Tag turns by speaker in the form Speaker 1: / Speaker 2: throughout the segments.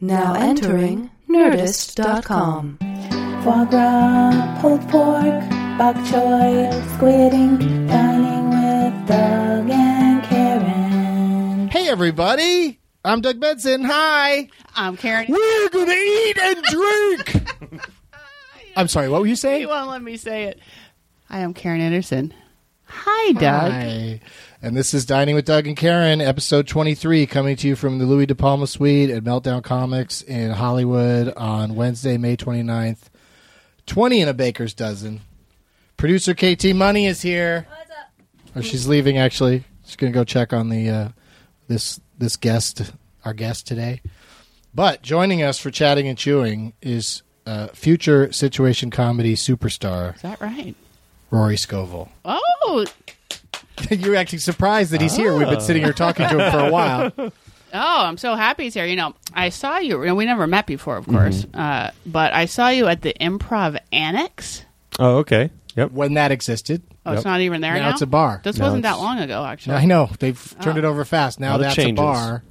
Speaker 1: Now entering Nerdist.com.
Speaker 2: Foie gras, pulled pork, bok choy, squid ink, dining with Doug and Karen.
Speaker 3: Hey, everybody. I'm Doug Benson. Hi.
Speaker 4: I'm Karen.
Speaker 3: We're going to eat and drink. I'm sorry. What were you
Speaker 4: You
Speaker 3: saying?
Speaker 4: won't let me say it. I am Karen Anderson. Hi, Doug.
Speaker 3: Hi. And this is Dining with Doug and Karen, episode 23, coming to you from the Louis De Palma Suite at Meltdown Comics in Hollywood on Wednesday, May 29th. 20 in a baker's dozen. Producer KT Money is here. What's up? Or she's leaving, actually. She's going to go check on the uh, this this guest, our guest today. But joining us for chatting and chewing is uh, future situation comedy superstar
Speaker 4: Is that right?
Speaker 3: Rory Scovel.
Speaker 4: Oh,
Speaker 3: You're acting surprised that he's here. We've been sitting here talking to him for a while.
Speaker 4: oh, I'm so happy he's here. You know, I saw you. you know, we never met before,
Speaker 3: Mm-hmm.
Speaker 4: of course, uh, but I saw you at the Improv Annex.
Speaker 5: Oh, okay. Yep.
Speaker 3: When that existed,
Speaker 4: Oh,
Speaker 5: Yep.
Speaker 4: it's not even there
Speaker 3: Now
Speaker 4: now.
Speaker 3: it's a bar.
Speaker 4: This
Speaker 5: Now
Speaker 4: wasn't that
Speaker 5: it's-
Speaker 4: long ago, actually.
Speaker 3: I know they've turned it
Speaker 4: Oh.
Speaker 3: over fast. Now
Speaker 5: Lot of
Speaker 3: that's
Speaker 5: changes.
Speaker 3: a bar,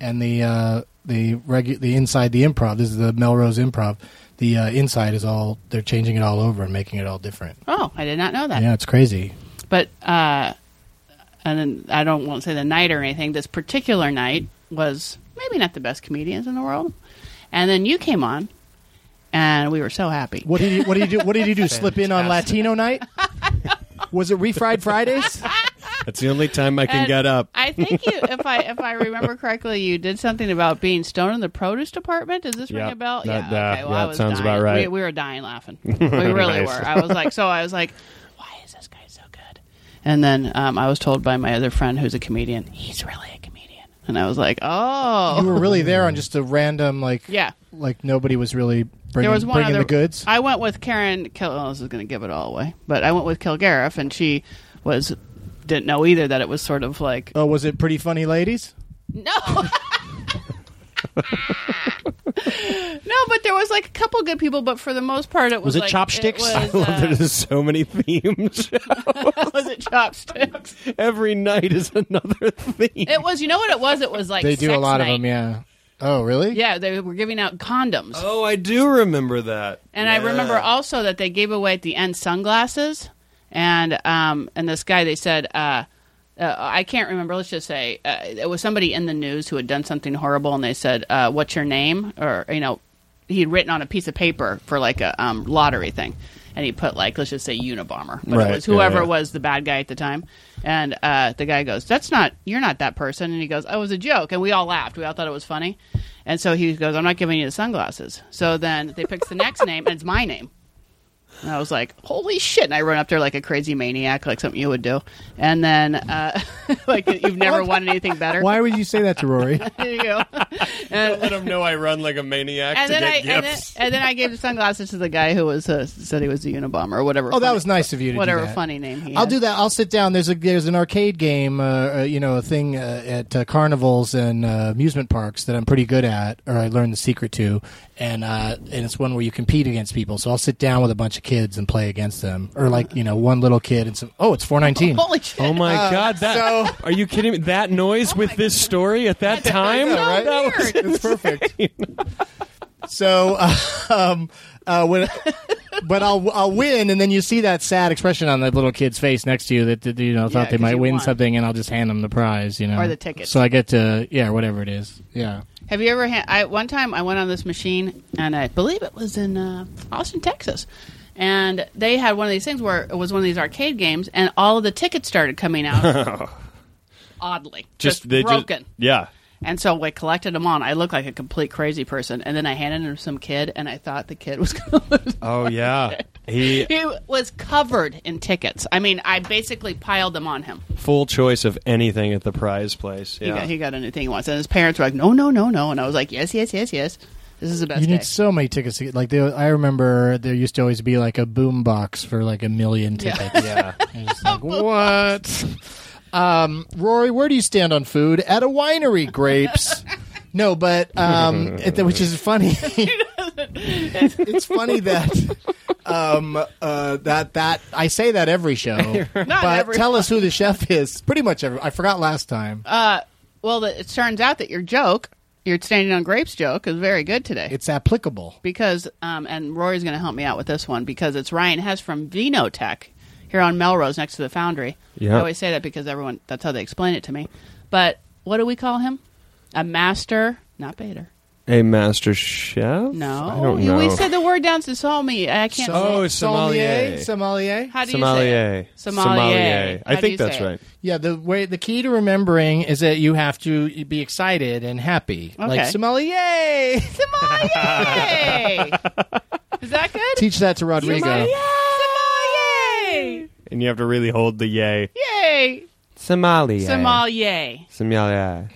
Speaker 3: and the uh, the regu- the inside the improv. This is the Melrose Improv. The uh, inside is all they're changing it all over and making it all different.
Speaker 4: Oh, I did not know that.
Speaker 3: Yeah, it's crazy.
Speaker 4: But uh, and then I don't won't say the night or anything. This particular night was maybe not the best comedians in the world. And then you came on, and we were so happy.
Speaker 3: What did you, what did you do? What did you do? Slip in on Latino night? Was it refried Fridays?
Speaker 5: That's the only time I can
Speaker 4: And
Speaker 5: get up.
Speaker 4: I think you, if I if I remember correctly, you did something about being stoned in the produce department. Does this ring
Speaker 5: Yeah,
Speaker 4: a bell?
Speaker 5: that-
Speaker 4: yeah.
Speaker 5: uh,
Speaker 4: Okay. Well,
Speaker 5: yeah,
Speaker 4: I
Speaker 5: it
Speaker 4: was
Speaker 5: sounds
Speaker 4: dying.
Speaker 5: about right.
Speaker 4: We, we were dying laughing. We really
Speaker 5: Nice.
Speaker 4: were. I was like, so I was like, why is this guy so good? And then um, I was told by my other friend who's a comedian, he's really a comedian. And I was like, oh,
Speaker 3: You were really there on just a random like
Speaker 4: yeah.
Speaker 3: like nobody was really bringing,
Speaker 4: there was one
Speaker 3: bringing
Speaker 4: other,
Speaker 3: the goods.
Speaker 4: I went with Karen. Kil- oh, this is going to give it all away, but I went with Kilgariff, and she was didn't know either that it was sort of like
Speaker 3: oh, was it pretty funny, ladies?
Speaker 4: no. No, but there was like a couple good people, but for the most part, it was
Speaker 3: Was it
Speaker 4: like,
Speaker 3: chopsticks?
Speaker 4: was,
Speaker 3: I
Speaker 4: uh,
Speaker 5: There's so many themes.
Speaker 4: was it chopsticks?
Speaker 5: Every night is another theme.
Speaker 4: It was. You know what it was? It was like
Speaker 3: They do a
Speaker 4: sex
Speaker 3: lot of
Speaker 4: night.
Speaker 3: them. Yeah. Oh, really?
Speaker 4: Yeah, they were giving out condoms,
Speaker 5: Oh, I do remember that.
Speaker 4: and I remember also that they gave away at the end sunglasses, and um, and this guy they said. uh uh, I can't remember. Let's just say uh, it was somebody in the news who had done something horrible, and they said, uh, "What's your name?" Or you know, he had written on a piece of paper for like a um, lottery thing, and he put like let's just say Unabomber, but
Speaker 3: Right,
Speaker 4: it was whoever
Speaker 5: yeah.
Speaker 4: was the bad guy at the time. And uh, the guy goes, "That's not you're not that person," and he goes, "Oh, it was a joke," and we all laughed. We all thought it was funny, and so he goes, "I'm not giving you the sunglasses." So then they picks the next name, and it's my name. And I was like, holy shit. And I run up there like a crazy maniac, like something you would do. And then, uh, like, you've never won anything better.
Speaker 3: Why would you say that to Rory?
Speaker 4: There you go.
Speaker 5: Let him know I run like a maniac
Speaker 4: And
Speaker 5: to
Speaker 4: then,
Speaker 5: get
Speaker 4: I, and, then,
Speaker 5: gifts.
Speaker 4: and then I gave the sunglasses to the guy who was uh, said he was a Unabomber or whatever.
Speaker 3: Oh, that
Speaker 4: funny-
Speaker 3: was nice of you to do
Speaker 4: Whatever
Speaker 3: that.
Speaker 4: funny name he
Speaker 3: I'll
Speaker 4: had.
Speaker 3: do that. I'll sit down. There's a there's an arcade game, uh, uh, you know, a thing uh, at uh, carnivals and uh, amusement parks that I'm pretty good at, or I learned the secret to, and uh, and it's one where you compete against people. So I'll sit down with a bunch of kids and play against them, or like you know, one little kid and some. Oh, it's four nineteen.
Speaker 4: Holy shit.
Speaker 5: Oh my god! That are you kidding me? That
Speaker 4: Oh
Speaker 5: noise with this story at that time?
Speaker 4: so
Speaker 3: right?
Speaker 4: weird.
Speaker 3: It's perfect. so, um, uh, when, but I'll I'll win, and then you see that sad expression on that little kid's face next to you that, that you know thought
Speaker 4: Yeah,
Speaker 3: they
Speaker 4: 'cause
Speaker 3: might
Speaker 4: you
Speaker 3: win
Speaker 4: won.
Speaker 3: something, and I'll just hand them the prize, you know,
Speaker 4: Or the tickets.
Speaker 3: So I get to yeah, whatever it is, yeah.
Speaker 4: Have you ever had? I, one time I went on this machine, and I believe it was in uh, Austin, Texas, and they had one of these things where it was one of these arcade games, and all of the tickets started coming out. Oddly, just,
Speaker 5: they
Speaker 4: broken,
Speaker 5: yeah.
Speaker 4: and so I collected them on. I looked like a complete crazy person, and then I handed them to some kid, and I thought the kid was going to lose.
Speaker 5: Oh yeah. He
Speaker 4: He was covered in tickets. I mean, I basically piled them on him.
Speaker 5: full choice of anything at the prize place.
Speaker 4: He,
Speaker 5: Yeah.
Speaker 4: got, he got a new thing he wants, and his parents were like, "No, no, no, no," and I was like, "Yes, yes, yes, yes. This is the best."
Speaker 3: You
Speaker 4: day."
Speaker 3: need so many tickets. To get, like they, I remember there used to always be like a boom box for like a million
Speaker 4: Yeah.
Speaker 3: tickets.
Speaker 5: yeah.
Speaker 3: I'm just like, what? Um, Rory, where do you stand on food? At a winery, grapes. No, but um, it, which is funny. it's funny that um, uh, that that I say that every show. but
Speaker 4: every
Speaker 3: tell us who the chef is. Pretty much every. I forgot last time.
Speaker 4: Well, it turns out that your joke, Your standing on grapes joke is very good today.
Speaker 3: It's applicable.
Speaker 4: because um, and Rory's going to help me out with this one because it's Ryan Hess from Vinotech here on Melrose next to the Foundry.
Speaker 5: Yeah.
Speaker 4: I always say that because everyone that's how they explain it to me. But what do we call him? A master, not Bader.
Speaker 5: A master chef?
Speaker 4: No,
Speaker 5: I don't know.
Speaker 4: we said the word down to saw me. I can't.
Speaker 5: Oh,
Speaker 4: say it.
Speaker 5: sommelier.
Speaker 3: Sommelier.
Speaker 4: how do you
Speaker 5: Sommelier.
Speaker 4: say it? Sommelier. How
Speaker 5: I
Speaker 4: do
Speaker 5: think
Speaker 4: you
Speaker 5: that's
Speaker 4: say it?
Speaker 5: right.
Speaker 3: Yeah, the way the key to remembering is that you have to be excited and happy. Like
Speaker 4: Okay.
Speaker 3: sommelier.
Speaker 4: Sommelier. Is that good?
Speaker 3: Teach that to Rodrigo.
Speaker 4: Sommelier.
Speaker 5: And you have to really hold the yay.
Speaker 4: Yay.
Speaker 5: Somalia.
Speaker 4: Sommelier.
Speaker 5: Somalia.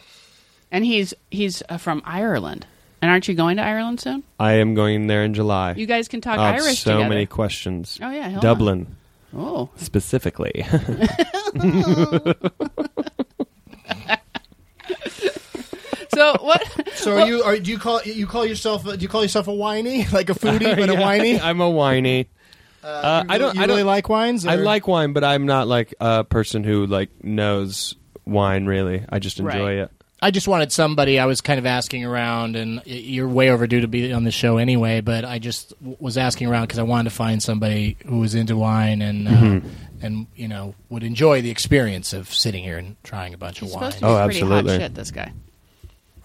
Speaker 4: And he's he's uh, from Ireland. And aren't you going to Ireland soon?
Speaker 5: I am going there in July.
Speaker 4: You guys can talk
Speaker 5: I have
Speaker 4: Irish
Speaker 5: so
Speaker 4: together.
Speaker 5: many questions.
Speaker 4: Oh, yeah, hell
Speaker 5: Dublin
Speaker 4: Oh,
Speaker 5: specifically.
Speaker 4: so what?
Speaker 3: So are you are do you call you call yourself do you call yourself a whiny like a foodie but a whiny?
Speaker 5: I'm a whiny. Uh, I don't.
Speaker 3: You
Speaker 5: I don't
Speaker 3: really like wines.
Speaker 5: I
Speaker 3: or-
Speaker 5: like wine, but I'm not like a person who like knows wine really. I just enjoy
Speaker 4: Right.
Speaker 5: it.
Speaker 3: I just wanted somebody. I was kind of asking around, and y- you're way overdue to be on the show anyway. But I just w- was asking around because I wanted to find somebody who was into wine and uh,
Speaker 5: Mm-hmm.
Speaker 3: and you know would enjoy the experience of sitting here and trying a bunch
Speaker 4: He's
Speaker 3: of wine.
Speaker 4: supposed to be
Speaker 5: Oh,
Speaker 4: pretty
Speaker 5: absolutely.
Speaker 4: hot shit. This guy.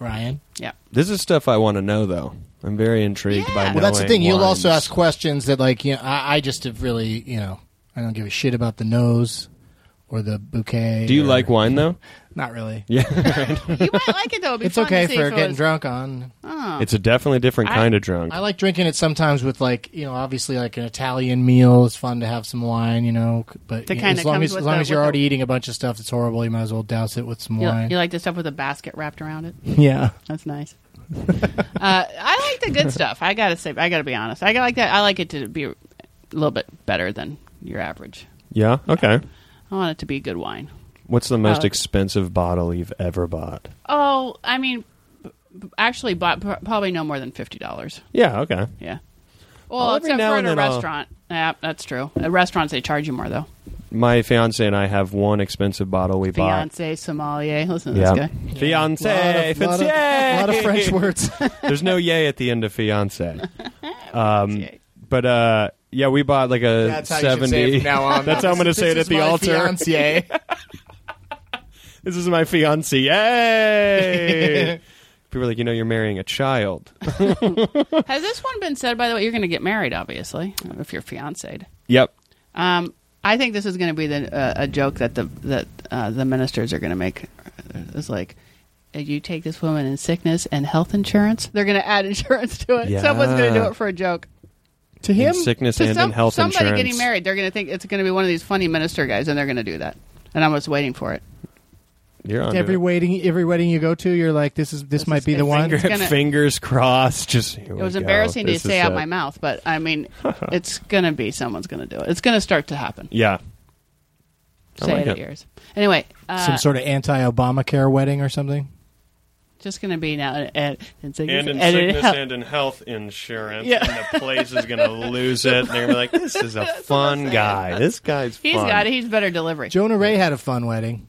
Speaker 3: Ryan.
Speaker 4: Yeah.
Speaker 5: This is stuff I want to know though. I'm very intrigued by.
Speaker 4: Yeah.
Speaker 3: Well, that's the
Speaker 5: knowing
Speaker 3: thing. You'll
Speaker 5: wines.
Speaker 3: also ask questions that, like, you know, I, I just have really, you know, I don't give a shit about the nose or the bouquet.
Speaker 5: Do you
Speaker 3: or-
Speaker 5: like wine though?
Speaker 3: Not really.
Speaker 5: Yeah,
Speaker 4: You might like it though. It'd be
Speaker 3: It's
Speaker 4: fun to
Speaker 3: okay
Speaker 4: see
Speaker 3: for
Speaker 4: if it
Speaker 3: getting
Speaker 4: was-
Speaker 3: drunk on.
Speaker 4: Oh.
Speaker 5: it's a definitely different
Speaker 4: I-
Speaker 5: kind of drunk.
Speaker 3: I like drinking it sometimes with like you know obviously like an Italian meal. It's fun to have some wine, you know. c- But
Speaker 4: The
Speaker 3: you know,
Speaker 4: kind
Speaker 3: as
Speaker 4: that
Speaker 3: long
Speaker 4: comes
Speaker 3: as, as
Speaker 4: with
Speaker 3: long
Speaker 4: the-
Speaker 3: as you're
Speaker 4: with the-
Speaker 3: already eating a bunch of stuff that's horrible, you might as well douse it with some
Speaker 4: You,
Speaker 3: wine.
Speaker 4: you like the stuff with a basket wrapped around it?
Speaker 3: yeah,
Speaker 4: That's nice. uh, I like the good stuff. I gotta say, I gotta be honest. I like that. I like it to be a little bit better than your average.
Speaker 5: yeah. Okay.
Speaker 4: I want it to be good wine.
Speaker 5: What's the most
Speaker 4: Uh,
Speaker 5: expensive bottle you've ever bought?
Speaker 4: Oh, I mean, b- b- actually, bought pr- probably no more than fifty dollars.
Speaker 5: Yeah. Okay.
Speaker 4: Yeah. Well,
Speaker 5: Well, every
Speaker 4: except
Speaker 5: now
Speaker 4: for at
Speaker 5: and
Speaker 4: a
Speaker 5: then uh, I'll-
Speaker 4: restaurant. Yeah, that's true. At restaurants, they charge you more though.
Speaker 5: My fiance and I have one expensive bottle we
Speaker 4: Fiance sommelier. Listen to
Speaker 5: bought.
Speaker 4: this guy.
Speaker 5: Fiance.
Speaker 3: lot, of, lot, of, lot of
Speaker 5: fiance.
Speaker 3: French words.
Speaker 5: There's no yay at the end of fiance. Um, but uh, yeah, we bought like a seventy.
Speaker 3: on.
Speaker 5: That's how I'm going to say it at the altar. This is my fiance. Yay! People are like, you know, you're marrying a child.
Speaker 4: Has this one been said? By the way, you're going to get married, obviously, if you're fiancéed.
Speaker 5: yep.
Speaker 4: Um, I think this is going to be the, uh, a joke that the that uh, the ministers are going to make. It's like. uh, You take this woman in sickness and health insurance. They're going to add insurance to it.
Speaker 5: Yeah.
Speaker 4: Someone's going to do it for a joke.
Speaker 3: to
Speaker 5: In
Speaker 3: him.
Speaker 5: sickness
Speaker 4: to
Speaker 5: and
Speaker 4: some-
Speaker 5: in health
Speaker 4: somebody
Speaker 5: insurance.
Speaker 4: getting married, they're going to think it's going to be one of these funny minister guys, and they're going to do that. And I'm just waiting for it.
Speaker 5: You're on
Speaker 3: Every weting, every wedding you go to, you're like, this is this, might
Speaker 4: is-
Speaker 3: be the
Speaker 4: it's
Speaker 3: one.
Speaker 4: finger- gonna-
Speaker 5: Fingers crossed. Just
Speaker 4: It was embarrassing to say out my mouth, but I mean, it's going to be someone's going to do it. It's going to start to happen.
Speaker 5: Yeah. I
Speaker 4: say
Speaker 5: like
Speaker 4: it at
Speaker 5: it.
Speaker 4: yours. Anyway, uh,
Speaker 3: Some sort of anti-Obamacare wedding or something.
Speaker 4: just going to be now and, and, and,
Speaker 5: And in
Speaker 4: and-
Speaker 5: sickness
Speaker 4: and-
Speaker 5: and in health insurance.
Speaker 4: Yeah.
Speaker 5: And the place is going to lose it. And they're going to be like, this is a fun guy. This guy's
Speaker 4: he's
Speaker 5: fun.
Speaker 4: got it. He's better delivery.
Speaker 3: Jonah Ray had a fun wedding.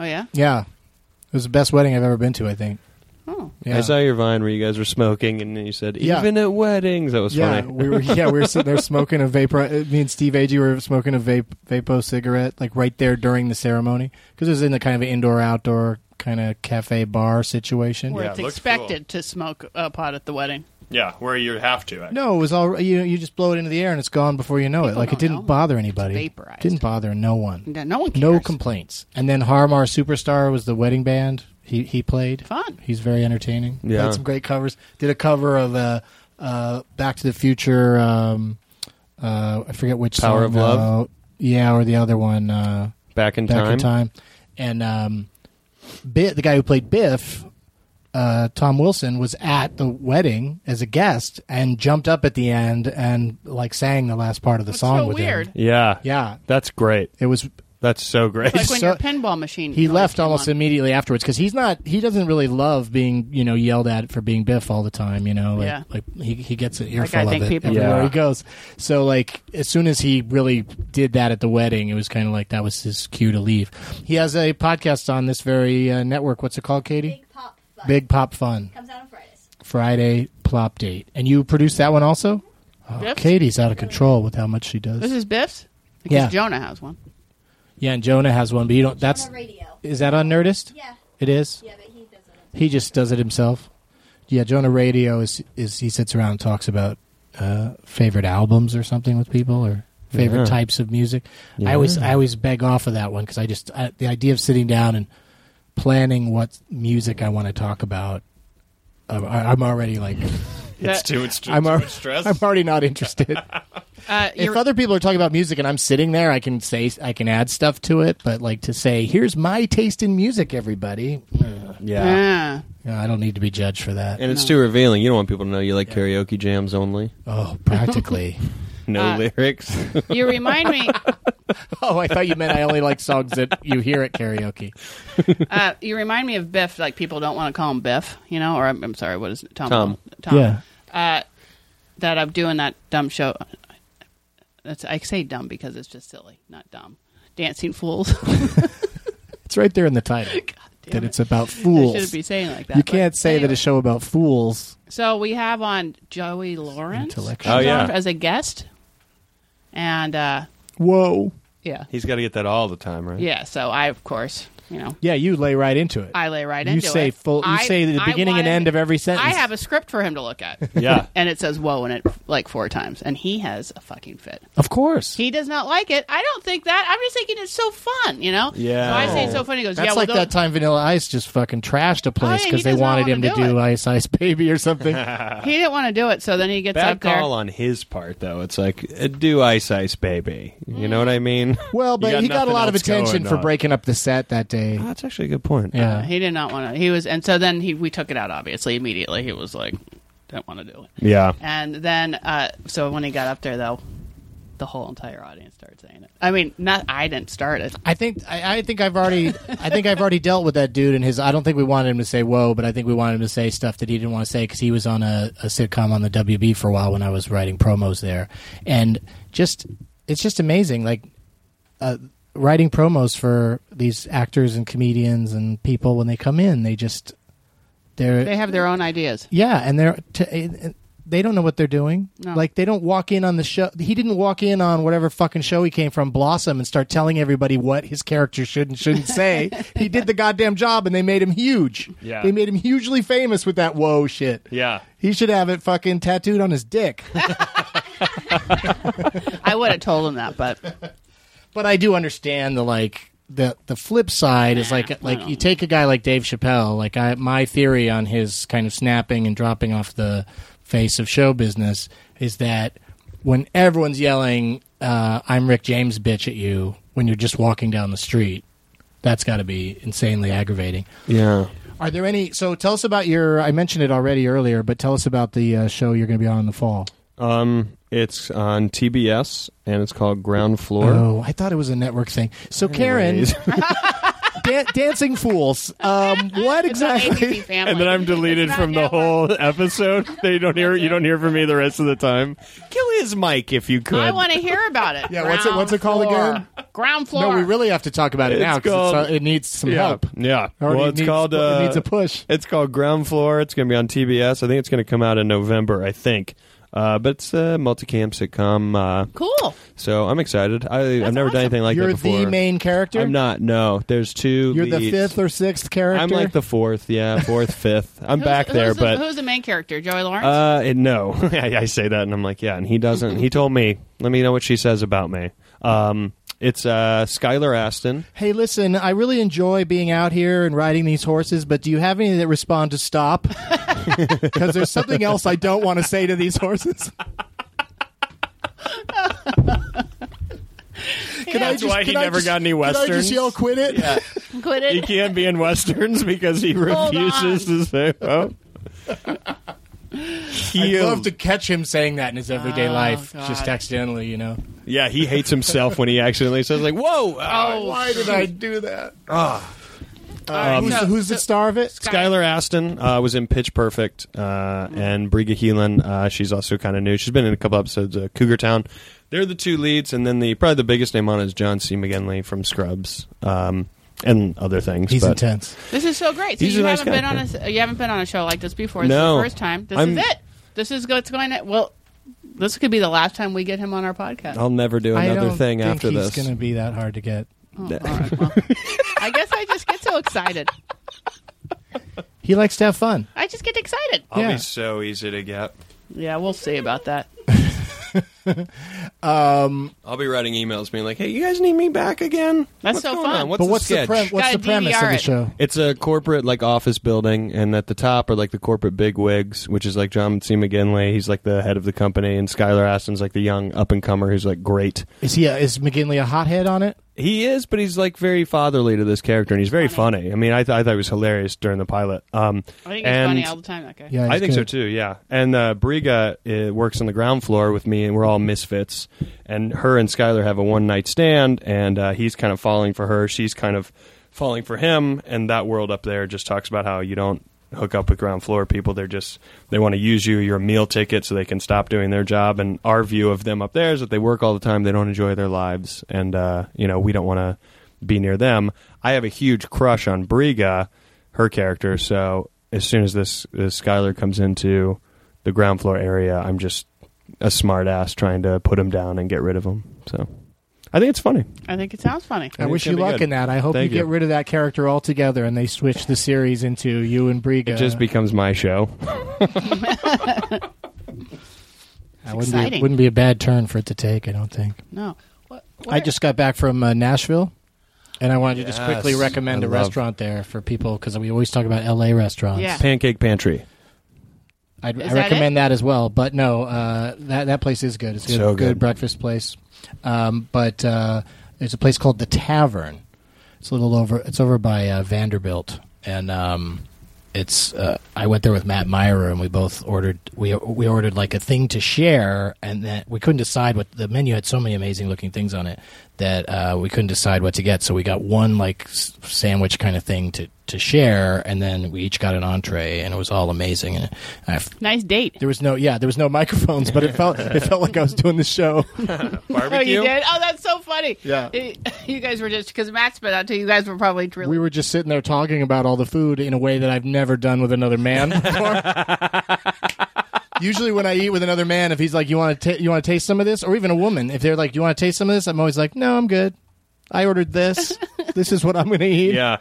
Speaker 4: Oh yeah.
Speaker 3: Yeah, it was the best wedding I've ever been to. I think.
Speaker 4: Oh,
Speaker 3: Yeah.
Speaker 5: I saw your vine where you guys were smoking and you said,
Speaker 3: Yeah.
Speaker 5: even at weddings. That was
Speaker 3: Yeah,
Speaker 5: funny.
Speaker 3: we were yeah we were sitting there smoking a vapor. Me and Steve Agee were smoking a vape vapo cigarette like right there during the ceremony because it was in the kind of indoor outdoor kind of cafe bar situation.
Speaker 4: where
Speaker 5: Yeah,
Speaker 4: it's
Speaker 5: it looks
Speaker 4: expected to smoke a pot at the wedding.
Speaker 5: Yeah, where you have to. Actually.
Speaker 3: No, it was all you. You just blow it into the air and it's gone before you know it.
Speaker 4: People
Speaker 3: Like it
Speaker 4: don't
Speaker 3: didn't
Speaker 4: know.
Speaker 3: bother anybody.
Speaker 4: vaporized.
Speaker 3: Didn't bother no one.
Speaker 4: No no one cares.
Speaker 3: No complaints. And then Harmar Superstar was the wedding band. He he played.
Speaker 4: Fun.
Speaker 3: He's very entertaining.
Speaker 5: Yeah.
Speaker 3: Played some great covers. Did a cover of uh, uh, Back to the Future. Um, uh, I forget which
Speaker 5: Power
Speaker 3: song,
Speaker 5: of Love?
Speaker 3: uh, yeah, or the other one. Uh,
Speaker 5: Back in
Speaker 3: Back
Speaker 5: time.
Speaker 3: in Time. And um, Bi the guy who played Biff, uh, Tom Wilson, was at the wedding as a guest and jumped up at the end and like sang the last part of the
Speaker 4: It's
Speaker 3: song
Speaker 4: so
Speaker 3: with
Speaker 4: weird.
Speaker 3: him.
Speaker 5: Yeah.
Speaker 3: Yeah,
Speaker 5: That's great.
Speaker 3: it was
Speaker 5: That's so great.
Speaker 4: It's like when
Speaker 3: So-
Speaker 4: your pinball machine.
Speaker 3: he
Speaker 4: noise
Speaker 3: left
Speaker 4: came
Speaker 3: almost
Speaker 4: on.
Speaker 3: immediately afterwards because he's not he doesn't really love being you know yelled at for being biff all the time you know like,
Speaker 4: Yeah.
Speaker 3: like he, he gets an earful
Speaker 4: I think
Speaker 3: of it
Speaker 4: people-
Speaker 3: everywhere
Speaker 5: Yeah.
Speaker 3: he goes so like as soon as he really did that at the wedding it was kind of like that was his cue to leave he has a podcast on this very uh, network what's it called katie
Speaker 6: Big Pop Fun.
Speaker 3: big pop fun
Speaker 6: Comes out on
Speaker 3: Friday plop date. And you produced that one also? Oh,
Speaker 4: Yes.
Speaker 3: Katie's out of control with how much she
Speaker 4: This
Speaker 3: does.
Speaker 4: is Biff's. Because
Speaker 3: Yeah.
Speaker 4: Jonah has one.
Speaker 3: Yeah, and Jonah has one, but you don't. That's
Speaker 6: on radio.
Speaker 3: is that on Nerdist?
Speaker 6: Yeah,
Speaker 3: It is.
Speaker 6: yeah, but he doesn't.
Speaker 3: He just does it himself. Yeah, Jonah Radio is is he sits around and talks about uh, favorite albums or something with people or favorite
Speaker 5: Yeah.
Speaker 3: types of music. I always I always beg off of that one because I just I, the idea of sitting down and planning what music I want to talk about. um, I, I'm already like
Speaker 4: That-
Speaker 5: too. It's too,
Speaker 3: I'm, al-
Speaker 5: stress.
Speaker 3: I'm already not interested.
Speaker 4: Uh,
Speaker 3: if
Speaker 4: you're-
Speaker 3: other people are talking about music and I'm sitting there, I can say I can add stuff to it. But like to say, here's my taste in music, everybody. uh,
Speaker 5: yeah.
Speaker 4: yeah.
Speaker 3: you know, I don't need to be judged for that.
Speaker 5: And it's too revealing. You don't want people to know you like karaoke jams only.
Speaker 3: Oh, practically.
Speaker 5: No
Speaker 4: Uh,
Speaker 5: lyrics.
Speaker 4: You remind me.
Speaker 3: oh, I thought you meant I only like songs that you hear at karaoke.
Speaker 4: Uh, you remind me of Biff. Like people don't want to call him Biff, you know. Or I'm, I'm sorry, what is it? Tom?
Speaker 5: Tom.
Speaker 4: Tom.
Speaker 3: Yeah.
Speaker 4: Uh, that I'm doing that dumb show. That's I say dumb because it's just silly, not dumb. Dancing fools. God
Speaker 3: It's right there in the title
Speaker 4: damn
Speaker 3: that
Speaker 4: it.
Speaker 3: it's about
Speaker 4: I
Speaker 3: fools.
Speaker 4: shouldn't be saying like that.
Speaker 3: you
Speaker 4: but
Speaker 3: can't say that
Speaker 4: anyway.
Speaker 3: a show about fools.
Speaker 4: So we have on Joey Lawrence
Speaker 3: Intellectual.
Speaker 5: Oh,
Speaker 4: comes on
Speaker 5: yeah.
Speaker 4: as a guest, and uh,
Speaker 3: Whoa.
Speaker 4: yeah,
Speaker 5: He's got to get that all the time, right?
Speaker 4: yeah. So I, of course, you know,
Speaker 3: Yeah, you lay right into it.
Speaker 4: I lay right
Speaker 3: you
Speaker 4: into
Speaker 3: say
Speaker 4: it.
Speaker 3: full. You
Speaker 4: I-
Speaker 3: say the
Speaker 4: I
Speaker 3: beginning and
Speaker 4: wanted-
Speaker 3: end of every sentence.
Speaker 4: I have a script for him to look at.
Speaker 5: Yeah.
Speaker 4: and it says whoa in it like four times and he has a fucking fit
Speaker 3: of course.
Speaker 4: he does not like it i don't think that i'm just thinking it's so fun you know
Speaker 5: Yeah.
Speaker 4: so i say it's so funny he goes
Speaker 3: That's
Speaker 4: yeah
Speaker 3: like
Speaker 4: well, tho-
Speaker 3: that time Vanilla Ice just fucking trashed a place
Speaker 4: Oh, yeah,
Speaker 3: because
Speaker 4: he
Speaker 3: they
Speaker 4: does not
Speaker 3: wanted
Speaker 4: wanna
Speaker 3: him to
Speaker 4: do
Speaker 3: do
Speaker 4: it.
Speaker 3: Ice Ice Baby or something.
Speaker 4: he didn't want to do it so then he gets
Speaker 5: Bad
Speaker 4: up there
Speaker 5: call on his part, though. It's like, uh, do ice, ice, baby. You know what I mean?
Speaker 3: well, but
Speaker 5: You got
Speaker 3: he got a
Speaker 5: nothing
Speaker 3: lot of
Speaker 5: else
Speaker 3: attention
Speaker 5: going
Speaker 3: for
Speaker 5: on.
Speaker 3: breaking up the set that day.
Speaker 5: Oh, that's actually a good point.
Speaker 3: Yeah.
Speaker 4: he did not want to he was and so then he we took it out obviously immediately he was like don't want to do it
Speaker 5: Yeah.
Speaker 4: and then uh, so when he got up there though the whole entire audience started saying it i mean not i didn't start it
Speaker 3: I think I, I think I've already I think I've already dealt with that dude and his. I don't think we wanted him to say whoa, but I think we wanted him to say stuff that he didn't want to say because he was on a, a sitcom on the WB for a while when I was writing promos there, and just it's just amazing like uh, writing promos for these actors and comedians and people when they come in they just they're
Speaker 4: they have their own ideas
Speaker 3: yeah, and they're t- eh, they don't know what they're doing.
Speaker 4: No.
Speaker 3: Like they don't walk in on the show. He didn't walk in on whatever fucking show he came from, Blossom, and start telling everybody what his character should and shouldn't say. he did the goddamn job, and they made him huge.
Speaker 5: Yeah.
Speaker 3: they made him hugely famous with that whoa shit.
Speaker 5: Yeah.
Speaker 3: He should have it fucking tattooed on his dick.
Speaker 4: i would have told him that but
Speaker 3: but I do understand the like the the flip side is like like you take a guy like Dave Chappelle. Like I, my theory on his kind of snapping and dropping off the face of show business is that when everyone's yelling, uh, "I'm Rick James, bitch!" at you when you're just walking down the street, that's got to be insanely aggravating.
Speaker 5: Yeah.
Speaker 3: Are there any? So tell us about your. I mentioned it already earlier, but tell us about the uh, show you're going to be on in the fall.
Speaker 5: Um, it's on TBS and it's called Ground Floor.
Speaker 3: Oh, I thought it was a network thing. So Karen,
Speaker 5: Anyways.
Speaker 3: Dan- Dancing Fools. Um, what exactly?
Speaker 4: ABC family.
Speaker 5: and then I'm deleted
Speaker 4: It's
Speaker 5: from
Speaker 4: not
Speaker 5: the
Speaker 4: network.
Speaker 5: whole episode. They don't hear you don't hear from me the rest of the time. Kill his mic if you could.
Speaker 4: I want to hear about it.
Speaker 3: Yeah, what's it- what's it called
Speaker 4: Ground
Speaker 3: again?
Speaker 4: floor. Ground floor.
Speaker 3: No, we really have to talk about it
Speaker 5: It's
Speaker 3: now because
Speaker 5: called-
Speaker 3: it needs some
Speaker 5: yeah.
Speaker 3: help.
Speaker 5: Yeah.
Speaker 3: Already
Speaker 5: Well, it's
Speaker 3: needs-
Speaker 5: called uh,
Speaker 3: it needs a push.
Speaker 5: It's called Ground Floor. It's going to be on TBS. I think it's going to come out in November, I think. Uh, but it's a multicam sitcom. Uh,
Speaker 4: cool.
Speaker 5: so I'm excited. I, I've never done anything like
Speaker 3: You're
Speaker 5: that before.
Speaker 3: the main character.
Speaker 5: I'm not. No, there's two.
Speaker 3: You're the
Speaker 5: leads.
Speaker 3: fifth or sixth character.
Speaker 5: I'm like the fourth. Yeah, fourth, fifth. I'm
Speaker 4: Who's-
Speaker 5: back
Speaker 4: who's
Speaker 5: there,
Speaker 4: the-
Speaker 5: but
Speaker 4: who's the main character? Joey Lawrence.
Speaker 5: Uh, it- no, I, I say that, and I'm like, yeah, and he doesn't. He told me, let me know what she says about me. Um, it's uh, Skylar Aston.
Speaker 3: Hey, listen, I really enjoy being out here and riding these horses, but do you have any that respond to stop? Because there's something else I don't want to say to these horses. Can
Speaker 5: That's why he never got any
Speaker 3: Can I
Speaker 5: Westerns.
Speaker 3: just yell quit it?
Speaker 4: Quit
Speaker 5: He
Speaker 4: it.
Speaker 5: can't be in westerns because he
Speaker 4: Hold
Speaker 5: refuses
Speaker 4: on.
Speaker 5: to say. Oh.
Speaker 3: I'd
Speaker 5: He-
Speaker 3: love to catch him saying that in his everyday
Speaker 4: Oh,
Speaker 3: life,
Speaker 4: God.
Speaker 3: just accidentally, you know.
Speaker 5: Yeah, he hates himself when he accidentally says like, "Whoa!"
Speaker 4: Oh,
Speaker 3: did I do that?
Speaker 4: all right,
Speaker 3: who's
Speaker 4: so-
Speaker 3: who's the
Speaker 4: so-
Speaker 3: star of it?
Speaker 5: Skylar Aston uh, was in Pitch Perfect, uh, and Briga Heelan. Uh, she's also kind of new. She's been in a couple episodes of Cougar Town. They're the two leads, and then the probably the biggest name on it is John C. McGinley from Scrubs. Um, and other things.
Speaker 3: He's
Speaker 5: but-
Speaker 3: intense.
Speaker 4: This is so great. So
Speaker 5: He's
Speaker 4: you
Speaker 5: a nice
Speaker 4: haven't
Speaker 5: guy,
Speaker 4: been on a you haven't been on a show like this before. This is
Speaker 5: No.
Speaker 4: the first time. This
Speaker 5: I'm-
Speaker 4: is it. This is what's going to well. This could be the last time we get him on our podcast.
Speaker 5: I'll never do
Speaker 3: I
Speaker 5: another
Speaker 3: don't
Speaker 5: thing
Speaker 3: think
Speaker 5: after
Speaker 3: he's
Speaker 5: this.
Speaker 3: going to be that hard to get.
Speaker 4: Oh, all right, well, I guess I just get so excited.
Speaker 3: He likes to have fun.
Speaker 4: I just get excited.
Speaker 5: I'll
Speaker 3: Yeah.
Speaker 5: be so easy to get.
Speaker 4: Yeah, we'll see about that.
Speaker 5: I'll be writing emails being like, "Hey, you guys need me back again?
Speaker 4: That's
Speaker 5: what's
Speaker 4: so
Speaker 5: going
Speaker 4: fun.
Speaker 5: On? What's
Speaker 3: But
Speaker 5: the
Speaker 3: what's the
Speaker 5: sketch?
Speaker 3: pre- what's
Speaker 4: Gotta
Speaker 3: the premise of
Speaker 4: DVR
Speaker 3: the
Speaker 4: it.
Speaker 3: show?
Speaker 5: It's a corporate like office building, and at the top are like the corporate big wigs, which is like John C. McGinley. He's like the head of the company, and Skylar Aston's like the young up and comer who's like great.
Speaker 3: Is he? A, is McGinley a hothead on it?
Speaker 5: He is, but he's like very fatherly to this character, and he's very funny. I mean, I, th- I thought he was hilarious during the pilot. Um,
Speaker 4: I think it's
Speaker 5: and
Speaker 4: funny all the time. That guy.
Speaker 3: Yeah,
Speaker 5: I
Speaker 3: he's
Speaker 5: think so
Speaker 3: good.
Speaker 5: too. Yeah, and uh, Briga uh, works on the ground floor with me, and we're all misfits. And her and Skylar have a one night stand, and uh, he's kind of falling for her. She's kind of falling for him. And that world up there just talks about how you don't hook up with ground floor people. They're just they want to use you. You're a meal ticket, so they can stop doing their job. And our view of them up there is that they work all the time. They don't enjoy their lives, and uh, you know we don't want to be near them. I have a huge crush on Briga her character. So as soon as this, this Skylar comes into the ground floor area, I'm just a smartass trying to put him down and get rid of him. So I think it's funny.
Speaker 4: I think it sounds funny.
Speaker 3: I
Speaker 5: think
Speaker 3: wish
Speaker 5: it's
Speaker 3: you
Speaker 5: gonna be
Speaker 3: luck
Speaker 5: good.
Speaker 3: in that. I hope
Speaker 5: Thank
Speaker 3: you
Speaker 5: you.
Speaker 3: get rid of that character altogether and they switch the series into you and Briga.
Speaker 5: It just becomes my show.
Speaker 3: that wouldn't be,
Speaker 4: exciting.
Speaker 3: wouldn't be a bad turn for it to take. I don't think.
Speaker 4: No. What,
Speaker 3: I just got back from uh, Nashville, and I wanted to just
Speaker 5: Yes.
Speaker 3: quickly recommend
Speaker 5: I
Speaker 3: a
Speaker 5: love-
Speaker 3: restaurant there for people because we always talk about L.A. restaurants.
Speaker 4: Yeah.
Speaker 5: Pancake Pantry.
Speaker 3: I'd,
Speaker 4: Is
Speaker 3: I
Speaker 4: that
Speaker 3: recommend that as well. But no, uh, that that place is good. It's a good,
Speaker 5: So
Speaker 3: good.
Speaker 5: good.
Speaker 3: breakfast place. Um, but uh, there's a place called the Tavern. It's a little over. It's over by uh, Vanderbilt, and um, it's. Uh, I went there with Matt Meyer, and we both ordered. We we ordered like a thing to share, and then we couldn't decide what the menu had. So many amazing looking things on it that uh, we couldn't decide what to get. So we got one like s- sandwich kind of thing to to share, and then we each got an entree, and it was all amazing. And I f-
Speaker 4: nice date.
Speaker 3: there was no, yeah, there was no microphones, but it felt it felt like I was doing the show.
Speaker 4: Oh, you did. Oh, that's so funny.
Speaker 3: Yeah.
Speaker 4: It- you guys were just because Matt's been out too. You guys were probably really.
Speaker 3: We were just sitting there talking about all the food in a way that I've never done with another man. before. Usually, when I eat with another man, if he's like, "You want to you want to taste some of this," or even a woman, if they're like, "You want to taste some of this," I'm always like, "No, I'm good. I ordered this. this is what I'm going to eat."
Speaker 5: Yeah.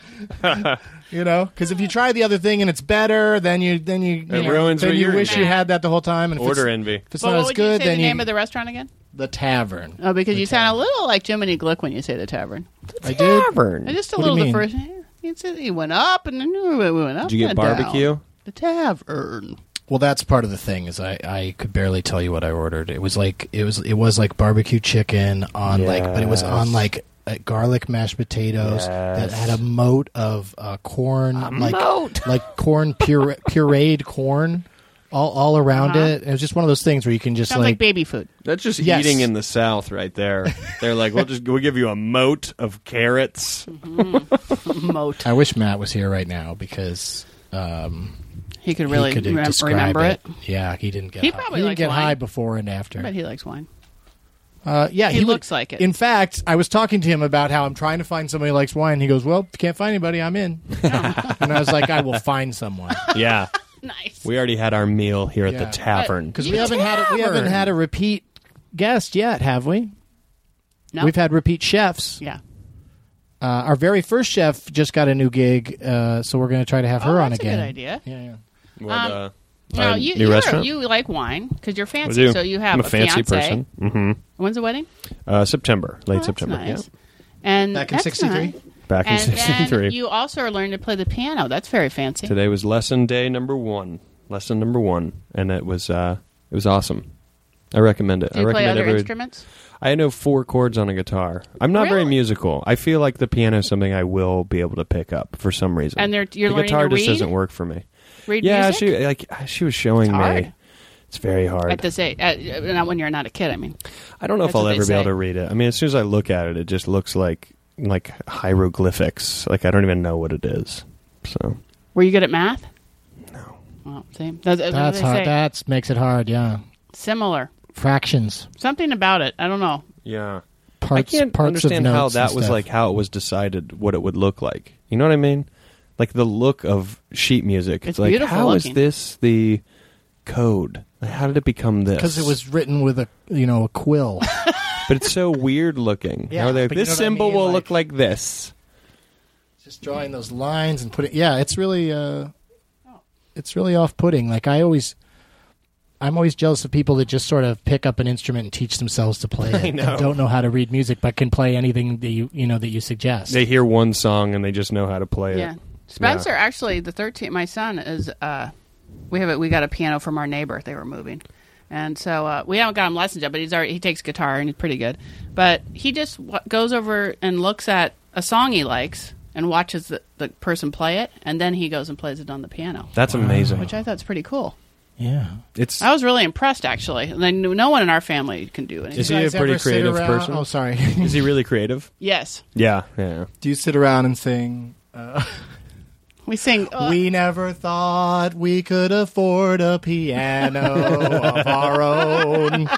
Speaker 3: You know, because if you try the other thing and it's better, then you then you, you know,
Speaker 5: ruins
Speaker 3: then
Speaker 5: what
Speaker 3: you
Speaker 5: you're
Speaker 3: wish you
Speaker 4: eating.
Speaker 3: had that the whole time. And if
Speaker 5: Order
Speaker 3: it's,
Speaker 5: envy.
Speaker 3: if it's
Speaker 4: But
Speaker 3: not
Speaker 4: what
Speaker 3: as
Speaker 4: would
Speaker 3: good,
Speaker 4: you say
Speaker 3: then
Speaker 4: the
Speaker 3: you
Speaker 4: name of the restaurant again?
Speaker 3: the tavern.
Speaker 4: Oh, because you sound a little like Jiminy Glick when you say the tavern.
Speaker 3: I did.
Speaker 4: Uh, Just a
Speaker 3: What do you
Speaker 4: little the
Speaker 3: mean?
Speaker 4: first. He said he went up and then we went up.
Speaker 5: Did you get
Speaker 4: and down.
Speaker 5: barbecue?
Speaker 4: The tavern.
Speaker 3: Well, that's part of the thing is I, I could barely tell you what I ordered. It was like it was it was like barbecue chicken on like, but it was on
Speaker 5: Yes.
Speaker 3: like uh, garlic mashed potatoes that
Speaker 5: Yes.
Speaker 3: had a moat of uh, corn,
Speaker 4: Um,
Speaker 3: like like corn pure, pureed corn, all all around
Speaker 4: Uh-huh.
Speaker 3: it. It was just one of those things where you can just
Speaker 4: Sounds like,
Speaker 3: like,
Speaker 4: baby food.
Speaker 5: That's just
Speaker 3: Yes.
Speaker 5: eating in the South right there. They're like, we'll just we'll give you a moat of carrots.
Speaker 4: Moat.
Speaker 3: I wish Matt was here right now because um,
Speaker 4: He could really
Speaker 3: he could
Speaker 4: remem-
Speaker 3: describe
Speaker 4: remember it.
Speaker 3: Yeah, he didn't get
Speaker 4: He
Speaker 3: high.
Speaker 4: probably
Speaker 3: he didn't
Speaker 4: likes
Speaker 3: get
Speaker 4: wine.
Speaker 3: high before and after.
Speaker 4: But he likes wine.
Speaker 3: Uh, yeah,
Speaker 4: He
Speaker 3: would-
Speaker 4: looks like it.
Speaker 3: In fact, I was talking to him about how I'm trying to find somebody who likes wine. He goes, "Well, if you can't find anybody, I'm in." and I was like, "I will find someone
Speaker 5: yeah.
Speaker 4: Nice.
Speaker 5: We already had our meal here at
Speaker 3: Yeah.
Speaker 5: the tavern.
Speaker 3: because we haven't had a, we haven't had a repeat guest yet, have we?
Speaker 4: No.
Speaker 3: We've had repeat chefs.
Speaker 4: yeah.
Speaker 3: Uh, our very first chef just got a new gig, uh, so we're going to try to have
Speaker 4: oh,
Speaker 3: her on
Speaker 4: that's
Speaker 3: again.
Speaker 4: A good idea.
Speaker 3: Yeah, yeah.
Speaker 5: Well,
Speaker 4: Um,
Speaker 5: uh,
Speaker 4: No,
Speaker 5: our
Speaker 4: you
Speaker 5: new
Speaker 4: you're-
Speaker 5: restaurant.
Speaker 4: you like wine because you're
Speaker 5: We
Speaker 4: fancy,
Speaker 5: do.
Speaker 4: so you have
Speaker 5: I'm a fancy
Speaker 4: fiance.
Speaker 5: person. hmm
Speaker 4: When's the wedding?
Speaker 5: Uh, September,
Speaker 4: Oh,
Speaker 5: late
Speaker 4: that's
Speaker 5: September.
Speaker 4: nice.
Speaker 5: Yeah.
Speaker 4: And
Speaker 3: Back in
Speaker 4: that's
Speaker 3: 63?
Speaker 4: nice.
Speaker 5: Back in
Speaker 4: and
Speaker 5: '63.
Speaker 4: Then you also learned to play the piano. That's very fancy.
Speaker 5: Today was lesson day number one. Lesson number one, and it was uh, it was awesome. I recommend it.
Speaker 4: Do
Speaker 5: I
Speaker 4: you play
Speaker 5: recommend
Speaker 4: other
Speaker 5: every-
Speaker 4: instruments?
Speaker 5: I know four chords on a guitar. I'm not very
Speaker 4: Really?
Speaker 5: musical. I feel like the piano is something I will be able to pick up for some reason.
Speaker 4: And they're- you're
Speaker 5: the
Speaker 4: learning to
Speaker 5: guitar just
Speaker 4: read?
Speaker 5: doesn't work for me.
Speaker 4: Read
Speaker 5: yeah,
Speaker 4: music?
Speaker 5: she like she was showing
Speaker 4: It's
Speaker 5: me.
Speaker 4: hard.
Speaker 5: It's very hard.
Speaker 4: At this age, at, uh, not when you're not a kid. I mean,
Speaker 5: I don't know if
Speaker 4: That's
Speaker 5: I'll
Speaker 4: what they
Speaker 5: ever be able
Speaker 4: say.
Speaker 5: to read it. I mean, as soon as I look at it, it just looks like like hieroglyphics. Like I don't even know what it is. So
Speaker 4: were you good at math? No. Well, see, that's, that's what
Speaker 3: That's
Speaker 4: they
Speaker 3: hard.
Speaker 4: say.
Speaker 3: That makes it hard. Yeah,
Speaker 4: Similar,
Speaker 3: fractions.
Speaker 4: something about it. I don't know.
Speaker 5: yeah, I
Speaker 3: parts
Speaker 5: can't
Speaker 3: parts of
Speaker 5: understand
Speaker 3: notes
Speaker 5: how
Speaker 3: and
Speaker 5: that was
Speaker 3: stuff.
Speaker 5: like how it was decided what it would look like. You know what I mean? Like the look of sheet music.
Speaker 4: It's
Speaker 5: like
Speaker 4: beautiful
Speaker 5: how is
Speaker 4: looking.
Speaker 5: this the code? Like, how did it become this?
Speaker 3: because it was written with a you know a quill.
Speaker 5: but it's so weird looking.
Speaker 3: Yeah,
Speaker 5: How they-
Speaker 3: but you
Speaker 5: this
Speaker 3: know what I
Speaker 5: symbol
Speaker 3: mean,
Speaker 5: will
Speaker 3: like-
Speaker 5: look like this.
Speaker 3: just drawing those lines and putting yeah it's really uh it's really off-putting like i always i'm always jealous of people that just sort of pick up an instrument and teach themselves to play it
Speaker 5: know.
Speaker 3: and don't know how to read music but can play anything that you you know that you suggest
Speaker 5: They hear one song and they just know how to play
Speaker 4: Yeah.
Speaker 5: it.
Speaker 4: Spencer, actually, the 13, my son is, uh, we have a, we got a piano from our neighbor. They were moving. And so uh, we haven't got him lessons yet, but he's already, he takes guitar and he's pretty good. But he just w- goes over and looks at a song he likes and watches the, the person play it. And then he goes and plays it on the piano,
Speaker 5: That's amazing.
Speaker 4: which I thought's pretty cool.
Speaker 3: yeah
Speaker 5: it's
Speaker 4: I was really impressed, actually. And I knew no one in our family can do anything.
Speaker 5: Is he a pretty creative person?
Speaker 3: oh sorry
Speaker 5: is he really creative?
Speaker 4: yes.
Speaker 5: Yeah, yeah.
Speaker 3: do you sit around and sing
Speaker 4: We sing. uh,
Speaker 3: we never thought we could afford a piano of our own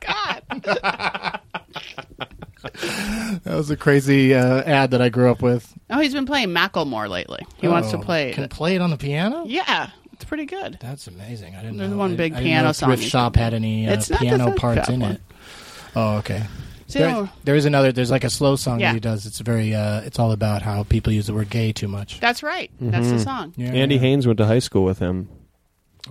Speaker 4: God.
Speaker 3: that was a crazy uh, ad that i grew up with
Speaker 4: Oh, he's been playing Macklemore lately. He wants to
Speaker 3: Oh,
Speaker 4: play.
Speaker 3: can play it on the piano
Speaker 4: yeah, it's pretty good.
Speaker 3: That's amazing. I didn't
Speaker 4: There's
Speaker 3: know.
Speaker 4: one
Speaker 3: I-
Speaker 4: big
Speaker 3: I didn't
Speaker 4: piano
Speaker 3: know if Thrift
Speaker 4: song.
Speaker 3: Shop had any uh,
Speaker 4: It's not the
Speaker 3: piano
Speaker 4: Thrift
Speaker 3: parts
Speaker 4: Shop
Speaker 3: in
Speaker 4: one.
Speaker 3: it. Oh, okay.
Speaker 4: So,
Speaker 3: There- there is another. There's like a slow song
Speaker 4: Yeah.
Speaker 3: that he does. It's very. Uh, it's all about how people use the word gay too much.
Speaker 4: That's right. That's the song.
Speaker 3: Mm-hmm. Yeah,
Speaker 5: Andy
Speaker 3: yeah.
Speaker 5: Haynes went to high school with him.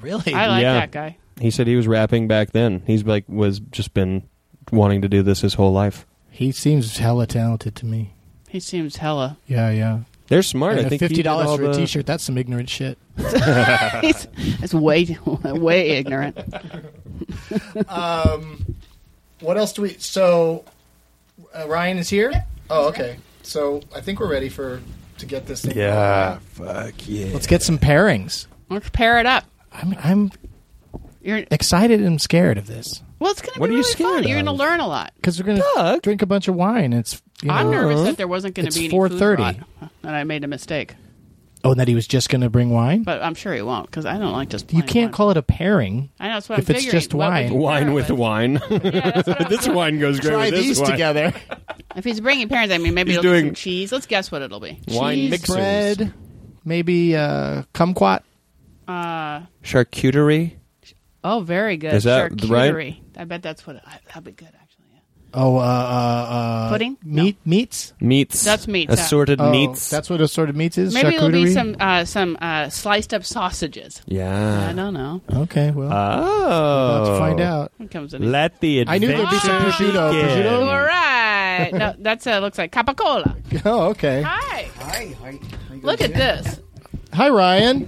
Speaker 3: Really?
Speaker 4: I like
Speaker 5: Yeah.
Speaker 4: that guy.
Speaker 5: He said he was rapping back then. He's like was just been wanting to do this his whole life.
Speaker 3: he seems hella talented to me.
Speaker 4: He seems hella.
Speaker 3: Yeah, yeah.
Speaker 5: They're smart.
Speaker 3: And
Speaker 5: I
Speaker 3: a
Speaker 5: think he
Speaker 3: fifty
Speaker 5: did
Speaker 3: dollars
Speaker 5: all
Speaker 3: for a
Speaker 5: the-
Speaker 3: T-shirt. That's some ignorant shit.
Speaker 4: He's, it's way, way ignorant.
Speaker 3: What else do we? So, uh, Ryan is here. Oh, okay. So I think we're ready for to get this. Thing
Speaker 5: Yeah, fuck yeah.
Speaker 3: Let's get some pairings.
Speaker 4: Let's pair it up.
Speaker 3: I'm, I'm
Speaker 4: You're
Speaker 3: excited and scared of this
Speaker 4: well. It's gonna
Speaker 5: What
Speaker 4: be
Speaker 5: are you
Speaker 4: really
Speaker 5: scared
Speaker 4: fun. You're gonna
Speaker 5: of?
Speaker 4: learn a lot.
Speaker 3: because we're gonna
Speaker 5: Doug.
Speaker 3: drink a bunch of wine. It's you
Speaker 4: I'm
Speaker 3: know-
Speaker 4: nervous that there wasn't gonna
Speaker 3: Uh-huh. It's
Speaker 4: be any
Speaker 3: 4:30.
Speaker 4: food rot, and I made a mistake.
Speaker 3: Oh, and that he was just going to bring wine.
Speaker 4: But I'm sure he won't because I don't like just.
Speaker 3: you
Speaker 4: plain
Speaker 3: can't
Speaker 4: wine.
Speaker 3: call it a pairing.
Speaker 4: I know that's what
Speaker 3: if
Speaker 4: I'm
Speaker 3: it's
Speaker 4: figuring.
Speaker 3: just
Speaker 4: What
Speaker 3: wine.
Speaker 4: would you pair
Speaker 5: Wine
Speaker 4: it
Speaker 5: with the wine. this wine goes great
Speaker 3: Try
Speaker 5: with this
Speaker 3: these
Speaker 5: wine.
Speaker 3: together.
Speaker 4: If he's bringing parents, I mean, maybe
Speaker 5: He's
Speaker 4: it'll be
Speaker 5: doing-
Speaker 4: some cheese. Let's guess what it'll be.
Speaker 5: Wine
Speaker 3: Cheese,
Speaker 5: mixers.
Speaker 3: bread, maybe uh, kumquat.
Speaker 4: Uh,
Speaker 5: Charcuterie.
Speaker 4: oh, very good.
Speaker 5: Is that the- right?
Speaker 4: Charcuterie. I bet that's what. It, that'd be good actually. Yeah.
Speaker 3: Oh, uh, uh, uh,
Speaker 4: Pudding?
Speaker 3: meat, meats.
Speaker 5: Meats.
Speaker 4: That's meats, yeah.
Speaker 5: Assorted
Speaker 3: Oh,
Speaker 5: meats.
Speaker 3: That's what assorted meats is.
Speaker 4: Maybe it'll
Speaker 3: charcuterie?
Speaker 4: be some uh, some uh, sliced up sausages. I
Speaker 6: Uh,
Speaker 5: yeah.
Speaker 4: don't know.
Speaker 3: Okay, well,
Speaker 5: Oh.
Speaker 3: let's find out.
Speaker 4: Here comes an
Speaker 5: Let the
Speaker 3: I knew there'd be some
Speaker 5: adventure
Speaker 3: prosciutto.
Speaker 5: begin.
Speaker 3: Prosciutto?
Speaker 4: All right. No, that's uh, looks like Capicola.
Speaker 3: Oh, okay.
Speaker 4: Hi. Look at this.
Speaker 3: Hi, Ryan.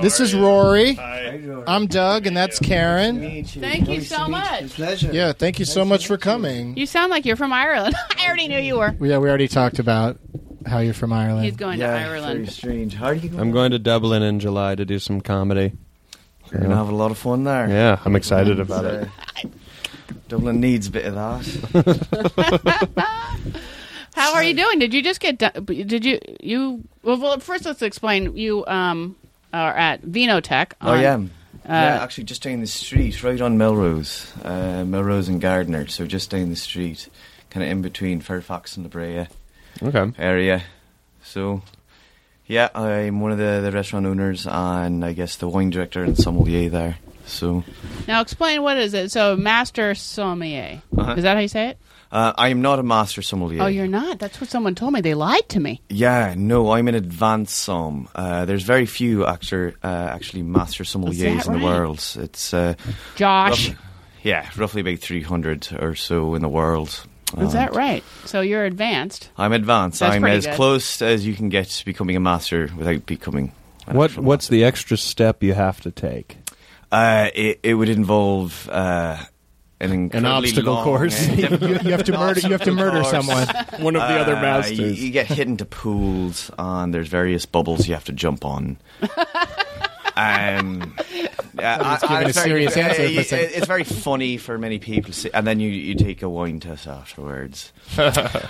Speaker 3: this is Rory. I'm Doug, and that's Karen.
Speaker 4: Thank you so much.
Speaker 6: Pleasure.
Speaker 3: Yeah, thank you so much for coming.
Speaker 4: You sound like you're from Ireland. I already knew you were.
Speaker 3: Yeah, we already talked about how you're from Ireland.
Speaker 4: He's going to
Speaker 6: Uh, Very
Speaker 4: Ireland.
Speaker 6: strange. How do you?
Speaker 5: I'm going to Dublin in July to do some comedy.
Speaker 6: You're gonna have a lot of fun there.
Speaker 5: Yeah, I'm excited about
Speaker 6: So,
Speaker 5: it.
Speaker 6: Dublin needs a bit of that.
Speaker 4: How are you doing? Did you just get done? Did you you? Well, well, first let's explain. You um are at Vinotech.
Speaker 6: Oh
Speaker 4: on- uh,
Speaker 6: yeah. yeah, actually, just down the street, right on Melrose, uh, Melrose and Gardner. So just down the street, kind of in between Fairfax and La Brea
Speaker 5: Okay.
Speaker 6: area. So, yeah, I'm one of the, the restaurant owners and I guess the wine director and sommelier there. So,
Speaker 4: Now explain what is it? So master sommelier.
Speaker 6: Uh-huh.
Speaker 4: Is that how you say it?
Speaker 6: uh, I am not a master sommelier.
Speaker 4: Oh, you're not. That's what someone told me. They lied to me.
Speaker 6: Yeah, no, I'm an advanced som. Uh, there's very few actor, uh, actually master sommeliers in the
Speaker 4: right?
Speaker 6: world. It's uh,
Speaker 4: Josh.
Speaker 6: Roughly, yeah, roughly about 300 or so in the world.
Speaker 4: Is that
Speaker 6: And
Speaker 4: right? So you're advanced.
Speaker 6: I'm advanced.
Speaker 4: That's
Speaker 6: I'm
Speaker 4: pretty
Speaker 6: as
Speaker 4: good.
Speaker 6: close as you can get to becoming a master without becoming. an
Speaker 5: What
Speaker 6: actual
Speaker 5: What's the extra step you have to take?
Speaker 6: Uh, it, it would involve uh, an incredibly
Speaker 5: obstacle
Speaker 6: long
Speaker 5: course.
Speaker 6: and difficult-
Speaker 3: you, you have to murder. You have to murder
Speaker 6: Of course.
Speaker 3: someone.
Speaker 5: One of the
Speaker 6: Uh, You, you get hit into uh, pools, and there's various bubbles you have to jump on. Um, Yeah,
Speaker 3: Somebody's
Speaker 6: I- I-
Speaker 3: giving
Speaker 6: it's
Speaker 3: a serious
Speaker 6: very,
Speaker 3: answer
Speaker 6: yeah,
Speaker 3: for a
Speaker 6: yeah,
Speaker 3: second.
Speaker 6: It's very funny for many people, to see- and then you, you take a wine test afterwards.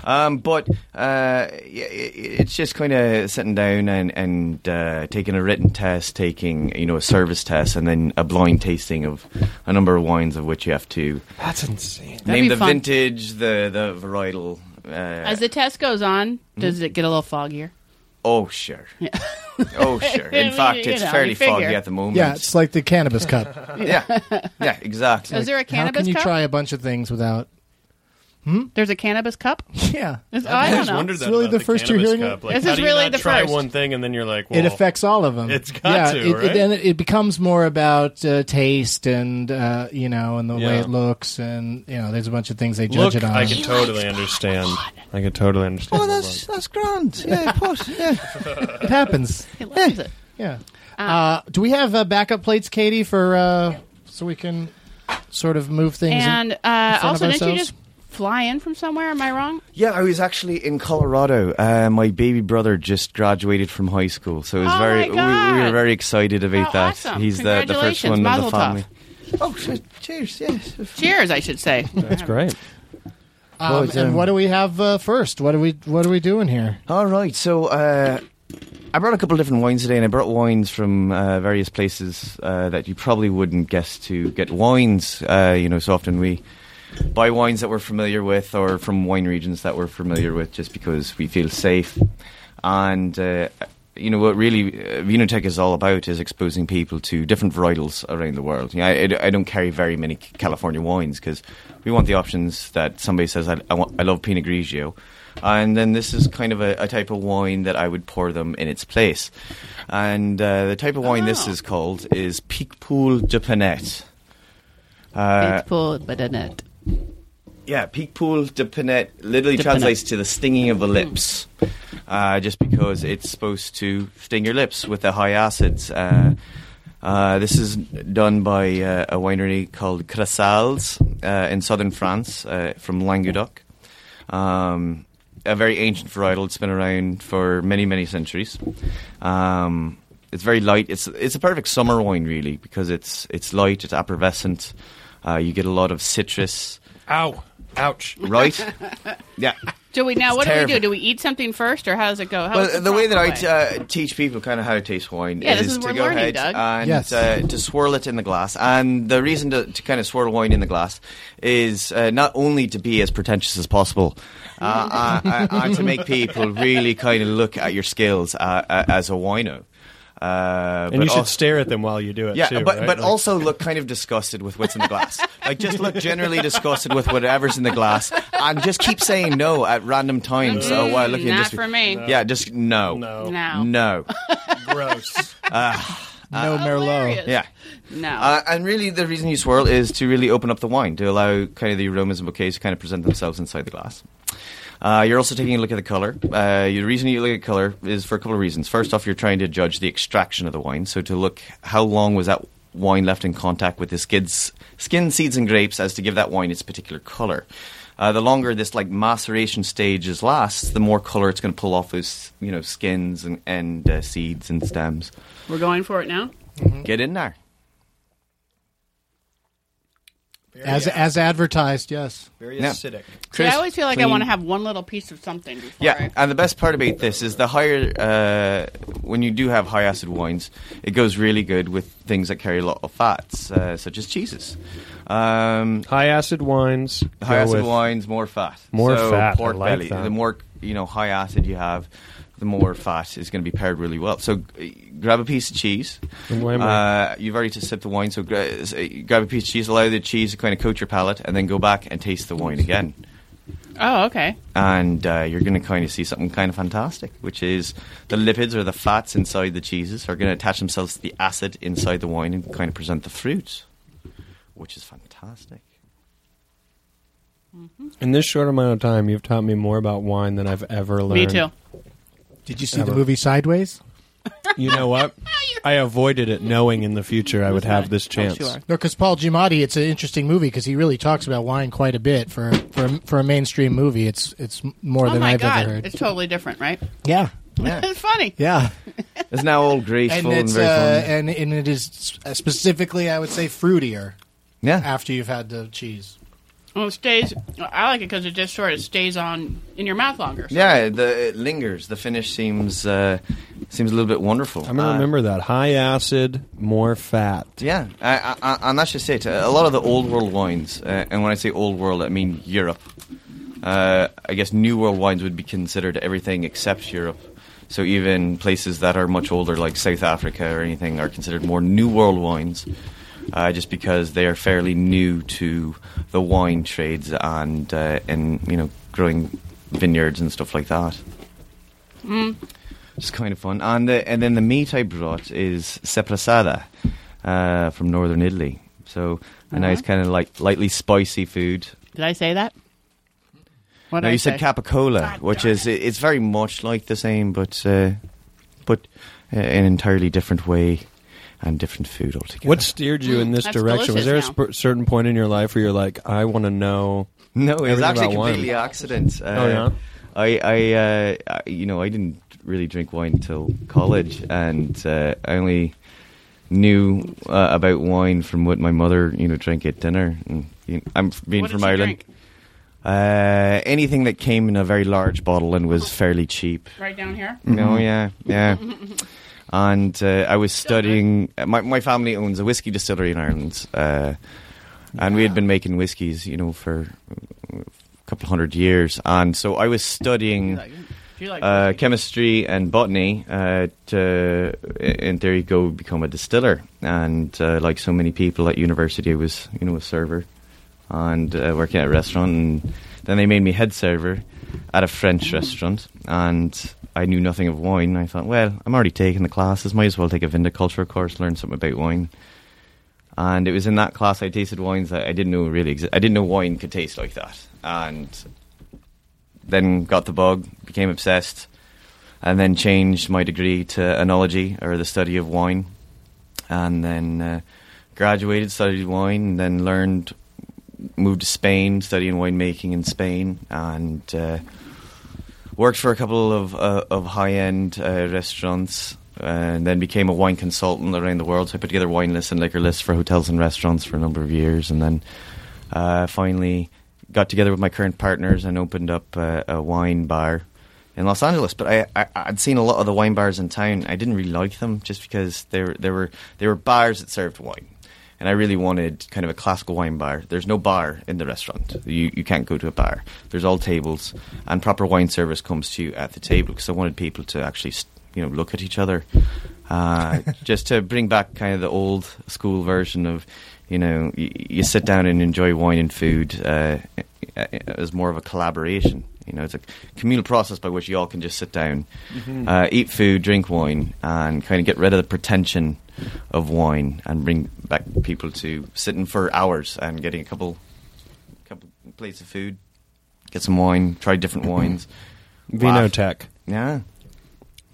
Speaker 6: um, but uh, yeah, it- it's just kind of sitting down and and uh, taking a written test, taking you know a service test, and then a blind tasting of a number of wines of which you have to
Speaker 5: That's insane.
Speaker 4: be
Speaker 6: name the
Speaker 4: fun.
Speaker 6: vintage, the the varietal. Uh,
Speaker 4: As the test goes on, does
Speaker 6: Mm-hmm.
Speaker 4: it get a little foggier?
Speaker 6: oh sure. oh sure.
Speaker 4: I
Speaker 6: In
Speaker 4: mean,
Speaker 6: fact,
Speaker 4: you
Speaker 6: it's
Speaker 4: know,
Speaker 6: fairly
Speaker 4: you figure.
Speaker 6: foggy at the moment.
Speaker 3: Yeah, it's like the cannabis cup.
Speaker 6: yeah, yeah, exactly.
Speaker 4: Is there a
Speaker 3: How can
Speaker 4: cannabis
Speaker 3: you
Speaker 4: cup?
Speaker 3: try a bunch of things without?
Speaker 4: There's a cannabis cup.
Speaker 3: Yeah,
Speaker 4: It's- I don't
Speaker 5: just
Speaker 4: know.
Speaker 5: wondered that
Speaker 3: really
Speaker 5: about
Speaker 3: the first you're
Speaker 5: cannabis
Speaker 3: hearing
Speaker 5: cup.
Speaker 3: it?
Speaker 5: Like,
Speaker 4: This
Speaker 5: how
Speaker 4: is
Speaker 5: do you
Speaker 4: really
Speaker 5: not
Speaker 4: the
Speaker 5: try
Speaker 4: first.
Speaker 5: one thing and then you're like, well,
Speaker 3: it affects all of them.
Speaker 5: It's got
Speaker 3: yeah,
Speaker 5: to,
Speaker 3: it- it,
Speaker 5: right?
Speaker 3: and it, it becomes more about uh, taste and uh, you know, and the way
Speaker 5: Yeah.
Speaker 3: it looks, and you know, there's a bunch of things they judge
Speaker 5: Look,
Speaker 3: it on.
Speaker 5: I can totally understand. I can totally understand.
Speaker 6: Oh,
Speaker 5: the
Speaker 6: that's
Speaker 5: look.
Speaker 6: that's grand. Yeah, put. Yeah.
Speaker 3: it happens.
Speaker 4: He loves it.
Speaker 3: Yeah. Uh, do we have uh, backup plates, Katie, for uh, so we can sort of move things? in-
Speaker 4: And uh,
Speaker 3: of
Speaker 4: also, didn't you
Speaker 3: ourselves?
Speaker 4: just fly in from somewhere? Am I wrong?
Speaker 6: Yeah, I was actually in Colorado. Uh, my baby brother just graduated from high school, so it was
Speaker 4: Oh
Speaker 6: very.
Speaker 4: my
Speaker 6: We, we
Speaker 4: God.
Speaker 6: were very excited about
Speaker 4: How
Speaker 6: that.
Speaker 4: awesome.
Speaker 6: He's the, the first
Speaker 4: Congratulations.
Speaker 6: one of
Speaker 4: Mazel
Speaker 6: the
Speaker 4: tov.
Speaker 6: family. Oh, cheers! Yes.
Speaker 4: Cheers, I should say.
Speaker 5: That's great.
Speaker 3: um,
Speaker 6: Well,
Speaker 3: and
Speaker 6: um,
Speaker 3: what do we have uh, first? What do we What are we doing here?
Speaker 6: All right, so uh, I brought a couple different wines today, and I brought wines from uh, various places uh, that you probably wouldn't guess to get wines. Uh, you know, so often we buy wines that we're familiar with or from wine regions that we're familiar with just because we feel safe. And, uh, you know, what really uh, Vinotech is all about is exposing people to different varietals around the world. You know, I, I- I don't carry very many California wines because we want the options that somebody says, I, I, want, I love Pinot Grigio. And then this is kind of a, a type of wine that I would pour them in its place. And uh, the type of wine this is called is Pic Pool de Panette. Uh,
Speaker 4: it's cool, but isn't it?
Speaker 6: yeah, peak pool de pinette literally
Speaker 4: De
Speaker 6: translates to the stinging of the lips, uh, just because it's supposed to sting your lips with the high acids. Uh, uh, this is done by uh, a winery called Cressals uh, in southern France uh, from Languedoc. Um, a very ancient varietal. It's been around for many, many centuries. Um, it's very light. It's it's a perfect summer wine, really, because it's it's light. It's effervescent. Uh, you get a lot of citrus
Speaker 5: Ow. Ouch.
Speaker 6: right? yeah.
Speaker 4: Do we now? What do we
Speaker 6: terrible.
Speaker 4: do? Do we eat something first, or how does it go? How is
Speaker 6: Well, the way that I
Speaker 4: proper
Speaker 6: t- uh, teach people kind of how to taste wine
Speaker 4: Yeah, this
Speaker 6: is
Speaker 4: is
Speaker 6: to
Speaker 4: we're
Speaker 6: go
Speaker 4: learning,
Speaker 6: ahead
Speaker 4: Doug.
Speaker 6: and
Speaker 3: Yes.
Speaker 6: uh, to swirl it in the glass. And the reason to, to kind of swirl wine in the glass is uh, not only to be as pretentious as possible, uh, uh, uh, and to make people really kind of look at your skills uh, uh, as a wino. Uh,
Speaker 5: And
Speaker 6: but
Speaker 5: you should
Speaker 6: al-
Speaker 5: stare at them while you do it.
Speaker 6: yeah,
Speaker 5: too,
Speaker 6: but
Speaker 5: right?
Speaker 6: but
Speaker 5: Like-
Speaker 6: also look kind of disgusted with what's in the glass. like just look generally disgusted with whatever's in the glass, and just keep saying no at random times uh, while looking.
Speaker 4: Not
Speaker 6: at just,
Speaker 4: for me.
Speaker 6: Yeah, just no,
Speaker 5: No.
Speaker 4: No.
Speaker 6: no.
Speaker 5: Gross.
Speaker 6: Ah.
Speaker 3: No Merlot.
Speaker 4: Uh, Hilarious.
Speaker 6: yeah.
Speaker 4: No.
Speaker 6: Uh, and really, the reason you swirl is to really open up the wine, to allow kind of the aromas and bouquets to kind of present themselves inside the glass. Uh, you're also taking a look at the color. Uh, the reason you look at color is for a couple of reasons. First off, you're trying to judge the extraction of the wine, so to look how long was that wine left in contact with the skids, skin, seeds, and grapes, as to give that wine its particular color. Uh, the longer this like maceration stage is lasts, the more color it's going to pull off those you know skins and, and uh, seeds and stems.
Speaker 4: We're going for it now.
Speaker 6: Get in there.
Speaker 3: As as advertised, yes.
Speaker 5: Very
Speaker 6: Yeah.
Speaker 4: See,
Speaker 5: acidic.
Speaker 4: I
Speaker 6: Crisp,
Speaker 4: always feel like I
Speaker 6: clean.
Speaker 4: want to have one little piece of something before.
Speaker 6: Yeah,
Speaker 4: I,
Speaker 6: and the best part about this is the higher uh, when you do have high acid wines, it goes really good with things that carry a lot of fats, uh, such as cheeses. Um,
Speaker 5: High acid wines.
Speaker 6: high
Speaker 5: go
Speaker 6: acid
Speaker 5: with-
Speaker 6: wines, more fat,
Speaker 5: More
Speaker 6: so
Speaker 5: fat, I
Speaker 6: pork
Speaker 5: like
Speaker 6: belly.
Speaker 5: that.
Speaker 6: The more you know, high acid you have, the more fat is going to be paired really well. So g- grab a piece of cheese.
Speaker 5: And why am I-
Speaker 6: Uh, you've already just sipped the wine, so gra- s- uh, grab a piece of cheese. Allow the cheese to kind of coat your palate, and then go back and taste the wine again
Speaker 4: oh, okay.
Speaker 6: and uh, you're going to kind of see something kind of fantastic, which is the lipids or the fats inside the cheeses are going to attach themselves to the acid inside the wine and kind of present the fruit, which is fantastic.
Speaker 5: In this short amount of time, you've taught me more about wine than I've ever learned.
Speaker 4: Me too.
Speaker 3: Did you see the movie Sideways?
Speaker 5: You know what? I avoided it, knowing in the future I would have this chance.
Speaker 4: Sure.
Speaker 3: No, because Paul Giamatti, it's an interesting movie because he really talks about wine quite a bit for for for a mainstream movie. It's it's more
Speaker 4: Oh
Speaker 3: than
Speaker 4: my
Speaker 3: I've
Speaker 4: god,
Speaker 3: ever heard.
Speaker 4: it's totally different, right?
Speaker 3: yeah,
Speaker 6: Yeah.
Speaker 4: it's funny.
Speaker 3: Yeah,
Speaker 6: It's now all graceful
Speaker 3: and
Speaker 6: and,
Speaker 3: it's
Speaker 6: very
Speaker 3: uh,
Speaker 6: fun.
Speaker 3: and and it is s- specifically, I would say, fruitier
Speaker 6: Yeah.
Speaker 3: after you've had the cheese.
Speaker 4: Well, it stays. I like it because it just sort of stays on in your mouth longer. So
Speaker 6: Yeah, the, it lingers. The finish seems uh, seems a little bit wonderful.
Speaker 5: I'm gonna
Speaker 6: Uh,
Speaker 5: remember that high acid, more fat.
Speaker 6: Yeah, I, I, and that's just it. A lot of the old world wines, uh, and when I say old world, I mean Europe. Uh, I guess new world wines would be considered everything except Europe. So even places that are much older, like South Africa or anything, are considered more new world wines, uh, just because they are fairly new to the wine trades and uh, and you know growing vineyards and stuff like that. It's kind of fun. And the, and then the meat I brought is seprasada uh, from northern Italy. So a nice kind of like lightly spicy food.
Speaker 4: Did I say that? What did
Speaker 6: now
Speaker 4: I
Speaker 6: you
Speaker 4: say?
Speaker 6: said capicola, which is it- it's very much like the same, but uh, but uh, an entirely different way and different food altogether.
Speaker 5: What steered you in this
Speaker 4: Mm, That's
Speaker 5: direction? Was there a
Speaker 4: delicious
Speaker 5: sp- certain point in your life where you're like, I want to know?
Speaker 6: No, it was
Speaker 5: Everything
Speaker 6: actually
Speaker 5: about wine.
Speaker 6: completely accident. Uh,
Speaker 5: Oh, yeah?
Speaker 6: I, I, uh, I, you know, I didn't really drink wine till college, and uh, I only knew uh, about wine from what my mother, you know, drank at dinner. And, you know, I'm f- being
Speaker 4: What did
Speaker 6: from
Speaker 4: she
Speaker 6: Ireland.
Speaker 4: drink?
Speaker 6: Uh, anything that came in a very large bottle and was fairly cheap.
Speaker 4: Right down here.
Speaker 6: No, Oh, yeah, yeah. and uh, I was studying. uh, My my family owns a whiskey distillery in Ireland, uh, and we had been making whiskies, you know, for a couple hundred years. And so I was
Speaker 4: She
Speaker 6: studying
Speaker 4: like- she like-
Speaker 6: Mm. uh, chemistry and botany uh, to, in theory, go become a distiller. And uh, like so many people at university, I was, you know, a server and uh, working at a restaurant. And then they made me head server at a French restaurant. And I knew nothing of wine. I thought, well, I'm already taking the classes. Might as well take a viticulture course, learn something about wine. And it was in that class I tasted wines that I didn't know really exist. I didn't know wine could taste like that. And then got the bug, became obsessed, and then changed my degree to enology or the study of wine, and then uh, graduated, studied wine, and then learned, moved to Spain, studying winemaking in Spain, and uh, worked for a couple of uh, of high end uh, restaurants. And then became a wine consultant around the world. So I put together wine lists and liquor lists for hotels and restaurants for a number of years, and then uh, finally got together with my current partners and opened up a, a wine bar in Los Angeles. But I, I, I'd seen a lot of the wine bars in town. I didn't really like them just because they were, they were, they were bars that served wine. And I really wanted kind of a classical wine bar. There's no bar in the restaurant. You, you can't go to a bar. There's all tables, and proper wine service comes to you at the table because I wanted people to actually s- you know look at each other, uh, just to bring back kind of the old school version of you know you, you sit down and enjoy wine and food uh, as more of a collaboration. You know, it's a communal process by which you all can just sit down,
Speaker 3: Mm-hmm.
Speaker 6: uh, eat food, drink wine, and kind of get rid of the pretension of wine and bring back people to sitting for hours and getting a couple, couple plates of food, get some wine, try different
Speaker 3: Mm-hmm.
Speaker 6: wines. Wow.
Speaker 5: Vinotech.
Speaker 6: Yeah.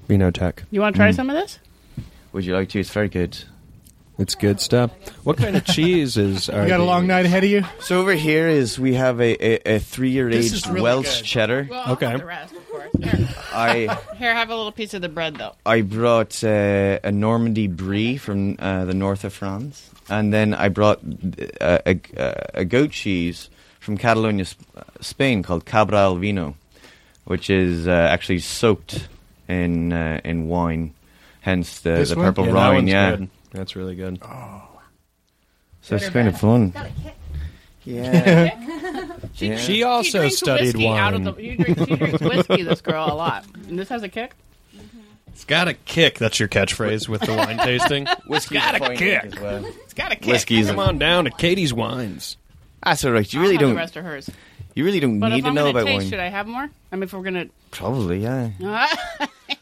Speaker 5: Vinotech.
Speaker 4: you want to
Speaker 6: mm.
Speaker 4: try some of this?
Speaker 6: Would you like to? It's very good.
Speaker 5: It's good stuff. What kind of cheese is?
Speaker 3: You got a long night ahead of you.
Speaker 6: So over here is we have a, a, a three-year
Speaker 3: This
Speaker 6: aged
Speaker 3: is really
Speaker 6: Welsh
Speaker 3: good.
Speaker 6: cheddar.
Speaker 4: Well, I'll
Speaker 5: Okay.
Speaker 4: have the rest, of course. Here,
Speaker 6: I
Speaker 4: here, have a little piece of the bread, though.
Speaker 6: I brought uh, a Normandy brie from uh, the north of France, and then I brought uh, a, a, a goat cheese from Catalonia, Sp- Spain, called Cabra al Vino, which is uh, actually soaked in uh, in wine, hence the,
Speaker 3: This
Speaker 6: the
Speaker 3: one?
Speaker 6: purple
Speaker 5: Yeah, that
Speaker 6: rind.
Speaker 5: one's
Speaker 6: Yeah,
Speaker 5: good. That's really good.
Speaker 3: Oh.
Speaker 6: so it's kind of fun. Yeah,
Speaker 4: She,
Speaker 6: Yeah.
Speaker 5: She also
Speaker 4: drinks
Speaker 5: studied
Speaker 4: whiskey Out of
Speaker 5: wine.
Speaker 4: the, she, drinks, she drinks whiskey, this girl, a lot. And this has a kick?
Speaker 5: It's got a kick. That's your catchphrase with the wine tasting.
Speaker 6: whiskey
Speaker 5: Got a kick.
Speaker 6: as well.
Speaker 4: It's got a kick.
Speaker 6: Whiskey's
Speaker 5: Come on down to Katie's Wines.
Speaker 6: That's all right. You
Speaker 4: I'll
Speaker 6: really
Speaker 4: have
Speaker 6: don't.
Speaker 4: The rest of hers.
Speaker 6: You really don't
Speaker 4: But
Speaker 6: need
Speaker 4: if
Speaker 6: to
Speaker 4: I'm
Speaker 6: know
Speaker 4: gonna
Speaker 6: about
Speaker 4: taste,
Speaker 6: wine.
Speaker 4: should I have more? I mean, if we're gonna,
Speaker 6: Probably, yeah. I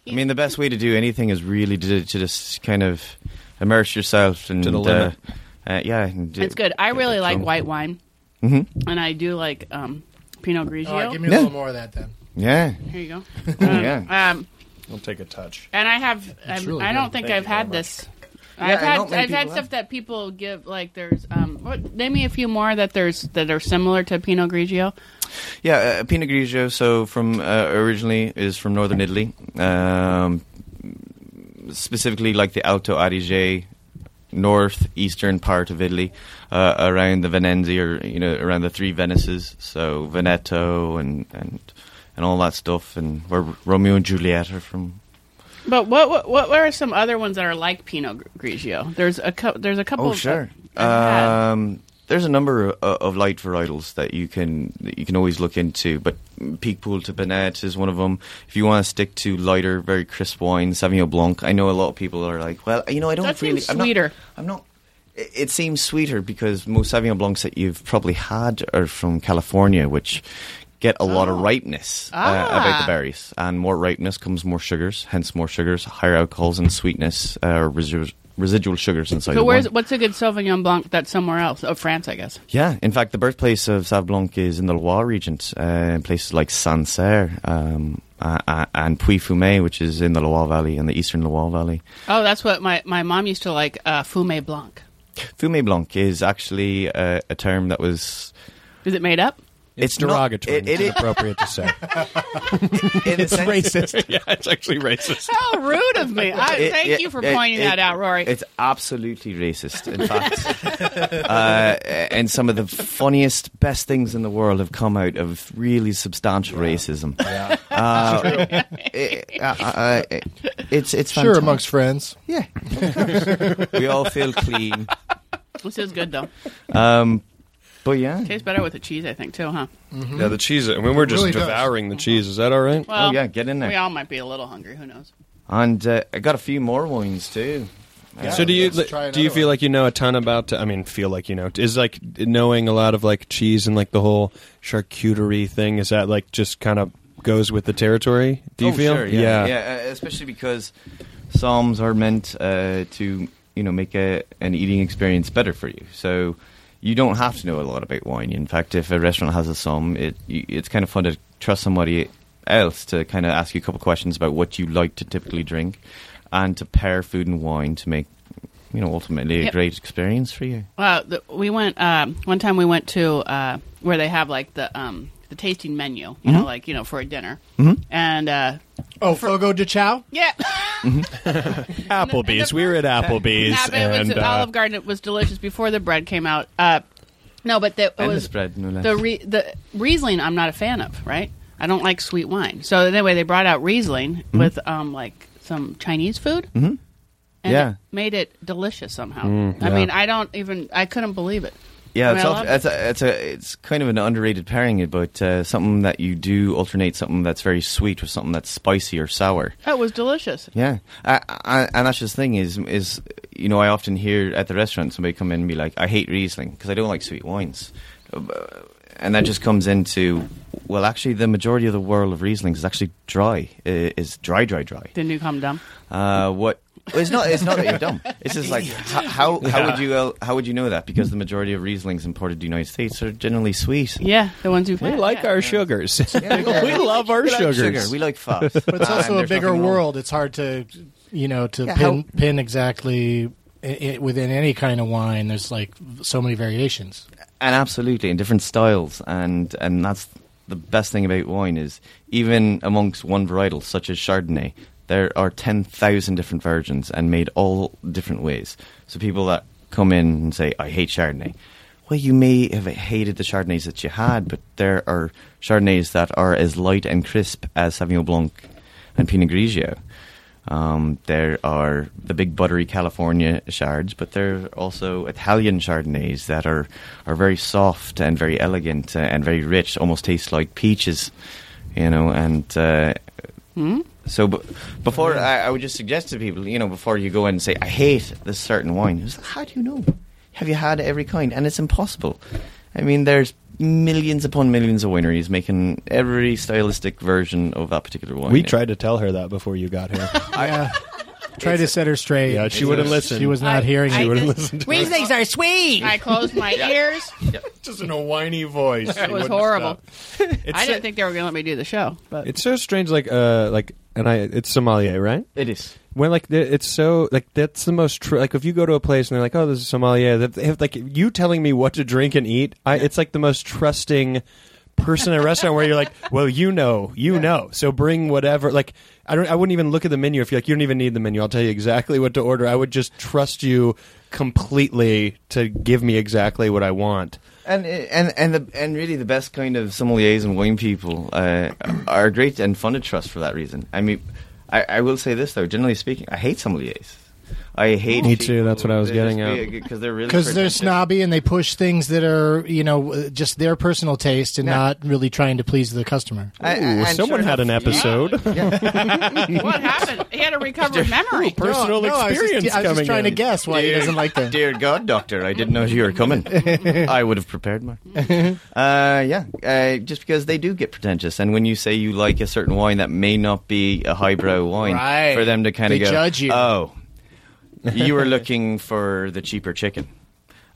Speaker 6: mean, the best way to do anything is really to, to just kind of immerse yourself and
Speaker 5: To the limit.
Speaker 6: Uh, uh, yeah, and do-
Speaker 4: it's good. I
Speaker 6: get
Speaker 4: really
Speaker 6: that
Speaker 4: like
Speaker 6: drunk.
Speaker 4: white wine, mm-hmm. and I do like um, Pinot Grigio.
Speaker 3: All right, Oh, give me a
Speaker 6: Yeah.
Speaker 3: little more of that then.
Speaker 6: Yeah,
Speaker 4: Here you go.
Speaker 6: Oh, yeah.
Speaker 4: Um,
Speaker 5: I'll take a touch.
Speaker 4: and I have. I'm,
Speaker 3: really
Speaker 4: I don't
Speaker 3: good.
Speaker 4: think
Speaker 6: Thank
Speaker 4: I've
Speaker 6: you very
Speaker 4: had
Speaker 6: much.
Speaker 4: this.
Speaker 6: Yeah,
Speaker 4: I've
Speaker 6: I
Speaker 4: had
Speaker 6: don't think
Speaker 4: I've had
Speaker 6: people
Speaker 4: stuff
Speaker 6: have.
Speaker 4: that people give like there's um what, name me a few more that there's that are similar to Pinot Grigio.
Speaker 6: Yeah, uh, Pinot Grigio. So from uh, originally is from northern Italy, um, specifically like the Alto Adige, northeastern part of Italy, uh, around the Venenzi or you know around the three Venices, so Veneto and and and all that stuff, and where Romeo and Juliet are from.
Speaker 4: But what, what what are some other ones that are like Pinot Grigio? There's a cou- there's a couple.
Speaker 6: Oh
Speaker 4: of
Speaker 6: sure.
Speaker 4: I've had.
Speaker 6: Um, there's a number of, of light varietals that you can that you can always look into, but Peak Pool to Bonnet is one of them. If you want to stick to lighter, very crisp wines, Sauvignon Blanc. I know a lot of people are like, well, you know, I don't
Speaker 4: That
Speaker 6: really.
Speaker 4: seems
Speaker 6: I'm not-
Speaker 4: sweeter.
Speaker 6: I'm not. It it seems sweeter because most Sauvignon Blancs that you've probably had are from California, which get a lot of ripeness uh, about
Speaker 4: Oh. Ah.
Speaker 6: the berries, and more ripeness comes more sugars, hence more sugars, higher alcohols and sweetness, uh, residual, residual sugars inside.
Speaker 4: So
Speaker 6: the
Speaker 4: where's
Speaker 6: wine.
Speaker 4: what's a good Sauvignon Blanc that's somewhere else? Oh, France, I guess.
Speaker 6: Yeah, in fact, the birthplace of Sauv Blanc is in the Loire region, uh, in places like Sancerre um, a- a- and Puy-Fumé, which is in the Loire Valley, in the eastern Loire Valley.
Speaker 4: Oh, that's what my, my mom used to like uh, Fumé Blanc.
Speaker 6: Fumé Blanc is actually uh, a term that was...
Speaker 4: Is it made up?
Speaker 5: It's,
Speaker 6: not-
Speaker 5: derogatory.
Speaker 6: it- it
Speaker 5: it's
Speaker 6: is-
Speaker 5: inappropriate to say.
Speaker 6: in a
Speaker 3: It's
Speaker 6: sense-
Speaker 3: racist.
Speaker 5: yeah, it's actually racist.
Speaker 4: How rude of me! I,
Speaker 6: It-
Speaker 4: thank
Speaker 6: it-
Speaker 4: you for
Speaker 6: it-
Speaker 4: pointing
Speaker 6: it-
Speaker 4: that out, Rory.
Speaker 6: It's absolutely racist, in fact. uh, and some of the funniest, best things in the world have come out of really substantial racism.
Speaker 3: Yeah.
Speaker 6: Uh, it- uh, uh, it- it's it's
Speaker 3: Sure,
Speaker 6: fantastic.
Speaker 3: amongst friends.
Speaker 6: Yeah, we all feel clean.
Speaker 4: this is good though.
Speaker 6: Um, but yeah,
Speaker 4: Tastes better with the cheese, I think, too, huh?
Speaker 5: Yeah, the cheese. I mean, we're just
Speaker 3: really does.
Speaker 5: devouring the cheese. Is that all right?
Speaker 4: Well,
Speaker 6: Oh, yeah, get in there.
Speaker 4: We all might be a little hungry. Who knows?
Speaker 6: and uh, I got a few more wines too.
Speaker 3: Yeah,
Speaker 5: so do you
Speaker 3: let's try
Speaker 5: do you
Speaker 3: another
Speaker 5: feel
Speaker 3: one.
Speaker 5: like you know a ton about? I mean, feel like you know is like knowing a lot of like cheese and like the whole charcuterie thing. Is that like just kind of goes with the territory? Do you
Speaker 6: Oh,
Speaker 5: feel?
Speaker 6: sure, yeah, yeah, uh, especially because psalms are meant uh, to you know make a, an eating experience better for you. So you don't have to know a lot about wine. In fact, if a restaurant has a psalm, it you, it's kind of fun to trust somebody else to kind of ask you a couple questions about what you like to typically drink, and to pair food and wine to make you know ultimately a
Speaker 4: Yep.
Speaker 6: great experience for you.
Speaker 4: Well, the, we went um, one time. We went to uh, where they have like the um, the tasting menu, you
Speaker 6: Mm-hmm.
Speaker 4: know, like you know for a dinner, mm-hmm. and uh,
Speaker 3: Oh, Fogo de Chao?
Speaker 4: yeah,
Speaker 5: Applebee's. We were at Applebee's, uh,
Speaker 4: Napa was at
Speaker 6: uh,
Speaker 4: Olive Garden. It was delicious before the bread came out. Uh, no, but the, it
Speaker 6: And the
Speaker 4: was
Speaker 6: spread, no less.
Speaker 4: the re- the Riesling. I'm not a fan of. Right, I don't like sweet wine. So anyway, they brought out Riesling with um like some Chinese food. Mm-hmm. And
Speaker 6: Yeah.
Speaker 4: it made it delicious somehow. I
Speaker 5: yeah.
Speaker 4: mean, I don't even. I couldn't believe it. I
Speaker 6: Yeah,
Speaker 4: mean,
Speaker 6: it's,
Speaker 4: I
Speaker 6: oft-
Speaker 4: love
Speaker 6: it's, a, it's a it's kind of an underrated pairing, but uh, something that you do alternate something that's very sweet with something that's spicy or sour.
Speaker 4: Oh, it was delicious.
Speaker 6: Yeah, I, I, and that's just the thing is is you know I often hear at the restaurant somebody come in and be like, I hate Riesling because I don't like sweet wines, Uh, and that just comes into well, actually, the majority of the world of Riesling is actually dry, i- is dry, dry, dry.
Speaker 4: Didn't you come dumb?
Speaker 6: Uh, what? well, It's not. It's not that you're dumb. It's just like h- how how would you el- how would you know that? Because the majority of Rieslings imported to the United States are generally sweet.
Speaker 4: Yeah, the ones who
Speaker 5: We like our sugars. we love our
Speaker 6: We like
Speaker 5: sugars.
Speaker 6: sugar. We like Uh, fat.
Speaker 3: But it's also a bigger world. It's hard to, you know, to
Speaker 6: Yeah,
Speaker 3: pin,
Speaker 6: how-
Speaker 3: pin exactly i i within any kind of wine. There's like so many variations.
Speaker 6: and absolutely in different styles and and that's the best thing about wine is even amongst one varietal such as chardonnay there are 10,000 different versions and made all different ways so people that come in and say i hate chardonnay well you may have hated the chardonnays that you had but there are chardonnays that are as light and crisp as sauvignon blanc and pinot grigio um, there are the big buttery California shards, but there are also Italian chardonnays that are, are very soft and very elegant uh, and very rich, almost taste like peaches, you know. And uh, so, b- before I, I would just suggest to people, you know, before you go in and say, I hate this certain wine, it's like, how do you know? Have you had every kind? And it's impossible. I mean, there's millions upon millions of wineries making every stylistic version of that particular wine.
Speaker 5: We tried to tell her that before you got here.
Speaker 3: yeah. Try to set her straight.
Speaker 5: Yeah, she wouldn't listen.
Speaker 3: She was not
Speaker 4: I-
Speaker 3: hearing
Speaker 4: I
Speaker 3: you.
Speaker 4: just-
Speaker 5: Listen to
Speaker 4: Rieslings are sweet. I closed my ears.
Speaker 5: just in a whiny voice.
Speaker 4: It was horrible. I didn't think they were going to let me do the show, but
Speaker 5: It's so strange, like uh, like, and I it's sommelier, right?
Speaker 6: It is.
Speaker 5: When like the- it's so like that's the most true. Like if you go to a place and they're like, oh, this is sommelier, they have, like you telling me what to drink and eat. I it's like the most trusting person in a restaurant where you're like, well, you know, you know, so bring whatever. Like, I don't, I wouldn't even look at the menu if you're like, you don't even need the menu. I'll tell you exactly what to order. I would just trust you completely to give me exactly what I want.
Speaker 6: And and and the and really the best kind of sommeliers and wine people uh, are great and fun to trust for that reason. I mean, I, I will say this though. Generally speaking, I hate sommeliers. I hate.
Speaker 5: Me too, that's what I was getting at.
Speaker 6: because they're really
Speaker 3: because they're
Speaker 6: pretentious.
Speaker 3: snobby and they push things that are you know uh, just their personal taste and
Speaker 6: Yeah.
Speaker 3: not really trying to please the customer.
Speaker 6: I- I-
Speaker 5: Ooh,
Speaker 6: and
Speaker 5: someone
Speaker 6: sure
Speaker 5: had an
Speaker 6: enough-
Speaker 5: episode.
Speaker 4: what happened? He had a recovered memory.
Speaker 5: Personal
Speaker 3: No, no, I was just-
Speaker 5: experience
Speaker 3: I was just,
Speaker 5: coming
Speaker 3: trying
Speaker 5: in.
Speaker 3: to guess why he doesn't like that.
Speaker 6: Dear God, Doctor, I didn't know you were coming. I would have prepared more. Uh, yeah, uh, just because they do get pretentious, and when you say you like a certain wine that may not be a highbrow wine,
Speaker 3: Right.
Speaker 6: for them to kind
Speaker 3: They
Speaker 6: of go,
Speaker 3: judge you.
Speaker 6: Oh, you were looking for the cheaper chicken.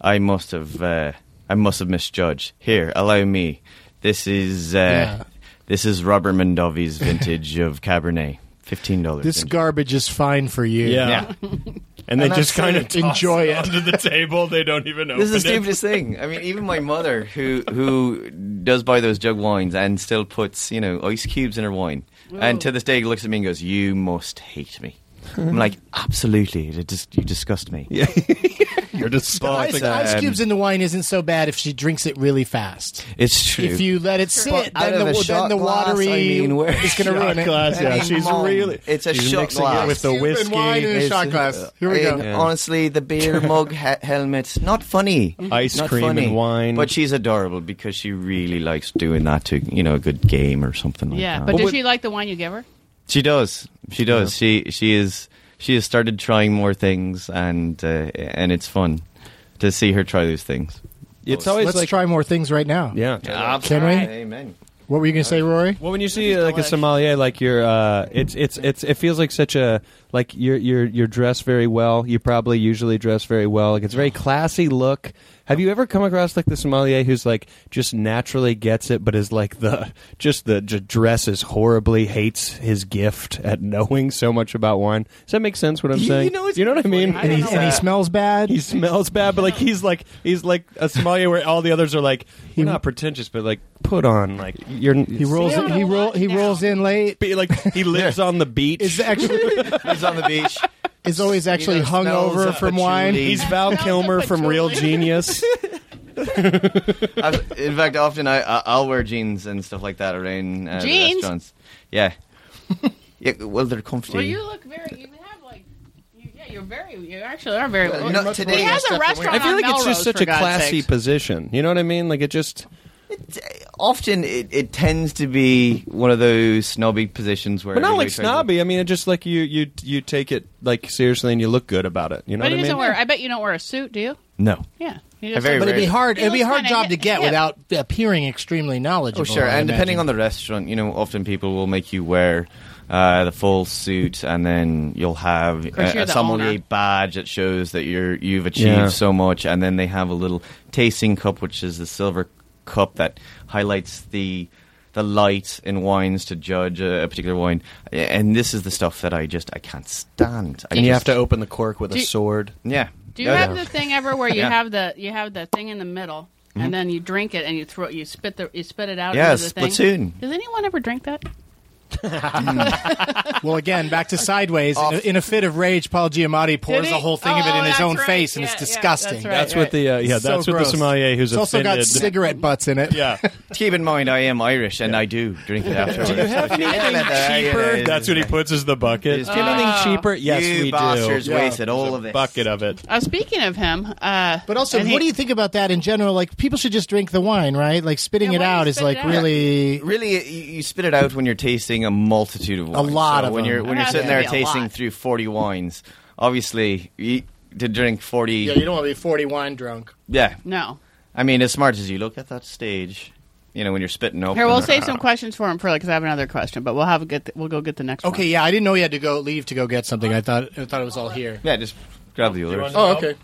Speaker 6: I must have, uh, I must have misjudged. Here, allow me. This is, uh,
Speaker 3: Yeah.
Speaker 6: this is Robert Mondavi's vintage of Cabernet, fifteen dollars.
Speaker 3: This garbage is fine for you.
Speaker 6: yeah.
Speaker 5: and they
Speaker 6: And
Speaker 5: just
Speaker 6: that's
Speaker 5: kind
Speaker 6: it.
Speaker 5: of toss
Speaker 3: Enjoy it.
Speaker 5: under the table. They don't even open
Speaker 6: This is the
Speaker 5: it.
Speaker 6: stupidest thing. I mean, even my mother, who who does buy those jug wines and still puts you know ice cubes in her wine, and to this day looks at me and goes, "You must hate me." I'm like, absolutely. It just you disgust me. Yeah,
Speaker 5: You're
Speaker 6: But,
Speaker 5: disgusting.
Speaker 3: Ice, ice
Speaker 6: um,
Speaker 3: cubes in the wine isn't so bad if she drinks it really fast.
Speaker 6: it's true.
Speaker 3: If you let it sit,
Speaker 6: out
Speaker 3: then the,
Speaker 6: of a
Speaker 3: wa- then
Speaker 6: shot
Speaker 3: the
Speaker 6: glass, I
Speaker 3: watery
Speaker 6: mean, where-
Speaker 3: is going to ruin it.
Speaker 5: glass,
Speaker 6: I
Speaker 5: yeah,
Speaker 6: mean,
Speaker 5: she's
Speaker 6: Mom,
Speaker 5: really
Speaker 6: it's a
Speaker 5: she's
Speaker 6: shot
Speaker 5: mixing
Speaker 6: glass.
Speaker 5: it with the
Speaker 3: Cube and
Speaker 5: whiskey.
Speaker 3: wine in a
Speaker 5: It's-
Speaker 3: shot glass. Here we
Speaker 6: I mean,
Speaker 3: go.
Speaker 6: Honestly, the beer mug ha- helmets not funny.
Speaker 3: Mm-hmm.
Speaker 5: Ice
Speaker 6: Not
Speaker 5: cream and
Speaker 6: funny.
Speaker 5: wine.
Speaker 6: But she's adorable because she really likes doing that to you know a good game or something like
Speaker 4: Yeah,
Speaker 6: that.
Speaker 4: but did she like the wine you gave her?
Speaker 6: She does. She does. She she is she has started trying more things, and uh, and it's fun to see her try those things.
Speaker 5: It's always
Speaker 3: Let's
Speaker 5: like
Speaker 3: try more things right now.
Speaker 5: yeah.
Speaker 3: Can we?
Speaker 6: Amen.
Speaker 3: What were you going to say, Rory?
Speaker 5: Well, when you see uh, like a
Speaker 4: delicious.
Speaker 5: sommelier, like you're, uh, it's it's it's it feels like such a like you're you're you're dressed very well. You probably usually dress very well. Like it's a very classy look. Have you ever come across like the sommelier who's like just naturally gets it, but is like the just the j- dresses horribly, hates his gift at knowing so much about wine? Does that make sense? What I'm
Speaker 6: You-
Speaker 5: saying?
Speaker 6: you know it's
Speaker 5: what I mean?
Speaker 4: funny.
Speaker 3: And
Speaker 4: I
Speaker 3: he,
Speaker 4: don't know
Speaker 3: and he
Speaker 4: that.
Speaker 3: smells bad.
Speaker 5: he smells bad, but like he's like he's like a sommelier where all the others are like you're not pretentious, but like put on like you're
Speaker 3: he rolls.
Speaker 4: Sit
Speaker 3: In, he
Speaker 4: down.
Speaker 3: roll. He
Speaker 4: Sit
Speaker 3: rolls in late.
Speaker 5: be like he lives on the beach.
Speaker 3: Is actually
Speaker 6: He's on the beach.
Speaker 3: is always actually
Speaker 6: know,
Speaker 3: hung
Speaker 6: smells
Speaker 3: over
Speaker 6: of
Speaker 3: from wine.
Speaker 6: patchouli.
Speaker 5: He's Val Kilmer from Real Genius.
Speaker 6: I've, in fact, often I I- I'll wear jeans and stuff like that around uh, the
Speaker 4: Jeans?
Speaker 6: restaurants. Yeah. yeah. Well, they're comfy.
Speaker 4: Well, you look very. You have like. you- Yeah, you're very. You actually are very.
Speaker 6: Well, not today.
Speaker 4: He has
Speaker 6: Stuff
Speaker 4: a
Speaker 6: that
Speaker 4: restaurant.
Speaker 5: I feel
Speaker 4: on
Speaker 5: like it's just
Speaker 4: Melrose,
Speaker 5: such
Speaker 4: for
Speaker 5: a
Speaker 4: God's
Speaker 5: classy
Speaker 4: sakes.
Speaker 5: position. You know what I mean? Like it just
Speaker 6: often it, it tends to be one of those snobby positions where
Speaker 5: but not
Speaker 6: everybody
Speaker 5: like
Speaker 6: tries to-
Speaker 5: snobby. I mean, it just like you you you take it like seriously and you look good about it. You know
Speaker 4: But
Speaker 5: what
Speaker 4: he
Speaker 5: I
Speaker 4: doesn't
Speaker 5: mean?
Speaker 4: wear. I bet you don't wear a suit, do you?
Speaker 6: No.
Speaker 4: Yeah. You
Speaker 6: I very
Speaker 3: But it'd be
Speaker 6: Right.
Speaker 3: hard.
Speaker 4: He
Speaker 3: It'd be a
Speaker 4: looks
Speaker 3: hard
Speaker 4: kinda
Speaker 3: job
Speaker 4: hip-
Speaker 3: to get
Speaker 4: hip.
Speaker 3: without appearing extremely knowledgeable.
Speaker 6: Oh, sure.
Speaker 3: I
Speaker 6: And depending
Speaker 3: imagine.
Speaker 6: on the restaurant, you know, often people will make you wear uh, the full suit, and then you'll have
Speaker 4: course,
Speaker 6: a,
Speaker 4: you're
Speaker 6: a
Speaker 4: the
Speaker 6: sommelier
Speaker 4: owner.
Speaker 6: badge that shows that you're you've achieved
Speaker 5: Yeah.
Speaker 6: so much, and then they have a little tasting cup, which is the silver cup that highlights the the light in wines to judge a, a particular wine. And this is the stuff that I just I can't stand. I
Speaker 5: and you
Speaker 6: just-
Speaker 5: have to open the cork with a
Speaker 4: Do you-
Speaker 5: sword.
Speaker 6: yeah.
Speaker 4: Do you
Speaker 6: Yeah.
Speaker 4: have the thing ever where you
Speaker 6: Yeah.
Speaker 4: have the you have the thing in the middle
Speaker 5: Mm-hmm.
Speaker 4: and then you drink it and you throw you spit the you spit it out
Speaker 6: Yeah,
Speaker 4: into the thing?
Speaker 6: Splatoon.
Speaker 4: Does anyone ever drink that?
Speaker 3: Well, again, back to sideways. In a, in a fit of rage, Paul Giamatti pours
Speaker 4: he?
Speaker 3: the whole thing of it
Speaker 4: Oh,
Speaker 3: in his
Speaker 4: that's
Speaker 3: own
Speaker 4: right.
Speaker 3: face, and
Speaker 4: Yeah,
Speaker 3: it's
Speaker 4: yeah, that's
Speaker 3: disgusting.
Speaker 4: right.
Speaker 5: That's what the uh, yeah.
Speaker 3: So
Speaker 5: That's what
Speaker 3: gross.
Speaker 5: the sommelier who's
Speaker 3: It's also
Speaker 5: offended.
Speaker 3: got cigarette butts in it.
Speaker 5: yeah,
Speaker 6: Keep in mind, I am Irish, and I do drink it afterwards. cheaper?
Speaker 5: that's what he puts as the bucket.
Speaker 6: Is
Speaker 5: Do you have
Speaker 4: Oh.
Speaker 5: anything cheaper? Yes,
Speaker 6: Ah, you
Speaker 5: we
Speaker 6: bastards
Speaker 5: do.
Speaker 6: wasted all of this.
Speaker 5: Bucket of it.
Speaker 4: Uh, speaking of him, uh,
Speaker 3: But also,
Speaker 4: and
Speaker 3: what
Speaker 4: he-
Speaker 3: do you think about that in general? Like, people should just drink the wine, right? Like, spitting
Speaker 4: Yeah,
Speaker 3: it
Speaker 4: why do you
Speaker 3: out is
Speaker 4: spit it
Speaker 3: like
Speaker 4: out?
Speaker 3: really.
Speaker 6: Really, you, you spit it out when you're tasting a multitude of wines.
Speaker 3: lot
Speaker 6: So
Speaker 3: of
Speaker 6: when
Speaker 3: them.
Speaker 6: you're when
Speaker 4: It
Speaker 6: you're
Speaker 4: has
Speaker 6: sitting
Speaker 4: to
Speaker 6: there
Speaker 4: be a
Speaker 6: tasting
Speaker 4: lot.
Speaker 6: through forty wines. Obviously, you, to drink forty. Yeah,
Speaker 3: don't want to be forty wine drunk.
Speaker 4: No.
Speaker 6: I mean, as smart as you look at that stage, you know when you're spitting open.
Speaker 4: Here, we'll save some questions for him for because I have another question, but we'll have a good. we'll go get the next.
Speaker 3: Okay, yeah, I didn't know you had to go leave to go get something. I thought I thought it was all here.
Speaker 6: Yeah, just grab the others.
Speaker 3: Oh, okay.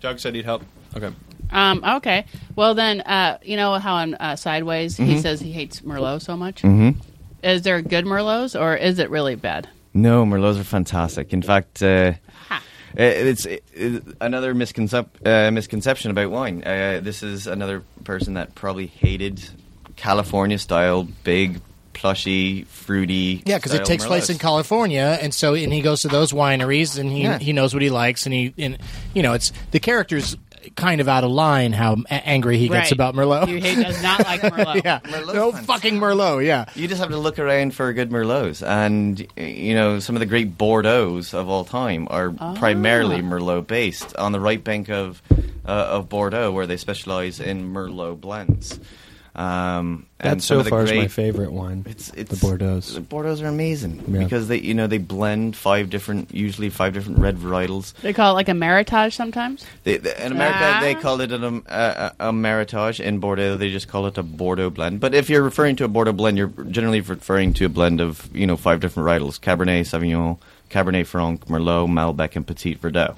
Speaker 5: Doug said he'd help. Okay.
Speaker 4: One. Um. Okay. Well, then, uh, you know how on uh, Sideways he says he hates Merlot so much. Mm-hmm. Is there good Merlots or is it really bad?
Speaker 6: No, merlots are fantastic. In fact, uh,
Speaker 4: Ha.
Speaker 6: Uh, It's it, it- another misconcep- uh, misconception about wine. Uh, this is another person that probably hated California style, big, plushy, fruity.
Speaker 3: Yeah, because it
Speaker 6: style
Speaker 3: takes place
Speaker 6: Merlots.
Speaker 3: in California, and so and he goes to those wineries, and he
Speaker 6: Yeah.
Speaker 3: he knows what he likes, and he and you know it's the characters kind of out of line how a- angry he gets
Speaker 4: Right.
Speaker 3: about Merlot.
Speaker 4: You- He does not like Merlot.
Speaker 3: yeah,
Speaker 6: Merlot's
Speaker 3: no
Speaker 6: fantastic.
Speaker 3: fucking Merlot. Yeah,
Speaker 6: You just have to look around for good Merlots, and y- you know some of the great Bordeaux's of all time are
Speaker 3: Ah.
Speaker 6: primarily Merlot based. On the right bank of uh, of Bordeaux, where they specialize in Merlot blends. Um, and
Speaker 5: That
Speaker 6: some
Speaker 5: so
Speaker 6: of the
Speaker 5: far is
Speaker 6: great,
Speaker 5: my favorite wine.
Speaker 6: It's, it's
Speaker 5: the Bordeaux's.
Speaker 6: The Bordeaux's are amazing
Speaker 5: Yeah.
Speaker 6: because they you know they blend five different, usually five different red varietals.
Speaker 4: They call it like a maritage sometimes.
Speaker 6: They, they- in America,
Speaker 4: Ah.
Speaker 6: they call it an, um, a, a a meritage. In Bordeaux, they just call it a Bordeaux blend. But if you're referring to a Bordeaux blend, you're generally referring to a blend of you know five different varietals: Cabernet Sauvignon, Cabernet Franc, Merlot, Malbec, and Petit Verdot.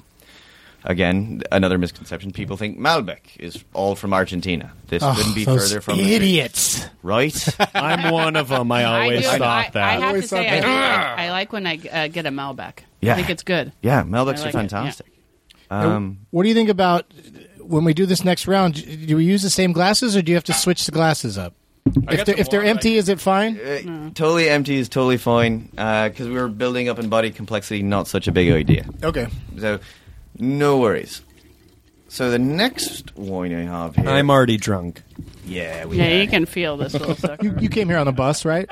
Speaker 6: Again, another misconception: people think Malbec is all from Argentina. This
Speaker 5: Ah,
Speaker 3: Ugh,
Speaker 6: couldn't be
Speaker 3: those
Speaker 6: further from the truth.
Speaker 3: idiots.
Speaker 6: right?
Speaker 5: I'm one of them. I always
Speaker 4: I do-
Speaker 5: thought
Speaker 4: I,
Speaker 5: that.
Speaker 4: I have to
Speaker 3: Always
Speaker 4: say,
Speaker 3: thought
Speaker 4: I,
Speaker 3: that.
Speaker 4: do- I, I like when I uh, get a Malbec.
Speaker 6: Yeah.
Speaker 4: I think it's good.
Speaker 6: yeah, Malbecs
Speaker 4: I
Speaker 6: are
Speaker 4: like it, yeah.
Speaker 6: fantastic. Um,
Speaker 3: what do you think about when we do this next round? Do we use the same glasses, or do you have to switch the glasses up?
Speaker 5: I
Speaker 3: If they're,
Speaker 5: got some
Speaker 3: if they're
Speaker 5: wine.
Speaker 3: empty, is it fine?
Speaker 6: Uh, Totally empty is totally fine because we were building up in body complexity. Not such a big idea.
Speaker 3: Okay.
Speaker 6: So, no worries. So the next wine I have here,
Speaker 5: I'm already drunk.
Speaker 6: yeah, we
Speaker 4: Yeah,
Speaker 6: are.
Speaker 4: you can feel this little sucker.
Speaker 3: You, you came here on a bus, right?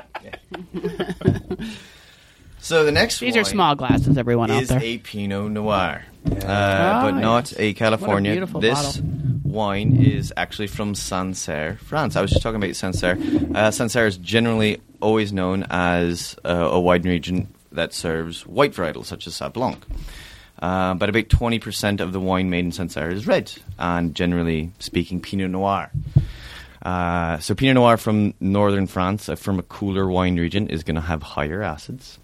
Speaker 6: So the next
Speaker 4: These
Speaker 6: wine
Speaker 4: are small glasses, everyone out
Speaker 6: is
Speaker 4: there.
Speaker 6: a Pinot Noir,
Speaker 4: Ah,
Speaker 6: uh, but not
Speaker 4: yes.
Speaker 6: a California.
Speaker 4: What a beautiful
Speaker 6: this
Speaker 4: bottle.
Speaker 6: wine is actually from Sancerre, France. I was just talking about Sancerre. Uh, Sancerre is generally always known as uh, a wine region that serves white varietals such as Sauv Blanc. Uh, but about 20% of the wine made in Sancerre is red, and generally speaking, Pinot Noir. Uh, so Pinot Noir from northern France, uh, from a cooler wine region, is going to have higher acids.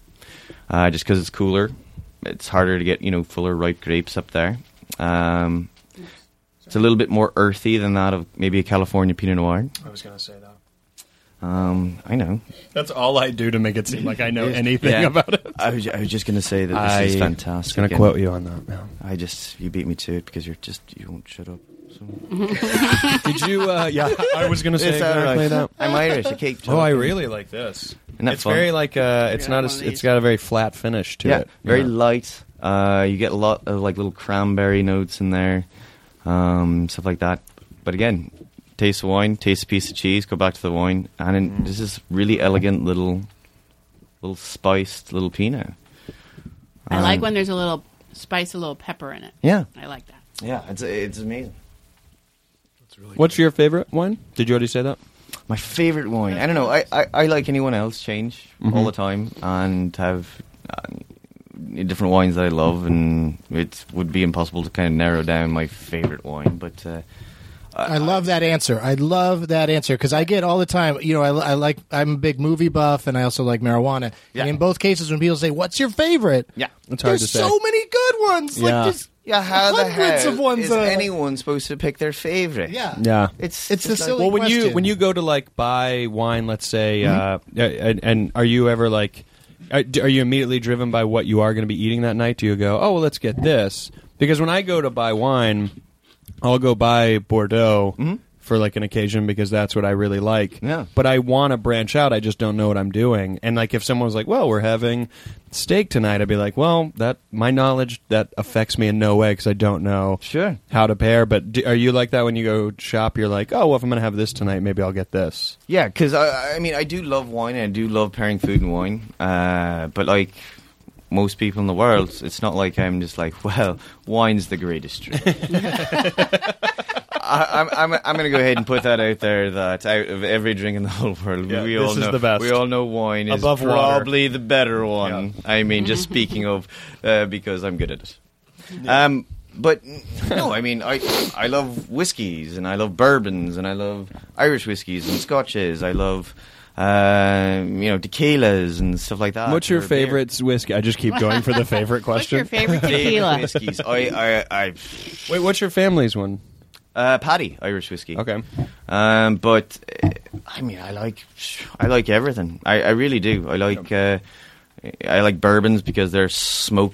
Speaker 6: Uh, just because it's cooler, it's harder to get you know fuller ripe grapes up there. Um, it's a little bit more earthy than that of maybe a California Pinot Noir.
Speaker 5: I was gonna say that.
Speaker 6: Um, I know.
Speaker 5: That's all I do to make it seem like I know anything
Speaker 6: Yeah.
Speaker 5: about it.
Speaker 6: I was, I was just going to say that this is fantastic.
Speaker 5: I'm
Speaker 6: and
Speaker 5: gonna quote you on that now.
Speaker 6: I just you beat me to it because you're just you won't shut up. So.
Speaker 5: Did you? Uh, yeah, I was gonna say
Speaker 6: It's all
Speaker 5: exactly
Speaker 6: right.
Speaker 5: that.
Speaker 6: I'm Irish. I can't.
Speaker 5: Oh, I really like this.
Speaker 6: Isn't that
Speaker 5: it's
Speaker 6: fun?
Speaker 5: very like uh, it's
Speaker 4: Yeah,
Speaker 5: not
Speaker 4: one
Speaker 5: as
Speaker 4: of
Speaker 5: it's
Speaker 4: these.
Speaker 5: got a very flat finish to
Speaker 6: yeah,
Speaker 5: it.
Speaker 6: very
Speaker 5: Yeah.
Speaker 6: light. Uh, you get a lot of like little cranberry notes in there, um, stuff like that. But again, taste the wine, taste a piece of cheese, go back to the wine, and then this is really elegant little, little spiced little Pinot.
Speaker 4: I like when there's a little spice, a little pepper in it.
Speaker 6: Yeah,
Speaker 4: I like that.
Speaker 6: yeah, it's it's amazing.
Speaker 5: What's your favorite wine? Did you already say that?
Speaker 6: My favorite wine. I don't know. I, I, I like anyone else change all the time and have uh, different wines that I love, and it would be impossible to kind of narrow down my favorite wine. But uh,
Speaker 3: I love that answer. I love that answer because I get all the time. You know, I, I like I'm a big movie buff, and I also like marijuana.
Speaker 6: Yeah.
Speaker 3: And in both cases, when people say, "What's your favorite?"
Speaker 6: yeah,
Speaker 5: It's hard
Speaker 3: there's
Speaker 5: to say.
Speaker 3: so many good ones. Like
Speaker 5: Yeah.
Speaker 3: just
Speaker 6: Yeah, how the
Speaker 3: hundreds
Speaker 6: hell
Speaker 3: of ones
Speaker 6: is
Speaker 3: that I like.
Speaker 6: anyone supposed to pick their favorite?
Speaker 3: yeah,
Speaker 5: yeah.
Speaker 6: it's
Speaker 3: It's the silly
Speaker 5: well, when you
Speaker 3: question. Mm-hmm.
Speaker 5: when you go to like buy wine, let's say, uh, and, and are you ever like, are d- are you immediately driven by what you are going to be eating that night? Do you go, oh well, let's get this? Because when I go to buy wine, I'll go buy Bordeaux
Speaker 3: Mm-hmm.
Speaker 5: for like an occasion because that's what I really like.
Speaker 6: Yeah.
Speaker 5: But I want to branch out. I just don't know what I'm doing. And like, if someone was like, well, we're having steak tonight, I'd be like, well, that my knowledge that affects me in no way because I don't know
Speaker 6: Sure.
Speaker 5: how to pair. But do, are you like that when you go shop? You're like, oh, well, if I'm going to have this tonight, maybe I'll get this.
Speaker 6: yeah, because I, I mean, I do love wine and I do love pairing food and wine, uh, but like most people in the world, it's not like I'm just like, well, wine's the greatest drink. I, I'm, I'm, I'm going to go ahead and put that out there that out of every drink in the whole world,
Speaker 5: Yeah,
Speaker 6: we
Speaker 5: this
Speaker 6: all
Speaker 5: is
Speaker 6: know
Speaker 5: the best.
Speaker 6: we all know wine is
Speaker 5: Above water.
Speaker 6: probably the better one. I mean, just speaking of uh, because I'm good at it. Um, but no, I mean, I I love whiskeys and I love bourbons and I love Irish whiskeys and scotches. I love. Um, you know, tequilas and stuff like that.
Speaker 5: What's your
Speaker 6: or beer.
Speaker 5: favorite whiskey? I just keep going for the favorite
Speaker 4: What's your
Speaker 5: question.
Speaker 4: favorite tequila?
Speaker 6: whiskeys? I, I, I,
Speaker 5: Wait, what's your family's one?
Speaker 6: uh, Paddy Irish whiskey.
Speaker 5: Okay.
Speaker 6: Um, but uh, I mean, I like I like everything. I, I really do. I like uh, I like bourbons because they're smoke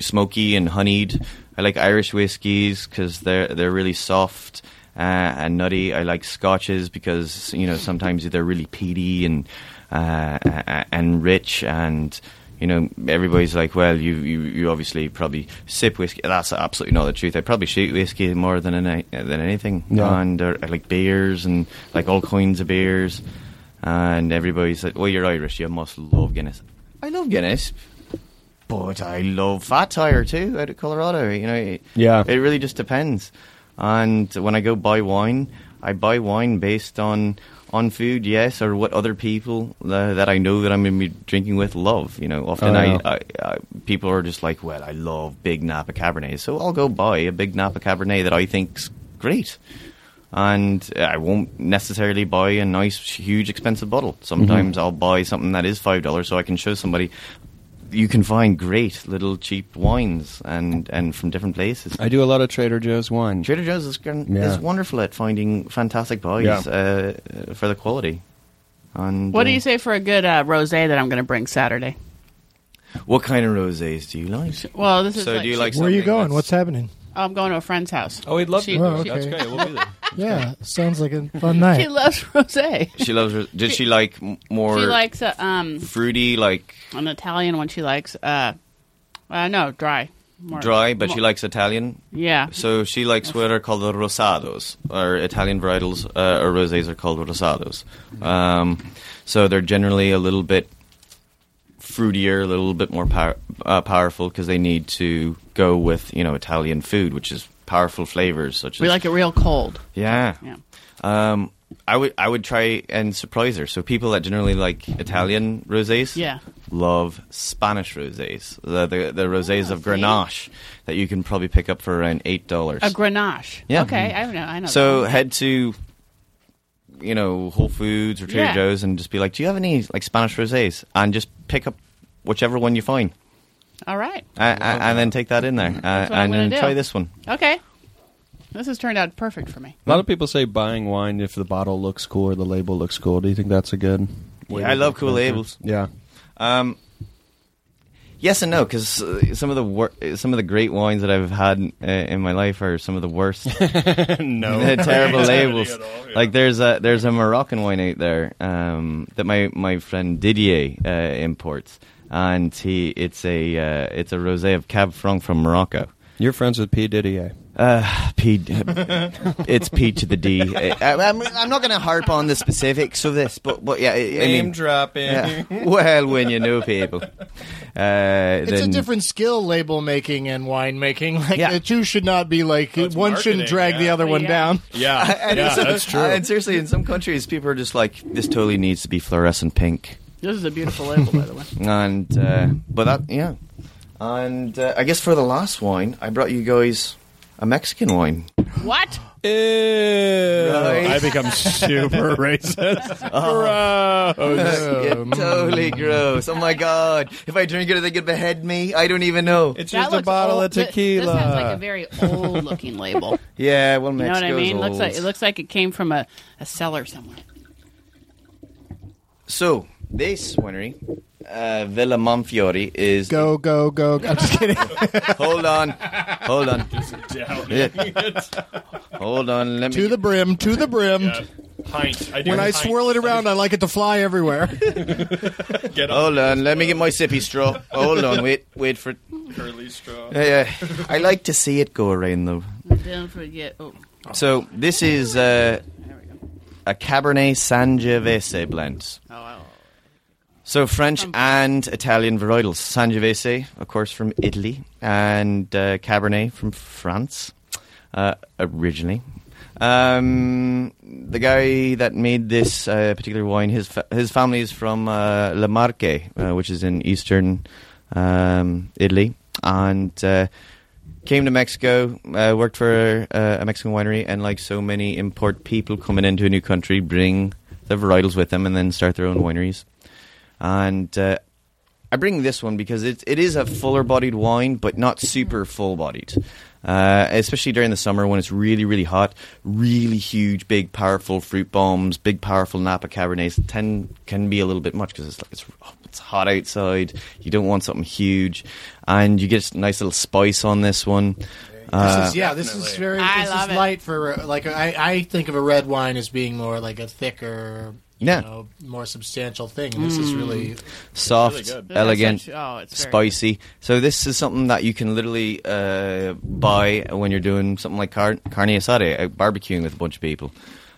Speaker 6: smoky and honeyed. I like Irish whiskies because they're they're really soft. Uh, uh, and nutty. I like scotches because you know sometimes they're really peaty and uh, a- a- and rich and. You know, everybody's like, "Well, you, you, you obviously probably sip whiskey." That's absolutely not the truth. I probably shoot whiskey more than any, than anything,
Speaker 5: Yeah.
Speaker 6: and uh, I like beers and like all kinds of beers. And everybody's like, "Well, you're Irish, you must love Guinness." I love Guinness, but I love Fat Tire too out of Colorado. You know, it,
Speaker 5: Yeah.
Speaker 6: it really just depends. And when I go buy wine, I buy wine based on on food, yes, or what other people uh, that I know that I'm going to be drinking with love. You know, often
Speaker 5: Oh,
Speaker 6: I,
Speaker 5: yeah.
Speaker 6: I, I people are just like, well, I love big Napa Cabernet, so I'll go buy a big Napa Cabernet that I think's great. And I won't necessarily buy a nice, huge, expensive bottle.
Speaker 5: Mhm.
Speaker 6: Sometimes I'll buy something that is five dollars, so I can show somebody, you can find great little cheap wines and, and from different places.
Speaker 5: I do a lot of Trader Joe's wine.
Speaker 6: Trader Joe's is, gran-
Speaker 5: Yeah.
Speaker 6: is wonderful at finding fantastic buys
Speaker 5: Yeah.
Speaker 6: uh, uh, for the quality. And
Speaker 4: What do
Speaker 6: uh,
Speaker 4: you say for a good uh, rosé that I'm going to bring Saturday?
Speaker 6: What kind of rosés do you like?
Speaker 4: Well, this is
Speaker 6: So
Speaker 4: like,
Speaker 6: do you like?
Speaker 3: Where are you
Speaker 6: something
Speaker 3: going?
Speaker 6: that's-
Speaker 3: What's happening?
Speaker 4: Oh, I'm going to a friend's house.
Speaker 5: Oh, he'd love
Speaker 4: She-
Speaker 5: to.
Speaker 3: Oh,
Speaker 5: That's
Speaker 3: okay.
Speaker 5: great. We'll be there.
Speaker 3: Yeah, sounds like a fun
Speaker 4: She
Speaker 3: night.
Speaker 4: loves rosé.
Speaker 6: She loves. ro- Did she like m- more
Speaker 4: She likes a, um,
Speaker 6: fruity, like
Speaker 4: an Italian one. She likes uh, uh no dry, More-
Speaker 6: dry, but
Speaker 4: more-
Speaker 6: she likes Italian?
Speaker 4: yeah.
Speaker 6: So she likes what are called the rosados, or Italian varietals uh, or rosés are called rosados. Um, so they're generally a little bit fruitier, a little bit more power, uh, powerful because they need to go with you know Italian food, which is powerful flavors such as
Speaker 4: we like it real cold.
Speaker 6: yeah.
Speaker 4: Yeah.
Speaker 6: Um, I would I would try and surprise her. So people that generally like Italian rosés,
Speaker 4: Yeah.
Speaker 6: love Spanish rosés. The the, the rosés
Speaker 4: Oh,
Speaker 6: of
Speaker 4: see?
Speaker 6: Grenache that you can probably pick up for around eight dollars.
Speaker 4: A Grenache.
Speaker 6: Yeah. Mm-hmm.
Speaker 4: Okay, I know. I know.
Speaker 6: So
Speaker 4: that.
Speaker 6: head to you know Whole Foods or Trader
Speaker 4: Yeah.
Speaker 6: Joe's and just be like, "Do you have any like Spanish rosés?" And just pick up whichever one you find,
Speaker 4: all right.
Speaker 6: uh, uh, and then take that in there uh,
Speaker 4: what I'm
Speaker 6: and
Speaker 4: gonna
Speaker 6: then
Speaker 4: do.
Speaker 6: try this one.
Speaker 4: Okay. This has turned out perfect for me.
Speaker 5: A lot of people say buying wine if the bottle looks cool or the label looks cool. Do you think that's a good? way
Speaker 6: Yeah,
Speaker 5: to
Speaker 6: I love
Speaker 5: go
Speaker 6: cool
Speaker 5: about it?
Speaker 6: labels.
Speaker 5: Yeah.
Speaker 6: Um, yes and no, because uh, some of the wor- uh, some of the great wines that I've had uh, in my life are some of the worst,
Speaker 5: no.
Speaker 6: They're terrible labels.
Speaker 5: at all, yeah.
Speaker 6: Like there's a there's a Moroccan wine out there um, that my my friend Didier uh, imports, and he it's a uh, it's a rosé of Cab Franc from Morocco.
Speaker 5: You're friends with P eh? Didier.
Speaker 6: Uh, P, it's P to the D. I, am I'm not going to harp on the specifics of this, but but yeah, I, I mean,
Speaker 5: dropping.
Speaker 6: yeah. well, when you know people, uh,
Speaker 3: It's a
Speaker 6: then-
Speaker 3: different skill, label making and wine making. Like
Speaker 6: Yeah. Oh,
Speaker 3: the two should not be like
Speaker 5: it's
Speaker 3: one shouldn't
Speaker 5: marketing,
Speaker 3: drag the
Speaker 5: yeah.
Speaker 3: other one
Speaker 4: Yeah.
Speaker 3: down.
Speaker 5: Yeah, yeah that's true.
Speaker 6: And seriously, in some countries, people are just like, this totally needs to be fluorescent pink.
Speaker 4: This is a beautiful label, by the way.
Speaker 6: And, uh, but that, yeah. And uh, I guess for the last wine, I brought you guys a Mexican wine.
Speaker 4: What?
Speaker 6: Right.
Speaker 7: I become super racist. Gross.
Speaker 6: totally gross. Oh my god. If I drink it, are they going to behead me? I don't even know.
Speaker 5: It's
Speaker 4: That
Speaker 5: just a
Speaker 4: looks
Speaker 5: bottle
Speaker 4: old.
Speaker 5: of
Speaker 4: Th-
Speaker 5: tequila.
Speaker 4: This has like a very old-looking label.
Speaker 6: yeah, well,
Speaker 4: You know
Speaker 6: Mexico's
Speaker 4: what I mean?
Speaker 6: old.
Speaker 4: Looks like it looks like it came from a, a cellar somewhere.
Speaker 6: so, this winery, uh, Villa Monfiore, is...
Speaker 3: Go, go, go. I'm just kidding.
Speaker 6: Hold on. Hold on. Hold on. Let me...
Speaker 3: to the brim, to the brim.
Speaker 7: Pint. I do
Speaker 3: When I
Speaker 7: pint.
Speaker 3: swirl it around, I like it to fly everywhere.
Speaker 7: get
Speaker 6: Hold on, let me get my sippy straw. Hold on, wait, wait for it.
Speaker 7: curly straw.
Speaker 6: Yeah, yeah. I like to see it go around though.
Speaker 4: Don't forget. Oh,
Speaker 6: So this is uh, a Cabernet Sangiovese blend.
Speaker 4: oh, oh.
Speaker 6: So French and Italian varietals. Sangiovese, of course, from Italy, and uh, Cabernet from France uh, originally. Um, the guy that made this uh, particular wine, his fa- his family is from uh, La Marche, uh, which is in eastern um, Italy, and uh, came to Mexico, uh, worked for uh, a Mexican winery, and like so many import people coming into a new country, bring the varietals with them, and then start their own wineries and uh, I bring this one because it it is a fuller bodied wine, but not super full bodied. Uh, especially during the summer when it's really, really hot, really huge, big, powerful fruit bombs, big, powerful Napa Cabernets tend can be a little bit much because it's like it's, oh, it's hot outside. You don't want something huge, and you get a nice little spice on this one.
Speaker 3: This is, yeah, this is
Speaker 7: Definitely.
Speaker 3: very
Speaker 4: I
Speaker 3: this
Speaker 4: love
Speaker 3: is
Speaker 4: it.
Speaker 3: light for uh, like I, I think of a red wine as being more like a thicker, you
Speaker 6: Yeah.
Speaker 3: know, more substantial thing. This is really
Speaker 6: soft,
Speaker 7: really good.
Speaker 6: elegant,
Speaker 4: That's such- oh, it's very
Speaker 6: spicy. So this is something that you can literally uh, buy when you're doing something like car- carne asada, uh, barbecuing with a bunch of people.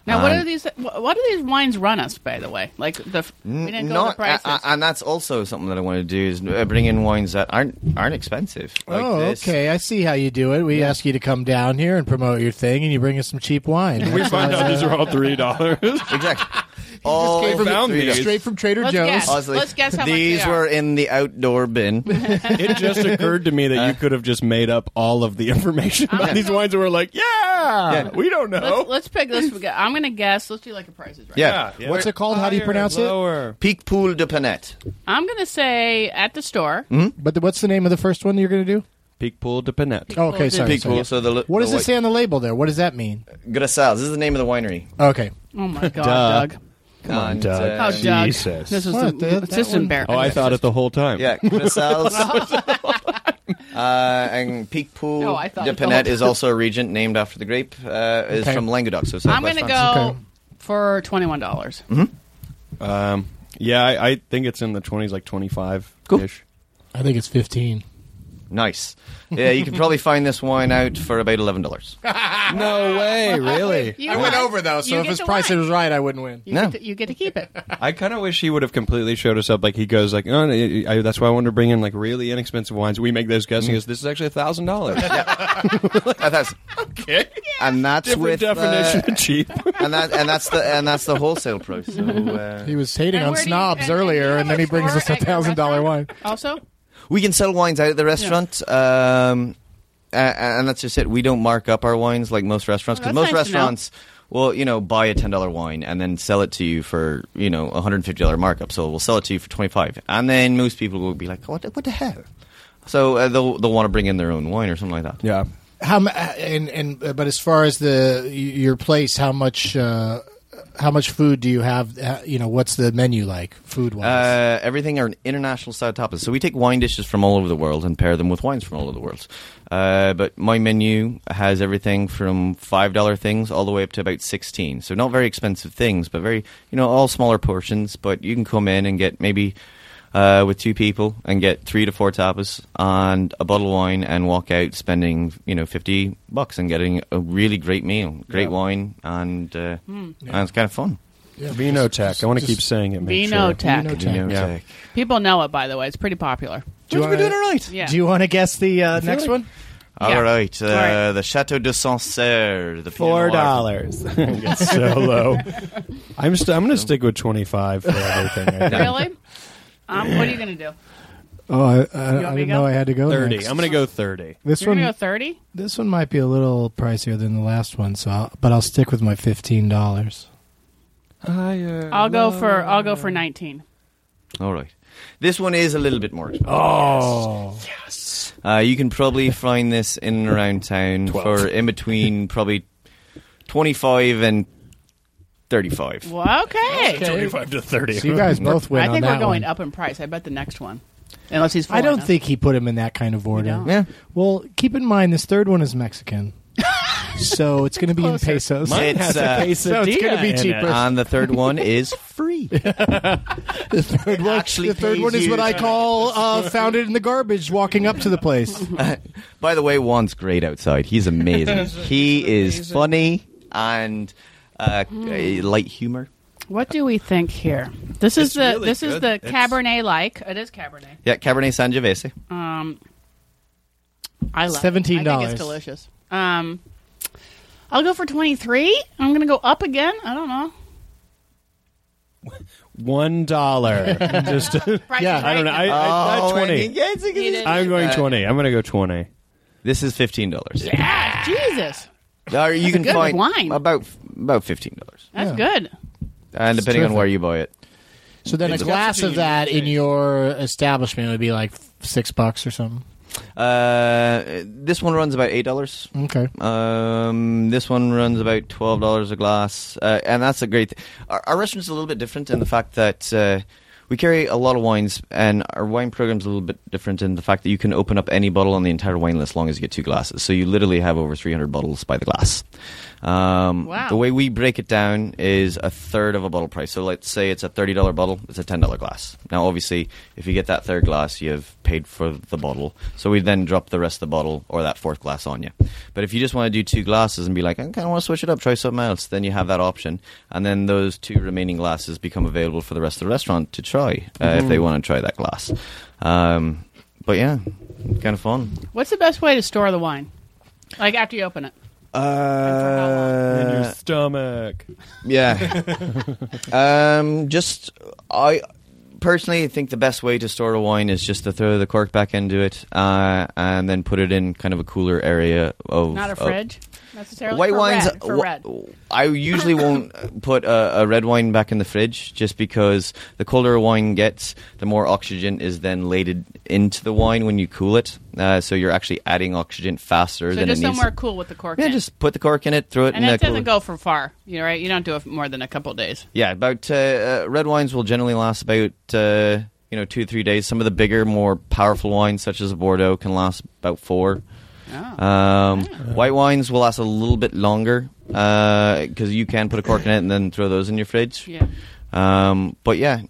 Speaker 4: Now, what
Speaker 6: Um,
Speaker 4: are these? wh- What do these wines run us? By the way, like the f- we didn't go to the prices.
Speaker 6: a- a- uh, and that's also something that I want to do is uh, bring in wines that aren't aren't expensive. Like
Speaker 3: oh,
Speaker 6: this.
Speaker 3: okay. I see how you do it. We ask you to come down here and promote your thing, and you bring us some cheap wine.
Speaker 7: We find out these are all three dollars.
Speaker 6: exactly. All
Speaker 3: Straight from-
Speaker 7: found these.
Speaker 3: straight from Trader
Speaker 4: Let's
Speaker 3: Joe's.
Speaker 4: guess.
Speaker 6: Honestly,
Speaker 4: Let's guess how much
Speaker 6: these
Speaker 4: they are.
Speaker 6: were in the outdoor bin.
Speaker 5: It just occurred to me that you could have just made up all of the information about these wines, and we're like, yeah, we don't know.
Speaker 4: let's, let's pick this. We got- I'm going to guess. Let's do like a prices right.
Speaker 6: yeah.
Speaker 3: What's it called? How do you pronounce it?
Speaker 5: Lower.
Speaker 6: Peak Pool de Panette.
Speaker 4: I'm going to say at the store.
Speaker 3: But the, what's the name of the first one you're going to do?
Speaker 5: Peak pool de Panette.
Speaker 3: Oh, okay,
Speaker 4: Peak
Speaker 3: sorry.
Speaker 6: Peak
Speaker 3: sorry.
Speaker 6: Pool. So the li-
Speaker 3: What
Speaker 6: the
Speaker 3: does it
Speaker 6: white-
Speaker 3: say on the label there? What does that mean?
Speaker 6: Grasals. This is the name of the winery.
Speaker 3: Okay.
Speaker 4: Oh my god,
Speaker 5: Duh.
Speaker 4: Doug.
Speaker 6: And,
Speaker 5: Doug.
Speaker 4: Oh,
Speaker 6: uh,
Speaker 4: Doug.
Speaker 5: Jesus.
Speaker 4: This is
Speaker 3: What?
Speaker 4: the
Speaker 3: That- that
Speaker 4: assistant
Speaker 3: one-
Speaker 4: bear.
Speaker 5: Oh, I thought it the whole time.
Speaker 6: Yeah, Grisels. uh, and Peak Pool
Speaker 4: No, Oh, I thought
Speaker 6: de
Speaker 4: it the whole
Speaker 6: Pinette
Speaker 4: time.
Speaker 6: is also a regent named after the grape. Uh, is
Speaker 3: Okay.
Speaker 6: from Languedoc, so
Speaker 4: I'm
Speaker 6: going to
Speaker 4: go
Speaker 3: Okay.
Speaker 4: for twenty one dollars.
Speaker 5: Um, yeah, I, I think it's in the twenties, like twenty-five ish.
Speaker 3: I think it's 15.
Speaker 6: Nice. Yeah, you can probably find this wine out for about eleven dollars.
Speaker 5: No way, really.
Speaker 4: You
Speaker 3: I went
Speaker 4: won.
Speaker 3: over, though,
Speaker 4: You
Speaker 3: so if
Speaker 4: get
Speaker 3: his
Speaker 4: the
Speaker 3: price
Speaker 4: wine.
Speaker 3: was right, I wouldn't win.
Speaker 4: you,
Speaker 6: No.
Speaker 4: get to, you get to keep it.
Speaker 5: I kind of wish he would have completely showed us up. Like he goes, like, oh, I, I- that's why I wanted to bring in like really inexpensive wines. We make those guessing. This is actually a thousand dollars.
Speaker 6: that's
Speaker 7: Okay.
Speaker 6: and that's
Speaker 5: Different
Speaker 6: with uh,
Speaker 5: definition of cheap.
Speaker 6: and that and that's the and that's the wholesale price. So, uh,
Speaker 3: He was hating
Speaker 4: And
Speaker 3: on
Speaker 4: where do you-
Speaker 3: snobs
Speaker 4: and- and do you
Speaker 3: earlier,
Speaker 4: have
Speaker 3: and then he brings
Speaker 4: store
Speaker 3: us a
Speaker 4: at your
Speaker 3: $1,000 wine.
Speaker 4: restaurant Also,
Speaker 6: we can sell wines out at the restaurant. Um, a- a- and that's just it. We don't mark up our wines like most restaurants
Speaker 4: Oh,
Speaker 6: because most
Speaker 4: that's nice to know.
Speaker 6: restaurants will, you know, buy a ten dollar wine and then sell it to you for you know a hundred and fifty dollar markup. So we'll sell it to you for twenty five, and then most people will be like, "What? the- What the hell?" So uh, they'll they'll want to bring in their own wine or something like that.
Speaker 5: yeah.
Speaker 3: How mu- uh, and and uh, but as far as the y- your place, how much uh, how much food do you have? Uh, you know, what's the menu like food wise?
Speaker 6: Uh, everything are international style tapas. So we take wine dishes from all over the world and pair them with wines from all over the world. Uh, but my menu has everything from five dollar things all the way up to about sixteen. So not very expensive things, but very you know all smaller portions. But you can come in and get maybe. Uh, with two people and get three to four tapas and a bottle of wine and walk out spending you know 50 bucks and getting a really great meal great wine and, uh, and it's kind of fun
Speaker 5: Vino Tech. I want to
Speaker 3: just-
Speaker 5: keep saying it. make
Speaker 4: Vino
Speaker 5: sure.
Speaker 4: Tech.
Speaker 3: Vino Tech.
Speaker 6: You know,
Speaker 5: Yeah.
Speaker 6: it's like-
Speaker 4: People know it. By the way, it's pretty popular.
Speaker 3: Do you
Speaker 6: We're doing
Speaker 3: wanna-
Speaker 6: it right
Speaker 4: Yeah.
Speaker 3: Do you want to guess the uh, next
Speaker 5: like-
Speaker 3: one?
Speaker 6: All
Speaker 4: Yeah.
Speaker 6: right, uh,
Speaker 4: All right.
Speaker 6: the Chateau de Sancerre, the Pinot
Speaker 5: Four
Speaker 6: Noir.
Speaker 5: dollars. It's so low. I'm st- I'm going to stick with twenty five for everything. I think.
Speaker 4: really? Um, what are you going to do?
Speaker 3: Oh, I,
Speaker 4: want I me didn't to go? know I
Speaker 3: had to go
Speaker 5: Thirty. I'm going to go thirty.
Speaker 3: This
Speaker 4: You're
Speaker 3: one,
Speaker 4: going to go thirty?
Speaker 3: this one might be a little pricier than the last one, so I'll, but I'll stick with my fifteen dollars.
Speaker 5: uh,
Speaker 4: I'll go
Speaker 3: Uh,
Speaker 4: for I'll go for nineteen.
Speaker 6: All right, this one is a little bit more. Expensive. Oh, yes. Uh, you can probably find this in and around town for in between probably twenty-five and thirty-five.
Speaker 4: Well, okay.
Speaker 7: Twenty-five to thirty.
Speaker 3: So you guys both win.
Speaker 4: I
Speaker 3: on
Speaker 4: think we're
Speaker 3: that
Speaker 4: going
Speaker 3: one.
Speaker 4: up in price. I bet the next one, unless he's.
Speaker 3: I don't
Speaker 4: foreigner.
Speaker 3: think he put him in that kind of order.
Speaker 4: don't?
Speaker 6: Yeah,
Speaker 3: Well, keep in mind this third one is Mexican, so it's going to be in
Speaker 4: Closer.
Speaker 3: pesos.
Speaker 6: Mine has a
Speaker 5: quesadilla
Speaker 3: So it's gonna be
Speaker 5: in it.
Speaker 3: cheaper.
Speaker 6: and the third one is free.
Speaker 3: The third one,
Speaker 6: actually
Speaker 3: the third
Speaker 6: pays
Speaker 3: one is
Speaker 6: you
Speaker 3: what I
Speaker 6: to-
Speaker 3: call uh, found it in the garbage. Walking up to the place,
Speaker 6: By the way, Juan's great outside. He's amazing. he is funny and uh, uh, light humor.
Speaker 4: What do we think here? This is
Speaker 5: It's
Speaker 4: the
Speaker 5: really
Speaker 4: this is
Speaker 5: good.
Speaker 4: the
Speaker 5: It's-
Speaker 4: Cabernet like. It is Cabernet.
Speaker 6: Yeah, Cabernet Sangiovese.
Speaker 4: Um, I love it. I think
Speaker 3: $17.
Speaker 4: it's delicious. Um, I'll go for twenty three. I'm going to go up again. I don't know.
Speaker 5: One dollar. Just
Speaker 4: Price
Speaker 3: Yeah,
Speaker 4: is
Speaker 5: I don't know.
Speaker 4: right.
Speaker 5: I, I, not twenty. I'm going
Speaker 6: Uh,
Speaker 5: twenty. I'm going to go twenty.
Speaker 6: This is fifteen dollars.
Speaker 4: Ah, Jesus,
Speaker 6: Or you can
Speaker 4: good
Speaker 6: find
Speaker 4: wine.
Speaker 6: about about fifteen dollars,
Speaker 3: Yeah.
Speaker 4: that's good.
Speaker 6: and
Speaker 3: It's
Speaker 6: depending on
Speaker 3: terrific.
Speaker 6: where you buy it.
Speaker 3: so then a
Speaker 6: It's
Speaker 3: glass of that in your establishment would be like six bucks or something.
Speaker 6: Uh, this one runs about eight dollars.
Speaker 5: Mm.
Speaker 3: Okay,
Speaker 6: Um, this one runs about twelve dollars a glass, uh, and that's a great. Th- our, our restaurant's a little bit different in the fact that uh, we carry a lot of wines, and our wine program's a little bit different in the fact that you can open up any bottle on the entire wine list as long as you get two glasses. So you literally have over 300 bottles by the glass. Um,
Speaker 4: Wow.
Speaker 6: The way we break it down is a third of a bottle price. So let's say it's a $30 bottle, it's a $10 glass. Now, obviously, if you get that third glass, you've paid for the bottle. So we then drop the rest of the bottle or that fourth glass on you. But if you just want to do two glasses and be like, I kind of want to switch it up, try something else, then you have that option. And then those two remaining glasses become available for the rest of the restaurant to try uh, if they want to try that glass. Um, but yeah, kind of fun.
Speaker 4: What's the best way to store the wine? Like after you open it.
Speaker 5: in your
Speaker 6: Uh,
Speaker 5: stomach.
Speaker 6: yeah. um, just I personally think the best way to store a wine is just to throw the cork back into it uh, and then put it in kind of a cooler area of
Speaker 4: Not a
Speaker 6: of-
Speaker 4: fridge necessarily.
Speaker 6: Oh. White
Speaker 4: for
Speaker 6: wines,
Speaker 4: red, for
Speaker 6: wh-
Speaker 4: red.
Speaker 6: I usually won't put a, a red wine back in the fridge just because the colder a wine gets, the more oxygen is then laid into the wine when you cool it. Uh, so you're actually adding oxygen faster
Speaker 4: So
Speaker 6: than
Speaker 4: just
Speaker 6: it needs.
Speaker 4: somewhere cool with the cork.
Speaker 6: yeah,
Speaker 4: in.
Speaker 6: just put the cork in it, throw it
Speaker 4: and
Speaker 6: in
Speaker 4: that
Speaker 6: the
Speaker 4: doesn't
Speaker 6: cooler.
Speaker 4: go for far. You know, right? You don't do it for more than a couple days.
Speaker 6: Yeah, about uh, uh, red wines will generally last about uh, you know two to three days. Some of the bigger, more powerful wines, such as Bordeaux, can last about four.
Speaker 4: Oh.
Speaker 6: Um, White wines will last a little bit longer because you can put a cork in it and then throw those in your fridge.
Speaker 4: yeah.
Speaker 6: Um, but yeah,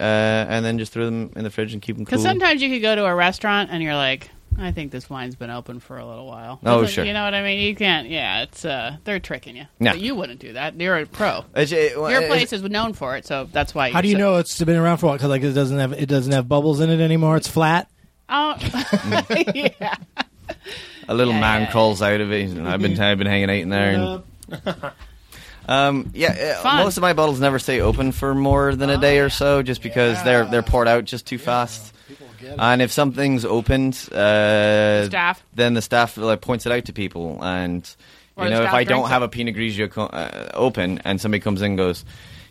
Speaker 6: uh, and then just throw them in the fridge and keep them cool.
Speaker 4: Because sometimes you could go to a restaurant and you're like, I think this wine's been open for a little while.
Speaker 6: Oh,
Speaker 4: Doesn't-
Speaker 6: sure.
Speaker 4: You know what I mean? You can't. Yeah, it's uh, they're tricking you.
Speaker 6: Yeah.
Speaker 4: But you wouldn't do that. You're a pro.
Speaker 6: It's- it-
Speaker 4: Your
Speaker 6: it-
Speaker 4: place is known for it, so that's why.
Speaker 3: How do you
Speaker 4: so-
Speaker 3: know it's been around for a while? Because like it doesn't have it doesn't have bubbles in it anymore. It's flat.
Speaker 4: Oh, yeah.
Speaker 6: A little
Speaker 4: Yeah,
Speaker 6: man
Speaker 4: yeah, Mm-hmm. yeah.
Speaker 6: crawls out of it. and I've been I've been hanging out in there.
Speaker 3: Uh,
Speaker 6: And, um, yeah, uh,
Speaker 4: Fun. Oh,
Speaker 6: most of my bottles never stay open for more than a day or so, just because they're they're poured out just too fast. And if something's opened, uh,
Speaker 4: Staff.
Speaker 6: then the staff like, points it out to people. And
Speaker 4: Or
Speaker 6: you
Speaker 4: the
Speaker 6: know, if
Speaker 4: staff
Speaker 6: I don't
Speaker 4: drinks
Speaker 6: have
Speaker 4: it.
Speaker 6: a Pinot Grigio co- uh, open, and somebody comes in and goes.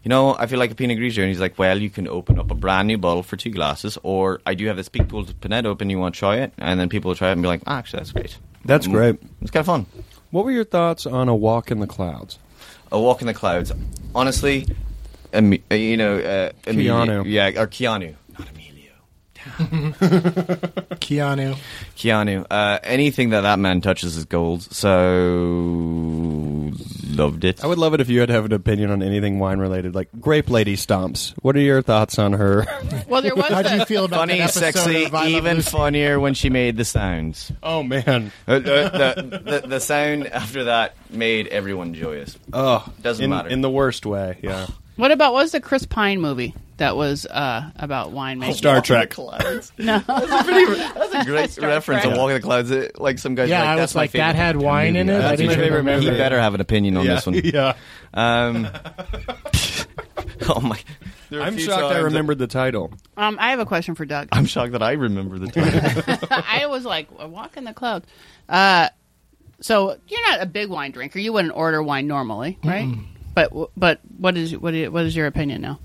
Speaker 6: You know, I feel like a Pinot Grigio, and he's like, "Well, you can open up a brand new bottle for two glasses, or I do have this big pool of Pinot open. You want to try it?" And then people will try it and be like, Ah, "Actually, that's great."
Speaker 5: That's
Speaker 6: Mm.
Speaker 5: great.
Speaker 6: It's kind of fun.
Speaker 5: What were your thoughts on a walk in the clouds?
Speaker 6: A Walk in the Clouds. Honestly, Emi- uh, you know, uh,
Speaker 5: Keanu.
Speaker 6: Emilio- yeah, or Keanu, not Emilio.
Speaker 3: Keanu.
Speaker 6: Keanu. Uh, anything that that man touches is gold. So loved it.
Speaker 5: I would love it if you had have an opinion on anything wine related, like Grape Lady Stomps. What are your thoughts on her?
Speaker 4: Well, there was
Speaker 3: How do you
Speaker 4: the,
Speaker 3: feel about that
Speaker 6: Funny,
Speaker 3: episode
Speaker 6: sexy,
Speaker 3: of I Love
Speaker 6: even
Speaker 3: Lucy?
Speaker 6: funnier when she made the sounds.
Speaker 5: oh man,
Speaker 6: Uh, the, the, the, the sound after that made everyone joyous.
Speaker 5: oh,
Speaker 6: Doesn't
Speaker 5: in,
Speaker 6: matter.
Speaker 5: in the worst way. Yeah,
Speaker 4: What about what was the Chris Pine movie that was uh, about winemaking?
Speaker 5: Star Trek.
Speaker 6: Clouds.
Speaker 4: No.
Speaker 6: That's a great
Speaker 4: Star
Speaker 6: reference. A
Speaker 4: Trek.
Speaker 6: Walk in the Clouds. It- Like some guys. are
Speaker 3: Yeah,
Speaker 6: like,
Speaker 3: I
Speaker 6: that's
Speaker 3: was
Speaker 6: my
Speaker 3: like that
Speaker 6: favorite
Speaker 3: had wine in it.
Speaker 6: movie.
Speaker 3: I
Speaker 5: That's
Speaker 3: didn't
Speaker 5: my favorite
Speaker 3: remember
Speaker 6: He
Speaker 5: movie.
Speaker 3: it.
Speaker 6: better have an opinion on
Speaker 5: yeah,
Speaker 6: this one.
Speaker 5: yeah.
Speaker 6: Um, oh my!
Speaker 5: I'm shocked. I remembered the title.
Speaker 4: Um, I have a question for Doug.
Speaker 6: I'm shocked that I remember the title.
Speaker 4: I was like, a walk in the clouds. Uh, so you're not a big wine drinker. You wouldn't order wine normally, right? But but what is what is, what is your opinion now?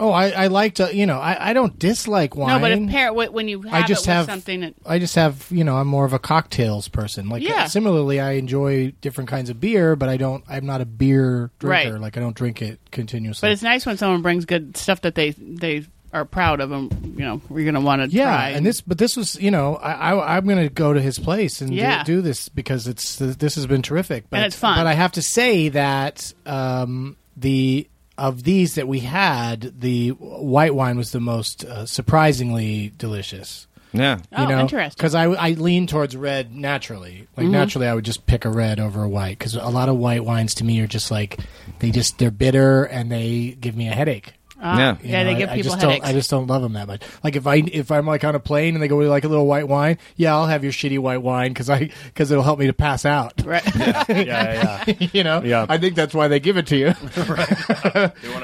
Speaker 3: Oh, I, I like to. You know, I, I don't dislike wine.
Speaker 4: No, but if pair wh- when you have
Speaker 3: I just
Speaker 4: it with
Speaker 3: have
Speaker 4: something. That,
Speaker 3: I just have you know I'm more of a cocktails person. Like
Speaker 4: Yeah.
Speaker 3: similarly, I enjoy different kinds of beer, but I don't. I'm not a beer drinker.
Speaker 4: Right.
Speaker 3: Like I don't drink it continuously.
Speaker 4: but it's nice when someone brings good stuff that they they are proud of, and you know you're gonna want to
Speaker 3: yeah,
Speaker 4: try.
Speaker 3: and this but this was you know I, I I'm going to go to his place and do-
Speaker 4: Yeah.
Speaker 3: do, this because it's this has been terrific. But
Speaker 4: And it's fun.
Speaker 3: But I have to say that um, the of these that we had, the white wine was the most uh, surprisingly delicious.
Speaker 6: yeah.
Speaker 4: oh,
Speaker 3: you know,
Speaker 4: interesting. Mm-hmm.
Speaker 3: Because I, I lean towards red naturally. Like naturally, I would just pick a red over a white because a lot of white wines to me are just like they just they're bitter and they give me a headache.
Speaker 4: Ah,
Speaker 6: Yeah.
Speaker 3: You
Speaker 4: yeah,
Speaker 3: know,
Speaker 4: they
Speaker 3: I- I,
Speaker 4: give people
Speaker 3: just
Speaker 4: headaches.
Speaker 3: Don't, I just don't love them that much. Like if I if I'm like on a plane and they go with like a little white wine, yeah, I'll have your shitty white wine because I because it'll help me to pass out.
Speaker 4: right.
Speaker 5: Yeah, yeah. yeah.
Speaker 3: you know,
Speaker 5: Yeah.
Speaker 3: I think that's why they give it to you.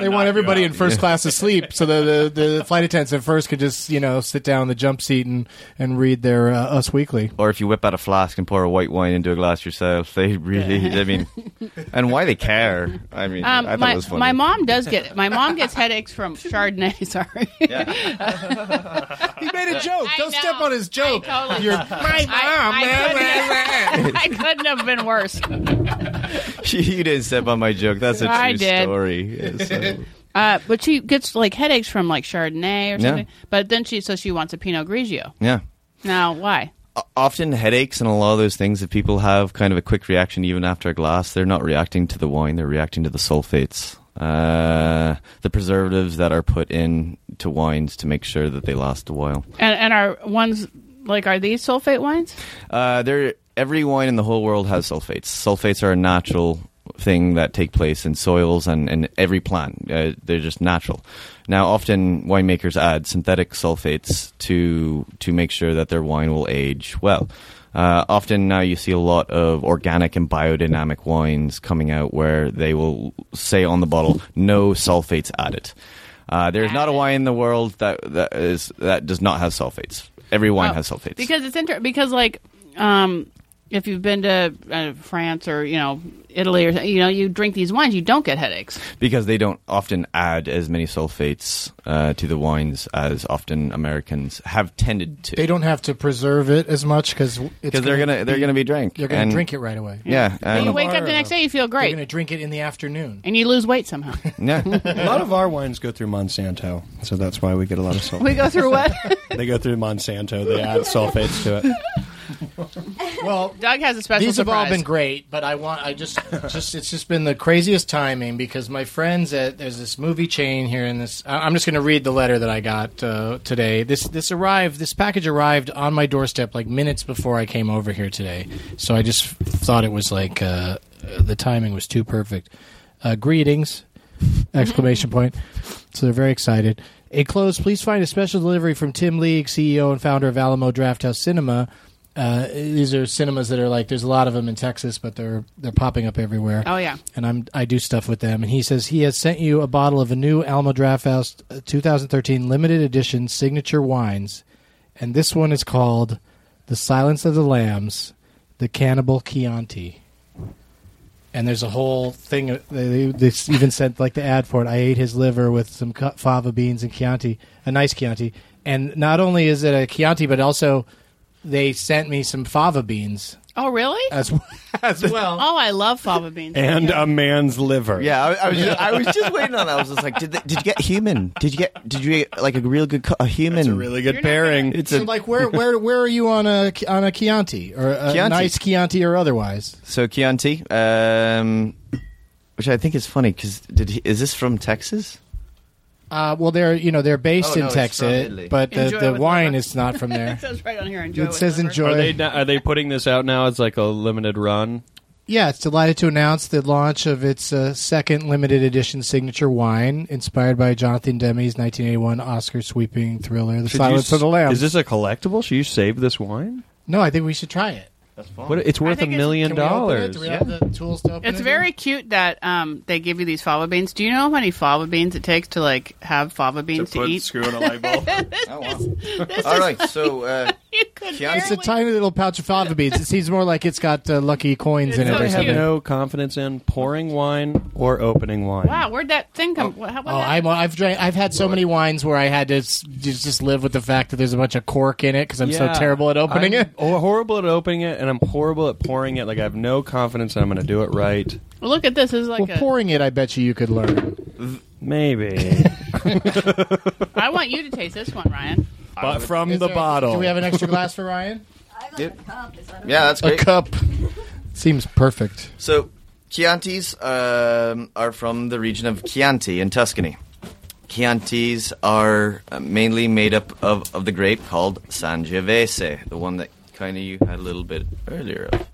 Speaker 3: They want everybody in first class asleep, so the, the the flight attendants at first could just you know sit down in the jump seat and and read their uh, Us Weekly.
Speaker 6: Or if you whip out a flask and pour a white wine into a glass yourself, they really. I mean, and why they care? I mean,
Speaker 4: Um,
Speaker 6: I thought
Speaker 4: my,
Speaker 6: it was funny.
Speaker 4: my mom does get my mom gets headaches from Chardonnay. Sorry,
Speaker 3: He made a joke.
Speaker 4: I
Speaker 3: Don't
Speaker 4: know.
Speaker 3: step on his joke.
Speaker 4: I totally-
Speaker 3: You're
Speaker 4: I, I couldn't, I couldn't have been worse.
Speaker 6: you didn't step on my joke. That's a true
Speaker 4: I did.
Speaker 6: story. Yeah, so-
Speaker 4: Uh, but she gets like headaches from like Chardonnay or
Speaker 6: Yeah.
Speaker 4: something. But then she so she wants a Pinot Grigio.
Speaker 6: Yeah.
Speaker 4: Now why?
Speaker 6: O- Often headaches and a lot of those things that people have kind of a quick reaction even after a glass. They're not reacting to the wine; they're reacting to the sulfates, uh, the preservatives that are put in to wines to make sure that they last a while.
Speaker 4: And and are ones like are these sulfate wines?
Speaker 6: Uh, there, every wine in the whole world has sulfates. Sulfates are a natural thing that take place in soils and, and every plant. Uh, they're just natural. Now, often winemakers add synthetic sulfates to to make sure that their wine will age well. Uh, often now you see a lot of organic and biodynamic wines coming out where they will say on the bottle no sulfates added. Uh, there's not a wine in the world that that is that does not have sulfates. Every wine
Speaker 4: Oh,
Speaker 6: has sulfates.
Speaker 4: because it's inter- because like um, if you've been to uh, France or you know Italy or you know you drink these wines, you don't get headaches.
Speaker 6: because they don't often add as many sulfates uh, to the wines as often Americans have tended to.
Speaker 3: They don't have to preserve it as much because
Speaker 6: because they're gonna they're gonna be drank.
Speaker 3: you're gonna
Speaker 6: and-
Speaker 3: drink it right away.
Speaker 6: Yeah,
Speaker 4: But you
Speaker 6: and-
Speaker 4: wake up the next day, you feel
Speaker 3: You're
Speaker 4: great,
Speaker 3: gonna drink it in the afternoon.
Speaker 4: and you lose weight somehow.
Speaker 6: yeah.
Speaker 5: A lot of our wines go through Monsanto, so that's why we get a lot of salt.
Speaker 4: we go through what?
Speaker 5: they go through Monsanto. They add sulfates to it.
Speaker 3: Well,
Speaker 4: Doug has a special.
Speaker 3: These have all
Speaker 4: surprise.
Speaker 3: been great, but I want I just just it's just been the craziest timing because my friends at there's this movie chain here in this. I- I'm just going to read the letter that I got uh, today. This this arrived this package arrived on my doorstep like minutes before I came over here today, so I just thought it was like uh, the timing was too perfect. Uh, greetings
Speaker 4: Mm-hmm.
Speaker 3: exclamation point. So they're very excited. A close, please find a special delivery from Tim League, CEO and founder of Alamo Drafthouse Cinema. Uh, these are cinemas that are like there's a lot of them in Texas, but they're they're popping up everywhere.
Speaker 4: Oh, yeah.
Speaker 3: and I'm I do stuff with them. And he says he has sent you a bottle of a new Alamo Drafthouse uh, 2013 limited edition signature wines, and this one is called the Silence of the Lambs, the Cannibal Chianti and there's a whole thing. uh, They, they even sent like the ad for it. I ate his liver with some cu- fava beans and Chianti, a nice Chianti. And not only is it a Chianti, but also they sent me some fava beans
Speaker 4: Oh really?
Speaker 3: as as well.
Speaker 4: oh, I love fava beans.
Speaker 5: And a man's liver.
Speaker 6: Yeah, I, I was just, I was just waiting on that. I was just like, did, they, did you get human? Did you get did you get like a real good co- a human?
Speaker 5: It's a really good
Speaker 4: You're not
Speaker 5: pairing.
Speaker 6: it's
Speaker 3: So
Speaker 6: a,
Speaker 3: like where where where are you on a on a Chianti or a
Speaker 6: Chianti.
Speaker 3: nice Chianti or otherwise?
Speaker 6: so Chianti, um, which I think is funny because did he, is this from Texas?
Speaker 3: Uh, well, they're you know they're based
Speaker 6: Oh,
Speaker 3: in
Speaker 6: no, it's from
Speaker 3: Texas,
Speaker 6: Italy.
Speaker 3: but the,
Speaker 4: Enjoy
Speaker 3: the
Speaker 4: with
Speaker 3: wine
Speaker 4: liver.
Speaker 3: is not from there.
Speaker 4: it says right on here. Enjoy.
Speaker 3: it
Speaker 4: with
Speaker 3: says
Speaker 4: liver.
Speaker 3: enjoy.
Speaker 5: Are they na- are they putting this out now as like a limited run?
Speaker 3: Yeah, it's delighted to announce the launch of its uh, second limited edition signature wine, inspired by Jonathan Demi's 1981 Oscar-sweeping thriller, *The
Speaker 5: Should
Speaker 3: Silence
Speaker 5: you,
Speaker 3: of the Lambs*.
Speaker 5: Is this a collectible? Should you save this wine?
Speaker 3: no, I think we should try it.
Speaker 5: What, it's worth a
Speaker 4: think it's-
Speaker 3: Can
Speaker 5: million
Speaker 3: we open it?
Speaker 5: dollars.
Speaker 3: Do we have the tools to open
Speaker 4: It's
Speaker 3: it?
Speaker 4: very cute that um, they give you these fava beans. Do you know how many fava beans it takes to like have fava beans to, eat?
Speaker 7: screw in a light bulb.
Speaker 6: Oh, wow. All right, so uh,
Speaker 4: You could
Speaker 6: Chianti-
Speaker 3: It's a
Speaker 4: barely-
Speaker 3: tiny little pouch of fava beans. It seems more like it's got uh, lucky coins in
Speaker 4: It's
Speaker 3: it
Speaker 4: so
Speaker 3: or
Speaker 5: I have
Speaker 3: something.
Speaker 4: cute.
Speaker 5: no confidence in pouring wine or opening wine.
Speaker 4: Wow, where'd that thing come? Oh, how,
Speaker 3: Oh, I'm, I've drank, I've had so many wines where I had to s- just just live with the fact that there's a bunch of cork in it because I'm
Speaker 5: Yeah.
Speaker 3: so terrible at opening
Speaker 5: I'm
Speaker 3: it.
Speaker 5: hor- horrible at opening it, and I'm horrible at pouring it. Like I have no confidence that I'm going to do it right.
Speaker 4: look at this. This is like
Speaker 3: Well,
Speaker 4: a.
Speaker 3: pouring it, I bet you you could learn.
Speaker 5: Maybe,
Speaker 4: I want you to taste this one, Ryan.
Speaker 5: but from
Speaker 3: Is
Speaker 5: the
Speaker 3: there-
Speaker 5: bottle.
Speaker 3: Do we have an extra glass for Ryan?
Speaker 6: yeah, that's
Speaker 3: a
Speaker 6: great.
Speaker 3: cup. Seems perfect.
Speaker 6: So, Chiantis um, are from the region of Chianti in Tuscany. Chiantis are uh, mainly made up of, of the grape called Sangiovese, the one that kind of you had a little bit earlier of.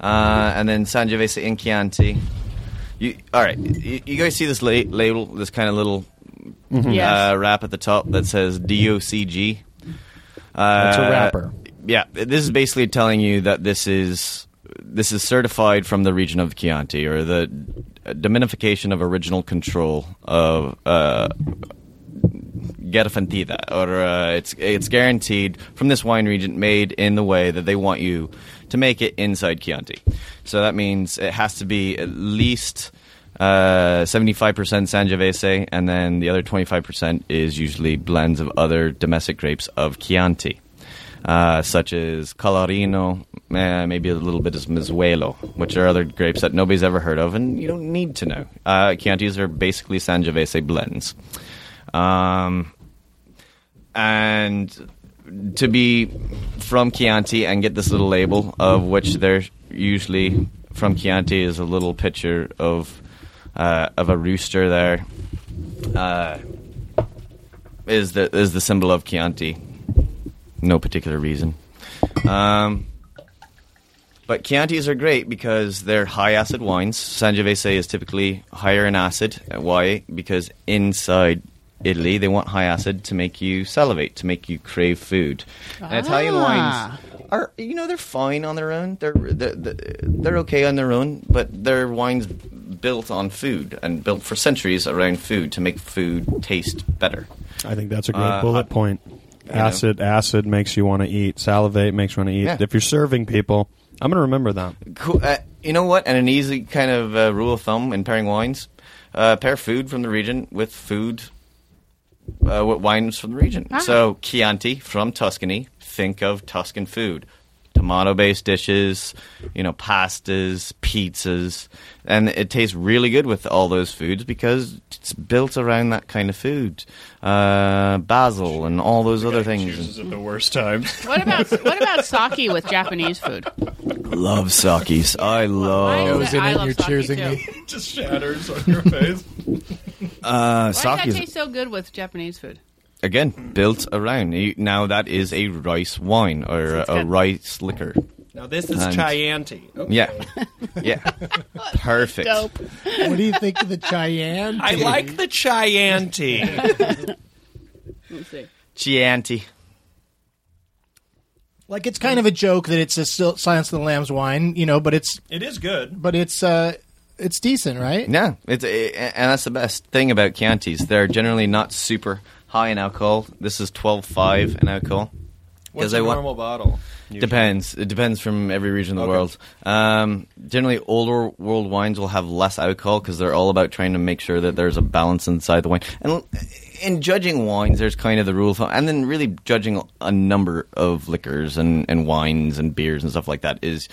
Speaker 6: Uh, and then Sangiovese in Chianti. You, all right, you, you guys see this la- label, this kind of little
Speaker 4: Yes.
Speaker 6: uh, wrap at the top that says DOCG?
Speaker 5: That's
Speaker 6: Uh,
Speaker 5: a wrapper.
Speaker 6: yeah, this is basically telling you that this is this is certified from the region of Chianti or the uh, dominification of original control of uh, Garifantida, or uh, it's it's guaranteed from this wine region made in the way that they want you to make it inside Chianti. So that means it has to be at least. Uh, 75% Sangiovese, and then the other 25% is usually blends of other domestic grapes of Chianti. uh, such as Colorino, uh, maybe a little bit of Mizuelo, which are other grapes that nobody's ever heard of, and you don't need to know. Uh, Chiantis are basically Sangiovese blends. Um, and to be from Chianti and get this little label, of which they're usually from Chianti, is a little picture of uh, of a rooster there. Uh, is the is the symbol of Chianti? No particular reason. Um, but Chiantis are great because they're high acid wines. Sangiovese is typically higher in acid. Uh, Why? Because inside Italy, they want high acid to make you salivate, to make you crave food. And Italian
Speaker 4: Ah.
Speaker 6: wines are, you know, they're fine on their own. They're, they're they're okay on their own, but they're wines built on food and built for centuries around food to make food taste better.
Speaker 5: I think that's a great
Speaker 6: Uh,
Speaker 5: bullet point.
Speaker 6: know.
Speaker 5: Acid, acid makes you want to eat. Salivate makes you want to eat.
Speaker 6: Yeah.
Speaker 5: If you're serving people, I'm going to remember that.
Speaker 6: Cool. Uh, you know what? And an easy kind of uh, rule of thumb in pairing wines: uh, pair food from the region with food, uh, with wines from the region.
Speaker 4: Ah.
Speaker 6: So Chianti from Tuscany. Think of Tuscan food, tomato-based dishes, you know, pastas, pizzas, and it tastes really good with all those foods because it's built around that kind of food, uh, basil, and all those other things.
Speaker 7: Chooses at the worst times.
Speaker 4: What about what about sake with Japanese food?
Speaker 6: Love sakis.
Speaker 4: Why
Speaker 6: I love
Speaker 4: is
Speaker 3: was in
Speaker 4: I
Speaker 3: it,
Speaker 4: love
Speaker 3: you're
Speaker 4: sake,
Speaker 3: cheersing
Speaker 4: too.
Speaker 3: me.
Speaker 7: It just shatters on your face.
Speaker 4: Why
Speaker 6: uh,
Speaker 4: does that taste so good with Japanese food?
Speaker 6: again built around You- now that is a rice wine or a,
Speaker 4: It's got- Oh.
Speaker 6: rice liquor
Speaker 7: Now this is
Speaker 6: And-
Speaker 7: Chianti.
Speaker 6: yeah yeah perfect
Speaker 4: Dope.
Speaker 3: What do you think of the Cheyenne?
Speaker 7: I like the Chianti.
Speaker 4: Let's see.
Speaker 6: chianti
Speaker 3: Like it's kind of a joke that it's a still Silence of the Lambs wine, you know, but it's
Speaker 7: it is good.
Speaker 3: but it's uh it's decent, right?
Speaker 6: yeah it's a- and that's the best thing about chiantis they're generally not super high in alcohol this is 12.5 in alcohol
Speaker 7: What's
Speaker 6: 'Cause
Speaker 7: a
Speaker 6: I want-
Speaker 7: normal bottle?
Speaker 6: Depends. It depends from every region of the world. Um, generally, older world wines will have less alcohol because they're all about trying to make sure that there's a balance inside the wine. And l- in judging wines, there's kind of the rule of thumb. And then really judging a number of liquors and, and wines and beers and stuff like that is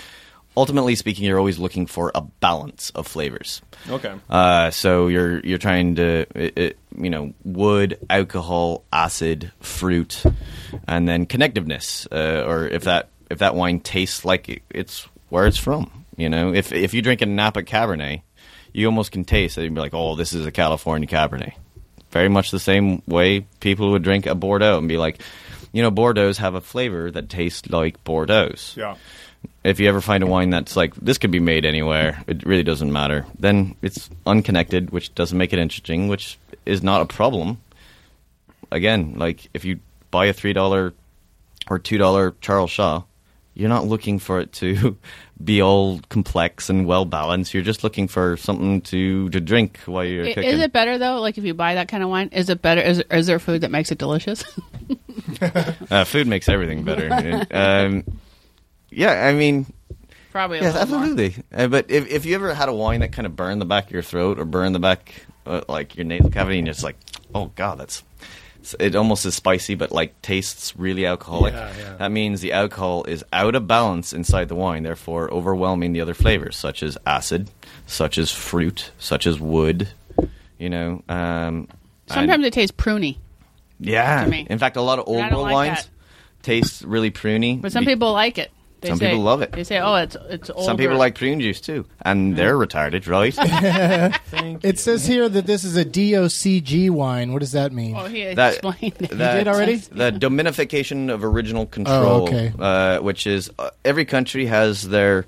Speaker 6: ultimately speaking, you're always looking for a balance of flavors.
Speaker 7: Okay.
Speaker 6: Uh, so you're you're trying to it, it, you know wood, alcohol, acid, fruit, and then connectiveness, uh, or if that if that wine tastes like it, it's where it's from. You know, if if you drink a Napa Cabernet, you almost can taste it. You'd be like, oh, this is a California Cabernet. Very much the same way people would drink a Bordeaux and be like, you know, Bordeaux's have a flavor that tastes like Bordeaux's
Speaker 7: Yeah.
Speaker 6: if you ever find a wine that's like this could be made anywhere, it really doesn't matter. Then it's unconnected, which doesn't make it interesting, which is not a problem. Again, like if you buy a three dollar or two dollar Charles Shaw, you're not looking for it to be all complex and well balanced. You're just looking for something to to drink while you're
Speaker 4: I-
Speaker 6: cooking.
Speaker 4: Is it better though? Like if you buy that kind of wine, is it better? Is, is there food that makes it delicious?
Speaker 6: uh, food makes everything better. um, yeah, I mean,
Speaker 4: Probably. A
Speaker 6: Yes,
Speaker 4: little more.
Speaker 6: absolutely. Uh, but if, if you ever had a wine that kind of burned the back of your throat or burned the back, uh, like your nasal cavity, and it's like, oh god, that's it's- it almost is spicy, but like tastes really alcoholic. That means the alcohol is out of balance inside the wine, therefore overwhelming the other flavors, such as acid, such as fruit, such as wood. You know, um,
Speaker 4: Sometimes
Speaker 6: and-
Speaker 4: it tastes pruny,
Speaker 6: yeah.
Speaker 4: to me.
Speaker 6: In fact, a lot of
Speaker 4: And I
Speaker 6: old
Speaker 4: don't
Speaker 6: world
Speaker 4: like
Speaker 6: wines
Speaker 4: that.
Speaker 6: taste really pruny,
Speaker 4: but some
Speaker 6: be-
Speaker 4: people like it. They
Speaker 6: Some
Speaker 4: say-
Speaker 6: people love it.
Speaker 4: They say, "Oh, it's it's older."
Speaker 6: Some people like prune juice too, and they're retarded, right?
Speaker 3: It says here that this is a DOCG wine. What does that mean?
Speaker 5: Oh,
Speaker 4: Well, he
Speaker 6: That-
Speaker 4: explained. it.
Speaker 6: that-
Speaker 3: did already?
Speaker 6: The dominification of original control,
Speaker 3: okay.
Speaker 6: uh, which is uh, every country has their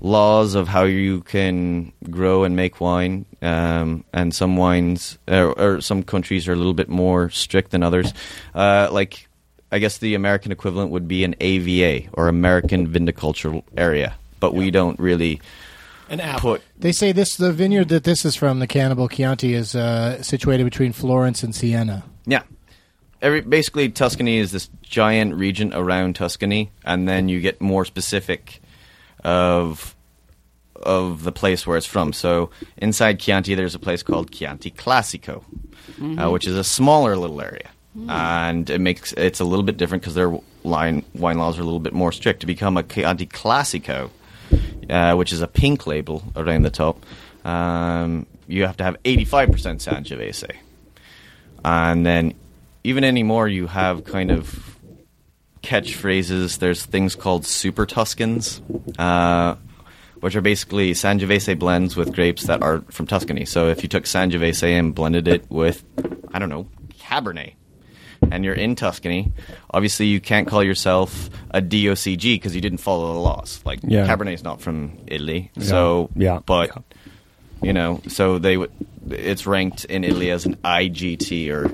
Speaker 6: laws of how you can grow and make wine, um, and some wines or, or some countries are a little bit more strict than others. Uh, like, I guess the American equivalent would be an AVA or American Viticultural Area, but we don't really
Speaker 7: An apple.
Speaker 6: put
Speaker 3: They say this the vineyard that this is from, the Cannibal Chianti, is uh, situated between Florence and Siena.
Speaker 6: Yeah. Every basically Tuscany is this giant region around Tuscany, and then you get more specific of of the place where it's from. So inside Chianti, there's a place called Chianti Classico, uh, which is a smaller little area, and it makes it's a little bit different because they're line, wine laws are a little bit more strict. To become a Chianti Classico, uh, which is a pink label around the top, um, you have to have 85% Sangiovese. And then, even anymore, you have kind of catchphrases. There's things called Super Tuscans, uh, which are basically Sangiovese blends with grapes that are from Tuscany. So if you took Sangiovese and blended it with, I don't know, Cabernet, and you're in Tuscany, obviously you can't call yourself a DOCG because you didn't follow the laws. Like
Speaker 5: Yeah.
Speaker 6: Cabernet is not from Italy, so
Speaker 5: Yeah.
Speaker 6: but
Speaker 5: Yeah.
Speaker 6: you know, so they would. It's ranked in Italy as an IGT or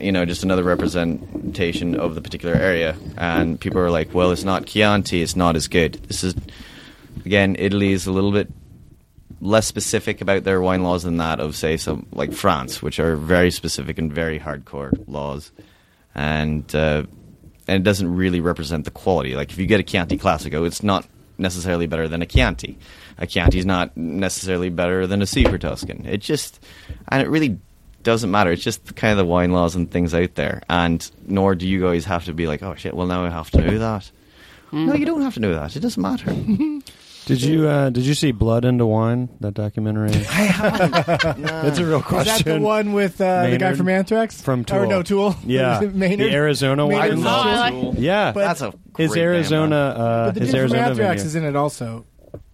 Speaker 6: you know, just another representation of the particular area. And people are like, well, it's not Chianti, it's not as good. This is, again, Italy is a little bit less specific about their wine laws than that of, say, some like France, which are very specific and very hardcore laws. And, uh, and it doesn't really represent the quality. Like, if you get a Chianti Classico, it's not necessarily better than a Chianti. A Chianti is not necessarily better than a Super Tuscan. It just, and it really doesn't matter. It's just kind of the wine laws and things out there. And nor do you guys have to be like, oh shit, well now I have to know that.
Speaker 3: Hmm.
Speaker 6: No, you don't have to know that. It doesn't matter.
Speaker 5: Did you uh, did you see Blood into Wine? That documentary. That's a real
Speaker 3: Is
Speaker 5: question.
Speaker 3: that the one with uh, the guy
Speaker 5: Maynard?
Speaker 3: from Anthrax?
Speaker 5: From Tool.
Speaker 3: Or no, Tool.
Speaker 5: Yeah.
Speaker 3: Maynard.
Speaker 5: The Arizona
Speaker 3: Maynard
Speaker 5: wine
Speaker 3: from
Speaker 4: law.
Speaker 3: Tool.
Speaker 4: I like-
Speaker 5: Yeah,
Speaker 3: But-
Speaker 6: That's a great
Speaker 5: his
Speaker 6: band,
Speaker 5: Arizona.
Speaker 6: man.
Speaker 5: Uh,
Speaker 3: But the
Speaker 5: his
Speaker 3: dude from
Speaker 5: Arizona
Speaker 3: Anthrax
Speaker 5: venue.
Speaker 3: is in it also.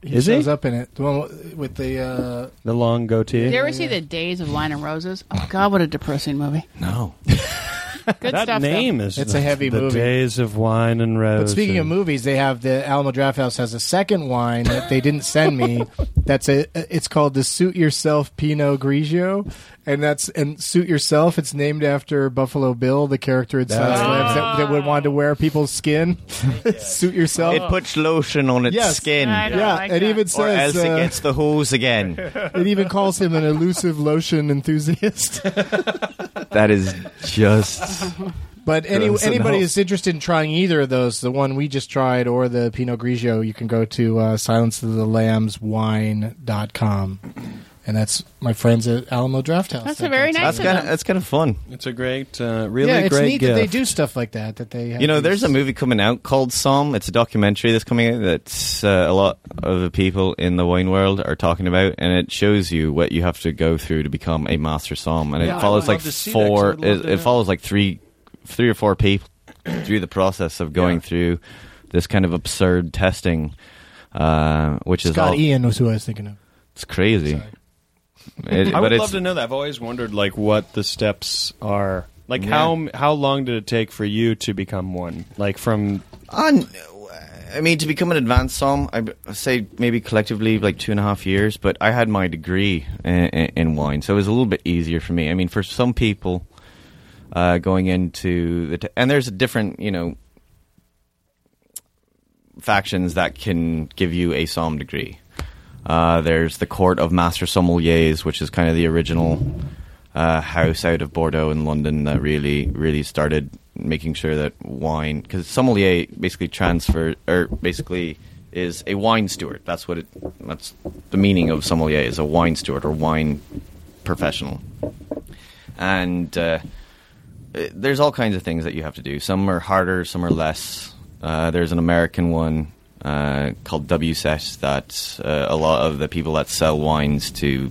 Speaker 3: He
Speaker 5: Is he?
Speaker 3: shows up in it. The one with the. Uh,
Speaker 5: the long goatee.
Speaker 4: Did you ever see the Days of Wine and Roses? Oh God, what a depressing movie.
Speaker 6: No.
Speaker 4: Good
Speaker 5: that
Speaker 4: stuff. though.
Speaker 5: name is
Speaker 3: It's
Speaker 5: the,
Speaker 3: a heavy
Speaker 5: the
Speaker 3: movie.
Speaker 5: Days of Wine and Rose.
Speaker 3: But speaking of movies, they have the Alamo Drafthouse has a second wine that they didn't send me. that's a it's called the Suit Yourself Pinot Grigio, and that's and Suit Yourself. It's named after Buffalo Bill, the character in Silence of the Lambs that, that would want to wear people's skin. Suit yourself.
Speaker 6: It puts lotion on its
Speaker 3: Yes.
Speaker 6: skin.
Speaker 4: I don't
Speaker 3: yeah,
Speaker 4: like
Speaker 3: it
Speaker 4: that.
Speaker 3: even
Speaker 6: Or else
Speaker 3: says
Speaker 6: it
Speaker 3: uh,
Speaker 6: gets the hose again.
Speaker 3: it even calls him an elusive lotion enthusiast.
Speaker 6: that is just
Speaker 3: But any,
Speaker 6: Gross
Speaker 3: anybody
Speaker 6: enough.
Speaker 3: that's interested in trying either of those, the one we just tried or the Pinot Grigio, you can go to uh, silenceofthelambswine.com. And that's my friends at Alamo Drafthouse.
Speaker 4: That's a very nice.
Speaker 6: that's
Speaker 4: of
Speaker 6: kind of
Speaker 4: them.
Speaker 6: that's kind of fun.
Speaker 5: it's a great, uh, really
Speaker 3: yeah, it's
Speaker 5: great
Speaker 3: neat
Speaker 5: gift.
Speaker 3: that they do stuff like that. That they have
Speaker 6: You know,
Speaker 3: these-
Speaker 6: there's a movie coming out called Psalm. It's a documentary that's coming out that's uh, a lot of the people in the wine world are talking about, and it shows you what you have to go through to become a master psalm. And
Speaker 5: Yeah,
Speaker 6: it
Speaker 5: I
Speaker 6: follows
Speaker 5: would
Speaker 6: like
Speaker 5: love to see that, 'cause
Speaker 6: four.
Speaker 5: I'd love
Speaker 6: It,
Speaker 5: to
Speaker 6: it
Speaker 5: know.
Speaker 6: follows like three, three or four people through the process of going
Speaker 5: Yeah.
Speaker 6: through this kind of absurd testing, uh, which is
Speaker 3: Scott
Speaker 6: all,
Speaker 3: Ian was who I was thinking of.
Speaker 6: it's crazy. It-
Speaker 5: I would
Speaker 6: it's-
Speaker 5: love to know that. I've always wondered like what the steps are. Like how how long did it take for you to become one? Like from
Speaker 6: On, I mean, to become an advanced psalm, I b- I say maybe collectively like two and a half years. But I had my degree in, in wine, so it was a little bit easier for me. I mean, for some people uh, going into the t- and there's a different, you know, factions that can give you a psalm degree. Uh, there's the Court of Master Sommeliers, which is kind of the original uh, house out of Bordeaux in London that really, really started making sure that wine, because sommelier basically transfer or basically is a wine steward. That's what it. That's the meaning of sommelier is a wine steward or wine professional, and uh, uh, there's all kinds of things that you have to do. Some are harder, some are less. Uh, there's an American one uh, called WSET that uh, a lot of the people that sell wines to you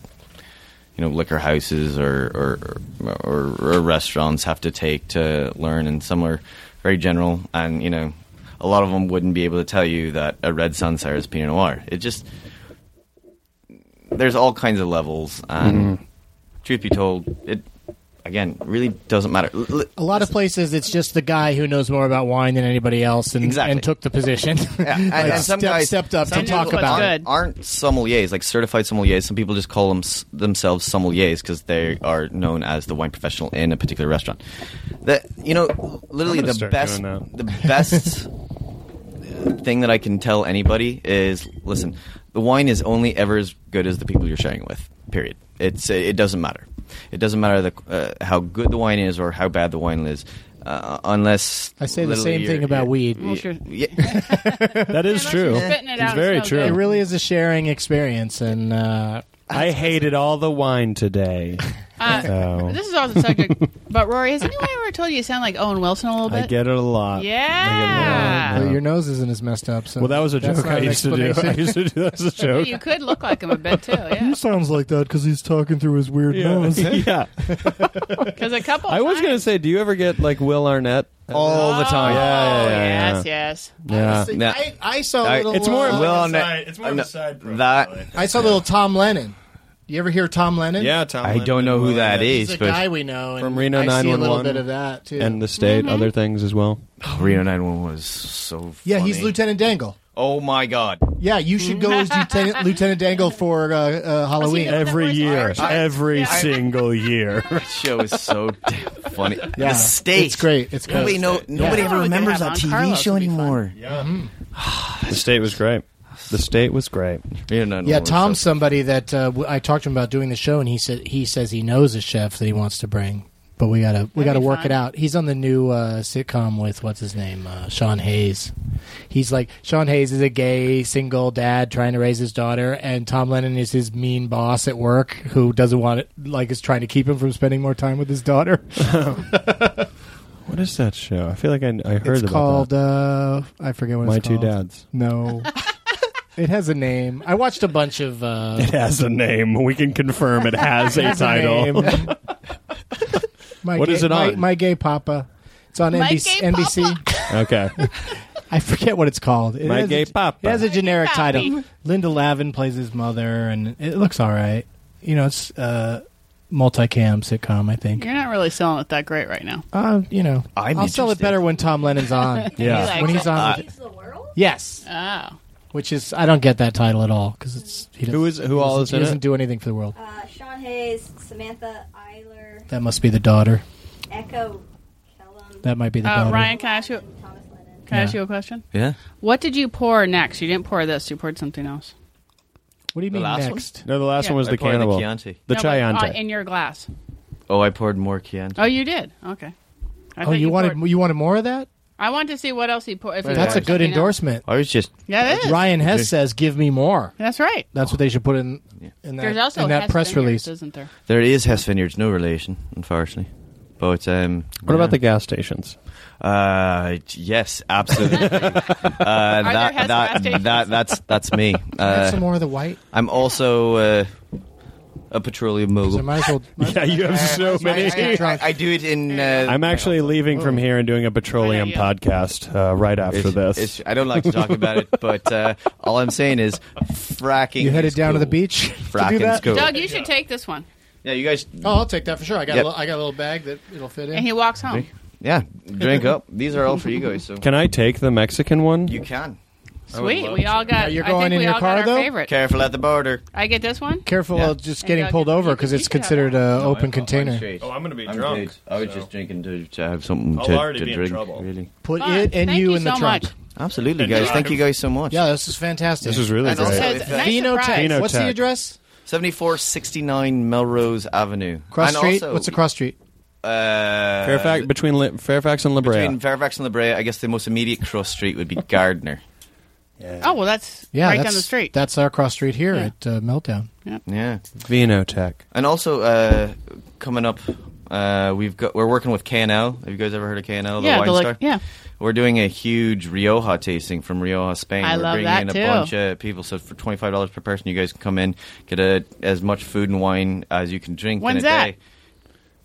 Speaker 6: know liquor houses or or, or or restaurants have to take to learn, and some are very general, and you know a lot of them wouldn't be able to tell you that a red Sancerre is Pinot Noir. It just there's all kinds of levels, and truth be told, it again really doesn't matter. L- l-
Speaker 3: A lot of places, it's just the guy who knows more about wine than anybody else and,
Speaker 6: Exactly.
Speaker 3: and took the position.
Speaker 6: Yeah, and,
Speaker 3: Like,
Speaker 6: and some
Speaker 3: step-
Speaker 6: guys
Speaker 3: stepped up
Speaker 6: some
Speaker 3: to talk
Speaker 6: people
Speaker 4: about
Speaker 6: aren't-
Speaker 4: it.
Speaker 6: Aren't, sommeliers like certified sommeliers? Some people just call them, themselves sommeliers because they are known as the wine professional in a particular restaurant. That you know, literally
Speaker 5: I'm gonna
Speaker 6: the
Speaker 5: start
Speaker 6: best,
Speaker 5: doing that.
Speaker 6: the best thing that I can tell anybody is listen, the wine is only ever as good as the people you're sharing it with. Period. It's it doesn't matter. It doesn't matter the, uh, how good the wine is or how bad the wine is, uh, unless
Speaker 3: I say the
Speaker 6: literally
Speaker 3: same
Speaker 6: you're-
Speaker 3: thing about
Speaker 6: you're-
Speaker 3: weed.
Speaker 4: Well, sure.
Speaker 6: Yeah.
Speaker 5: that is
Speaker 4: Unless
Speaker 5: true.
Speaker 4: you're spitting it
Speaker 5: it's
Speaker 4: out,
Speaker 5: very
Speaker 4: it's no
Speaker 5: true.
Speaker 3: It really is a sharing experience, and uh,
Speaker 5: I hated all the wine today.
Speaker 4: Uh,
Speaker 5: So-
Speaker 4: This is off the subject, but Rory, has anyone ever told you you sound like Owen Wilson a little bit?
Speaker 5: I get it a lot.
Speaker 4: Yeah.
Speaker 5: I get it a lot.
Speaker 3: But your nose isn't as messed up. So
Speaker 5: Well, that was a
Speaker 3: that's
Speaker 5: joke
Speaker 3: not
Speaker 5: I
Speaker 3: an
Speaker 5: used to do. I
Speaker 3: explanation.
Speaker 5: used to do that as a
Speaker 4: Yeah,
Speaker 5: joke.
Speaker 4: You could look like him a bit too, yeah.
Speaker 3: sounds like that because he's talking through his weird nose.
Speaker 5: yeah.
Speaker 4: Because a couple.
Speaker 5: I was
Speaker 4: times-
Speaker 5: going to say, do you ever get like Will Arnett?
Speaker 6: all the time.
Speaker 4: Oh,
Speaker 5: Yeah, yeah,
Speaker 6: uh,
Speaker 5: yeah,
Speaker 4: yes, yes.
Speaker 5: Yeah.
Speaker 6: Nah.
Speaker 3: I, I saw
Speaker 6: I-
Speaker 3: little.
Speaker 5: it's more
Speaker 3: uh,
Speaker 6: Will Arnett-
Speaker 7: side- it's more of a
Speaker 6: no,
Speaker 7: side profile,
Speaker 6: that-
Speaker 7: like.
Speaker 3: I saw little Tom Lennon. You ever hear Tom Lennon?
Speaker 7: Yeah, Tom.
Speaker 6: I don't
Speaker 7: Lennon,
Speaker 6: know who
Speaker 7: Will
Speaker 6: that
Speaker 7: Arnett.
Speaker 6: is,
Speaker 3: he's a
Speaker 6: but
Speaker 3: guy we know and
Speaker 5: From Reno
Speaker 3: I see a
Speaker 5: 911.
Speaker 3: little bit of that too.
Speaker 5: And the state, other things as well.
Speaker 6: Reno 911 was so.
Speaker 3: yeah, he's
Speaker 6: funny.
Speaker 3: Lieutenant Dangle.
Speaker 6: Oh my god!
Speaker 3: Yeah, you should go as Lieutenant, Lieutenant Dangle for uh, uh, Halloween.
Speaker 4: Well, that
Speaker 5: Every
Speaker 4: was
Speaker 5: year.
Speaker 4: Irish.
Speaker 5: Every
Speaker 4: Yeah.
Speaker 5: single year.
Speaker 6: That show is so damn funny.
Speaker 3: yeah,
Speaker 6: The state.
Speaker 3: It's great. It's
Speaker 6: Nobody
Speaker 3: great.
Speaker 6: know. Nobody
Speaker 4: Yeah.
Speaker 6: ever
Speaker 4: Oh, they have
Speaker 6: remembers that
Speaker 4: on
Speaker 6: TV
Speaker 4: Carlos,
Speaker 6: show
Speaker 4: it'd be fun.
Speaker 6: anymore.
Speaker 5: the state was great. The state was great.
Speaker 6: Reno 911
Speaker 5: Oh,
Speaker 3: Yeah,
Speaker 6: was
Speaker 3: Tom's
Speaker 6: so-
Speaker 3: somebody that uh, w- I talked to him about doing the show, and he said he says he knows a chef that he wants to bring, but we gotta we
Speaker 4: That'd
Speaker 3: gotta
Speaker 4: be
Speaker 3: work
Speaker 4: fun.
Speaker 3: it out. He's on the new uh, sitcom with what's his name, uh, Sean Hayes. He's like Sean Hayes is a gay single dad trying to raise his daughter, and Tom Lennon is his mean boss at work who doesn't want it, like is trying to keep him from spending more time with his daughter.
Speaker 5: What is that show? I feel like I, I heard
Speaker 3: it's
Speaker 5: about
Speaker 3: called
Speaker 5: that.
Speaker 3: uh, I forget what
Speaker 5: My
Speaker 3: it's
Speaker 5: Two
Speaker 3: called.
Speaker 5: Dads.
Speaker 3: No, it has a name. I watched a bunch of. Uh,
Speaker 5: It has a name. We can confirm it has a title.
Speaker 3: Name. my
Speaker 5: What
Speaker 3: gay,
Speaker 5: is it
Speaker 3: my-
Speaker 5: on?
Speaker 3: My, gay papa. It's on
Speaker 4: My
Speaker 3: NBC.
Speaker 4: Gay
Speaker 3: NBC.
Speaker 5: Okay.
Speaker 3: I forget what it's called. It
Speaker 5: My
Speaker 3: has
Speaker 5: Gay
Speaker 3: a,
Speaker 5: Papa.
Speaker 3: It has a generic
Speaker 4: Pappy.
Speaker 3: title. Linda Lavin plays his mother, and it looks all right. You know, it's uh, multicam sitcom. I think.
Speaker 4: You're not really selling it that great right now.
Speaker 3: Uh, you know,
Speaker 6: I'm
Speaker 3: will sell it
Speaker 6: interested.
Speaker 3: better when Tom Lennon's on.
Speaker 5: Yeah.
Speaker 4: He
Speaker 3: when
Speaker 4: likes
Speaker 3: he's
Speaker 4: it.
Speaker 3: on.
Speaker 6: Uh,
Speaker 3: with- yes,
Speaker 4: Oh.
Speaker 3: which is I don't get that title at all because it's he doesn't-
Speaker 5: Who is- who
Speaker 3: he
Speaker 5: all
Speaker 3: doesn't-
Speaker 5: is
Speaker 3: he
Speaker 5: in it?
Speaker 3: doesn't do anything for the world.
Speaker 8: Uh, Sean Hayes, Samantha Eiler,
Speaker 3: That must be the daughter.
Speaker 8: Echo Kellum,
Speaker 3: That might be the
Speaker 4: Uh,
Speaker 3: daughter.
Speaker 4: Ryan, can I ask you?
Speaker 8: Thomas Lennon.
Speaker 4: Can I ask
Speaker 3: Yeah.
Speaker 4: you a question?
Speaker 6: Yeah.
Speaker 4: What did you pour next? You didn't pour this. You poured something else.
Speaker 3: What do you
Speaker 6: The
Speaker 3: mean
Speaker 6: last one?
Speaker 3: next?
Speaker 5: No, the last
Speaker 4: Yeah.
Speaker 5: one was
Speaker 6: I
Speaker 5: the
Speaker 6: poured
Speaker 5: cannibal.
Speaker 6: The
Speaker 5: The
Speaker 6: Chianti.
Speaker 4: No, but, uh,
Speaker 5: Chianti.
Speaker 4: in your glass.
Speaker 6: Oh, I poured more Chianti.
Speaker 4: Oh, you did. Okay. I
Speaker 3: Oh,
Speaker 4: thought
Speaker 3: you, wanted
Speaker 4: poured-
Speaker 3: you wanted more of that?
Speaker 4: I want to see what else he poured. If he
Speaker 3: That's a
Speaker 4: poured
Speaker 3: good
Speaker 4: something else.
Speaker 3: endorsement.
Speaker 6: I was just.
Speaker 4: Yeah, it is.
Speaker 3: Ryan Hess says, "Give me more."
Speaker 4: That's right.
Speaker 3: That's what they should put in in
Speaker 4: There's
Speaker 3: that,
Speaker 4: also
Speaker 3: in that
Speaker 4: Hess
Speaker 3: press
Speaker 4: Vineyards,
Speaker 3: release.
Speaker 4: isn't there?
Speaker 6: There is Hess Vineyards, no relation, unfortunately. But um,
Speaker 5: what about the gas stations?
Speaker 6: Uh, j- yes, absolutely. uh, that,
Speaker 4: Hess gas
Speaker 6: that,
Speaker 4: stations?
Speaker 6: that that's that's me.
Speaker 3: Have some
Speaker 6: Uh,
Speaker 3: more of the white.
Speaker 6: I'm also uh, a petroleum
Speaker 3: So I
Speaker 6: mogul.
Speaker 3: might as well.
Speaker 5: Yeah, you have so many.
Speaker 3: I- I-
Speaker 6: I do it in. Uh,
Speaker 5: I'm actually leaving from here and doing a petroleum
Speaker 4: Yeah, yeah.
Speaker 5: podcast uh, right after
Speaker 6: it's-
Speaker 5: this.
Speaker 6: it's- I don't like to talk about it, but uh, all I'm saying is fracking.
Speaker 3: you headed
Speaker 6: is
Speaker 3: down to the
Speaker 6: cool.
Speaker 3: beach. to do
Speaker 6: Fracking
Speaker 3: that?
Speaker 6: school.
Speaker 4: Doug, you should take this one.
Speaker 6: Yeah, you guys.
Speaker 3: Oh, I'll take that for sure. I got
Speaker 6: Yep.
Speaker 3: a little, I got a little bag that it'll fit in.
Speaker 4: And he walks home.
Speaker 6: Yeah, drink up. These are all for you guys. So
Speaker 5: Can I take the Mexican one?
Speaker 6: you can. I would
Speaker 4: Sweet.
Speaker 6: love
Speaker 4: We all
Speaker 6: to.
Speaker 4: got.
Speaker 3: Are you
Speaker 4: I
Speaker 3: going
Speaker 4: think
Speaker 3: in
Speaker 4: we
Speaker 3: your
Speaker 4: all
Speaker 3: car,
Speaker 4: got
Speaker 3: though?
Speaker 4: our favorite.
Speaker 6: Careful at the border.
Speaker 4: I get this one.
Speaker 3: Careful,
Speaker 6: Yeah.
Speaker 3: of just
Speaker 4: And
Speaker 3: getting
Speaker 4: Doug,
Speaker 3: pulled
Speaker 4: you
Speaker 3: over
Speaker 4: could-
Speaker 3: because
Speaker 4: you
Speaker 3: it's
Speaker 4: could have
Speaker 3: considered
Speaker 4: one.
Speaker 3: an
Speaker 6: No,
Speaker 3: open
Speaker 6: I'm- I'm
Speaker 3: container.
Speaker 6: straight.
Speaker 7: Oh, I'm gonna be
Speaker 6: I'm
Speaker 7: drunk.
Speaker 6: good. I was
Speaker 7: so.
Speaker 6: just drinking to, to have something
Speaker 7: I'll
Speaker 6: to,
Speaker 7: already
Speaker 6: to
Speaker 7: be in
Speaker 6: drink.
Speaker 7: trouble.
Speaker 6: Really.
Speaker 3: Put
Speaker 4: Fun.
Speaker 3: it and
Speaker 4: Thank
Speaker 3: you
Speaker 4: you
Speaker 3: in the
Speaker 4: so
Speaker 3: trunk.
Speaker 4: much.
Speaker 6: Absolutely,
Speaker 7: And
Speaker 6: guys.
Speaker 7: drive.
Speaker 6: Thank you guys so much.
Speaker 3: Yeah, this is fantastic.
Speaker 5: This is really
Speaker 6: And also-
Speaker 5: great.
Speaker 4: Says,
Speaker 6: Nice
Speaker 4: surprise.
Speaker 3: Vinotech. What's the
Speaker 5: Vinotech.
Speaker 3: address?
Speaker 6: 7469 Melrose Avenue.
Speaker 3: Cross
Speaker 6: And
Speaker 3: street.
Speaker 6: also,
Speaker 3: What's the cross street?
Speaker 6: Uh,
Speaker 5: Fairfax between Li- Fairfax and La Brea.
Speaker 6: Between Fairfax and La Brea, I guess the most immediate cross street would be Gardner.
Speaker 4: Oh well, that's
Speaker 3: Yeah,
Speaker 4: right
Speaker 3: that's,
Speaker 4: down the street.
Speaker 3: That's our cross street here
Speaker 4: Yeah.
Speaker 3: at uh, Meltdown.
Speaker 6: Yeah.
Speaker 5: Vinotech.
Speaker 6: And also, uh, coming up, uh, we've got we're working with K&L. Have you guys ever heard of K&L, the
Speaker 4: yeah,
Speaker 6: wine
Speaker 4: the, like-
Speaker 6: store?
Speaker 4: yeah.
Speaker 6: We're doing a huge Rioja tasting from Rioja, Spain.
Speaker 4: I
Speaker 6: We're
Speaker 4: love
Speaker 6: bringing
Speaker 4: that
Speaker 6: in a
Speaker 4: too.
Speaker 6: bunch of people. So for twenty five dollars per person, you guys can come in, get a, as much food and wine as you can drink
Speaker 4: When's
Speaker 6: in a
Speaker 4: that?
Speaker 6: day.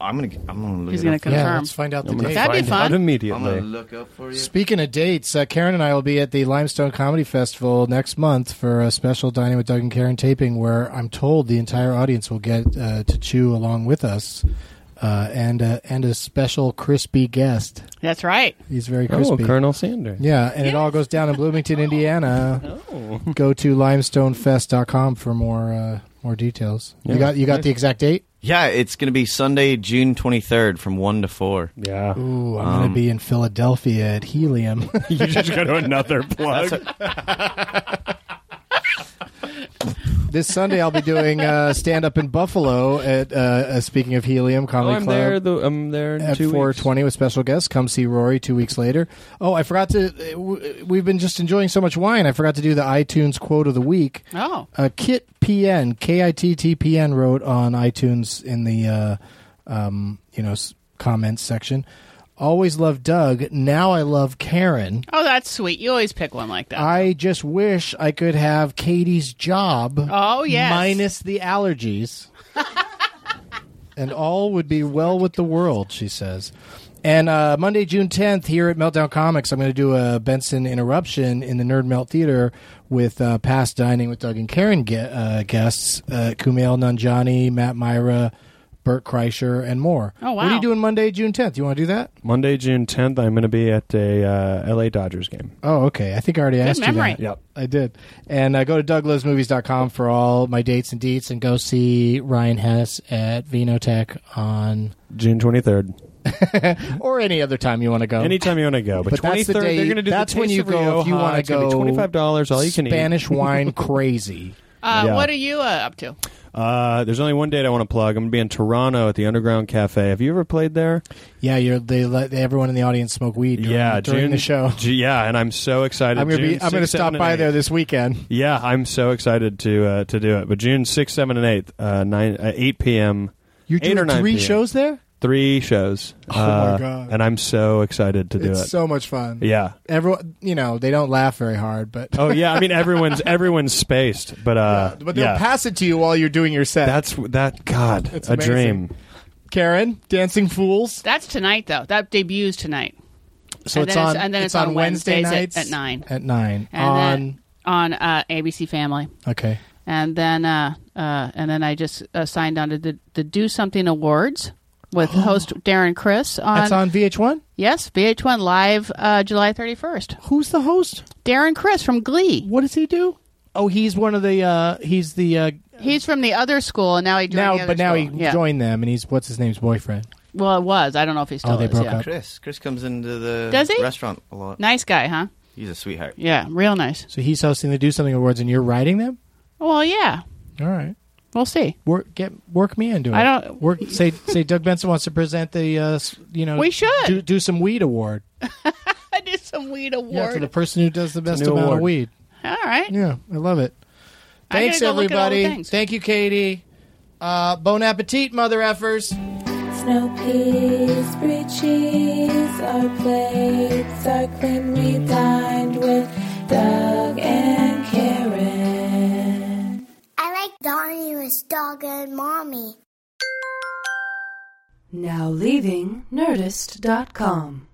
Speaker 6: I'm gonna I'm gonna look
Speaker 4: He's
Speaker 6: it
Speaker 4: gonna
Speaker 6: up.
Speaker 4: come- Confirm.
Speaker 3: Yeah, let's find out the
Speaker 5: I'm gonna
Speaker 3: date.
Speaker 4: That'd be
Speaker 5: find out
Speaker 4: fun.
Speaker 6: I'm gonna
Speaker 5: immediately.
Speaker 6: look up for you.
Speaker 3: Speaking of dates, uh, Karen and I will be at the Limestone Comedy Festival next month for a special Dining with Doug and Karen taping where I'm told the entire audience will get uh, to chew along with us uh, and uh, and a special crispy guest.
Speaker 4: That's right.
Speaker 3: He's very
Speaker 5: Oh,
Speaker 3: crispy.
Speaker 5: Colonel Sanders.
Speaker 3: yeah, and it all goes down in Bloomington, Indiana.
Speaker 5: Oh.
Speaker 3: Go to limestonefest.com for more uh, more details.
Speaker 5: Yeah.
Speaker 3: You got you got the exact date?
Speaker 6: Yeah, it's going to be Sunday, June 23rd from 1 to 4.
Speaker 5: Yeah.
Speaker 3: Ooh, I'm
Speaker 5: Um,
Speaker 3: going to be in Philadelphia at Helium.
Speaker 5: you just go to another plug.
Speaker 3: This Sunday I'll be doing uh, stand up in Buffalo at uh, uh, speaking of Helium
Speaker 5: Oh,
Speaker 3: Comedy
Speaker 5: I'm
Speaker 3: Club.
Speaker 5: there. The, I'm there in
Speaker 3: at
Speaker 5: two
Speaker 3: four
Speaker 5: weeks.
Speaker 3: twenty with special guests. Come see Rory two weeks later. Oh, I forgot to. uh, w- We've been just enjoying so much wine. I forgot to do the iTunes quote of the week.
Speaker 5: Ah.
Speaker 4: Oh,
Speaker 3: Uh, Kit PN K I T T P N wrote on iTunes in the uh, um, you know s- comments section. Always loved Doug. Now I love Karen.
Speaker 5: Uh-huh.
Speaker 4: oh, that's sweet. You always pick one like that.
Speaker 3: I just wish I could have Katie's job.
Speaker 4: Oh, yes.
Speaker 3: minus the allergies, and all would be well with the world. She says. And uh, Monday, June tenth, here at Meltdown Comics, I'm going to do a Benson interruption in the Nerd Melt Theater with uh, past dining with Doug and Karen ge- uh, guests: uh, Kumail Nanjani, Matt Myra, Bert Kreischer, and more.
Speaker 4: Oh,
Speaker 3: What are
Speaker 4: wow.
Speaker 3: you doing Monday, June tenth? You want to do that?
Speaker 5: Monday, June 10th. I'm going to be at a uh, L.A. Dodgers game.
Speaker 3: Oh, okay. I think I already asked
Speaker 4: memory.
Speaker 3: you that. I did. And uh, go to douglovesmovies.com for all my dates and deets and go see Ryan Hess at Vinotech on
Speaker 5: June 23rd.
Speaker 3: or any other time you want to go.
Speaker 5: Anytime you want to go, but,
Speaker 3: Oh. But that's
Speaker 5: 23rd
Speaker 3: the day-
Speaker 5: they're going to do.
Speaker 3: that's
Speaker 5: the
Speaker 3: when
Speaker 5: Taste
Speaker 3: you
Speaker 5: of
Speaker 3: go
Speaker 5: Rioja.
Speaker 3: if you wanna
Speaker 5: It's gonna be
Speaker 3: go
Speaker 5: Twenty-five dollars, all you can
Speaker 3: Spanish wine crazy.
Speaker 4: uh,
Speaker 5: Yeah.
Speaker 4: What are you uh, up to?
Speaker 5: eat. Uh, there's only one date I want to plug. I'm going to be in Toronto at the Underground Cafe. Have you ever played there?
Speaker 3: Yeah, you're they let everyone in the audience smoke weed during,
Speaker 5: yeah,
Speaker 3: during
Speaker 5: June,
Speaker 3: the show.
Speaker 5: Ju- yeah, and I'm so excited.
Speaker 3: I'm gonna
Speaker 5: June
Speaker 3: be I'm gonna
Speaker 5: 6th, 7th,
Speaker 3: stop
Speaker 5: and
Speaker 3: by
Speaker 5: 8th.
Speaker 3: there this weekend.
Speaker 5: Yeah, I'm so excited to uh, to do it. But June 6th, 7th, and 8th, uh, 9, uh, 8 p.m.
Speaker 3: You're
Speaker 5: 8 or
Speaker 3: doing
Speaker 5: 9
Speaker 3: three
Speaker 5: p.m.
Speaker 3: shows there?
Speaker 5: Three shows. Uh,
Speaker 3: Oh, my God.
Speaker 5: And I'm so excited to do
Speaker 3: it's
Speaker 5: it.
Speaker 3: so much fun.
Speaker 5: yeah.
Speaker 3: Everyone you know, they don't laugh very hard, but
Speaker 5: Oh yeah. I mean, everyone's everyone's spaced, but uh,
Speaker 3: but they'll
Speaker 5: yeah.
Speaker 3: pass it to you while you're doing your set.
Speaker 5: That's that. God,
Speaker 3: It's
Speaker 5: a
Speaker 3: amazing.
Speaker 5: dream.
Speaker 3: Karen, Dancing Fools.
Speaker 4: That's tonight, though. That debuts tonight.
Speaker 3: So
Speaker 4: And
Speaker 3: it's
Speaker 4: then
Speaker 3: on
Speaker 4: it's- and then it's on
Speaker 3: Wednesday
Speaker 4: Wednesdays
Speaker 3: nights
Speaker 4: at- at nine.
Speaker 3: At nine
Speaker 4: And
Speaker 3: on
Speaker 4: then, on uh, ABC Family,
Speaker 3: okay.
Speaker 4: and then uh, uh, and then I just uh, signed on to the, the Do Something Awards with host Darren Chris on,
Speaker 3: That's on VH1.
Speaker 4: yes VH1 live uh, July thirty first.
Speaker 3: Who's the host?
Speaker 4: Darren Chris from Glee.
Speaker 3: What does he do? Oh, he's one of the. uh He's the uh
Speaker 4: He's from the other school, and now he joined the
Speaker 3: now,
Speaker 4: other
Speaker 3: but now he
Speaker 4: school. Yeah.
Speaker 3: joined them, and he's what's his name's boyfriend.
Speaker 4: Well, it was. I don't know if he still
Speaker 3: Oh, they
Speaker 4: is.
Speaker 3: broke
Speaker 4: yeah.
Speaker 3: up.
Speaker 6: Chris. Chris comes into the
Speaker 4: Does he?
Speaker 6: restaurant a lot.
Speaker 4: Nice guy, huh?
Speaker 6: He's a sweetheart.
Speaker 4: Yeah, real nice.
Speaker 3: So he's hosting the Do Something Awards, and you're writing them.
Speaker 4: Well, yeah,
Speaker 3: All right,
Speaker 4: we'll see.
Speaker 3: work get work me into it.
Speaker 4: I don't-
Speaker 3: work. Say say Doug Benson wants to present the uh s- you know
Speaker 4: We should.
Speaker 3: do, do some weed award.
Speaker 4: I did some weed
Speaker 3: Yeah, to
Speaker 4: award.
Speaker 3: the person who does the best
Speaker 5: new
Speaker 3: amount of
Speaker 5: award.
Speaker 3: weed.
Speaker 4: All right.
Speaker 3: Yeah, I love it.
Speaker 4: I gotta
Speaker 3: Thanks,
Speaker 4: go look at all the
Speaker 3: everybody.
Speaker 4: things.
Speaker 3: Thank you, Katie. Uh, bon appetit, mother effers.
Speaker 2: Snow peas, brie cheese, our plates are clean. We dined with Doug and Karen.
Speaker 9: I like Donnie was dog and mommy.
Speaker 1: Now leaving Nerdist.com.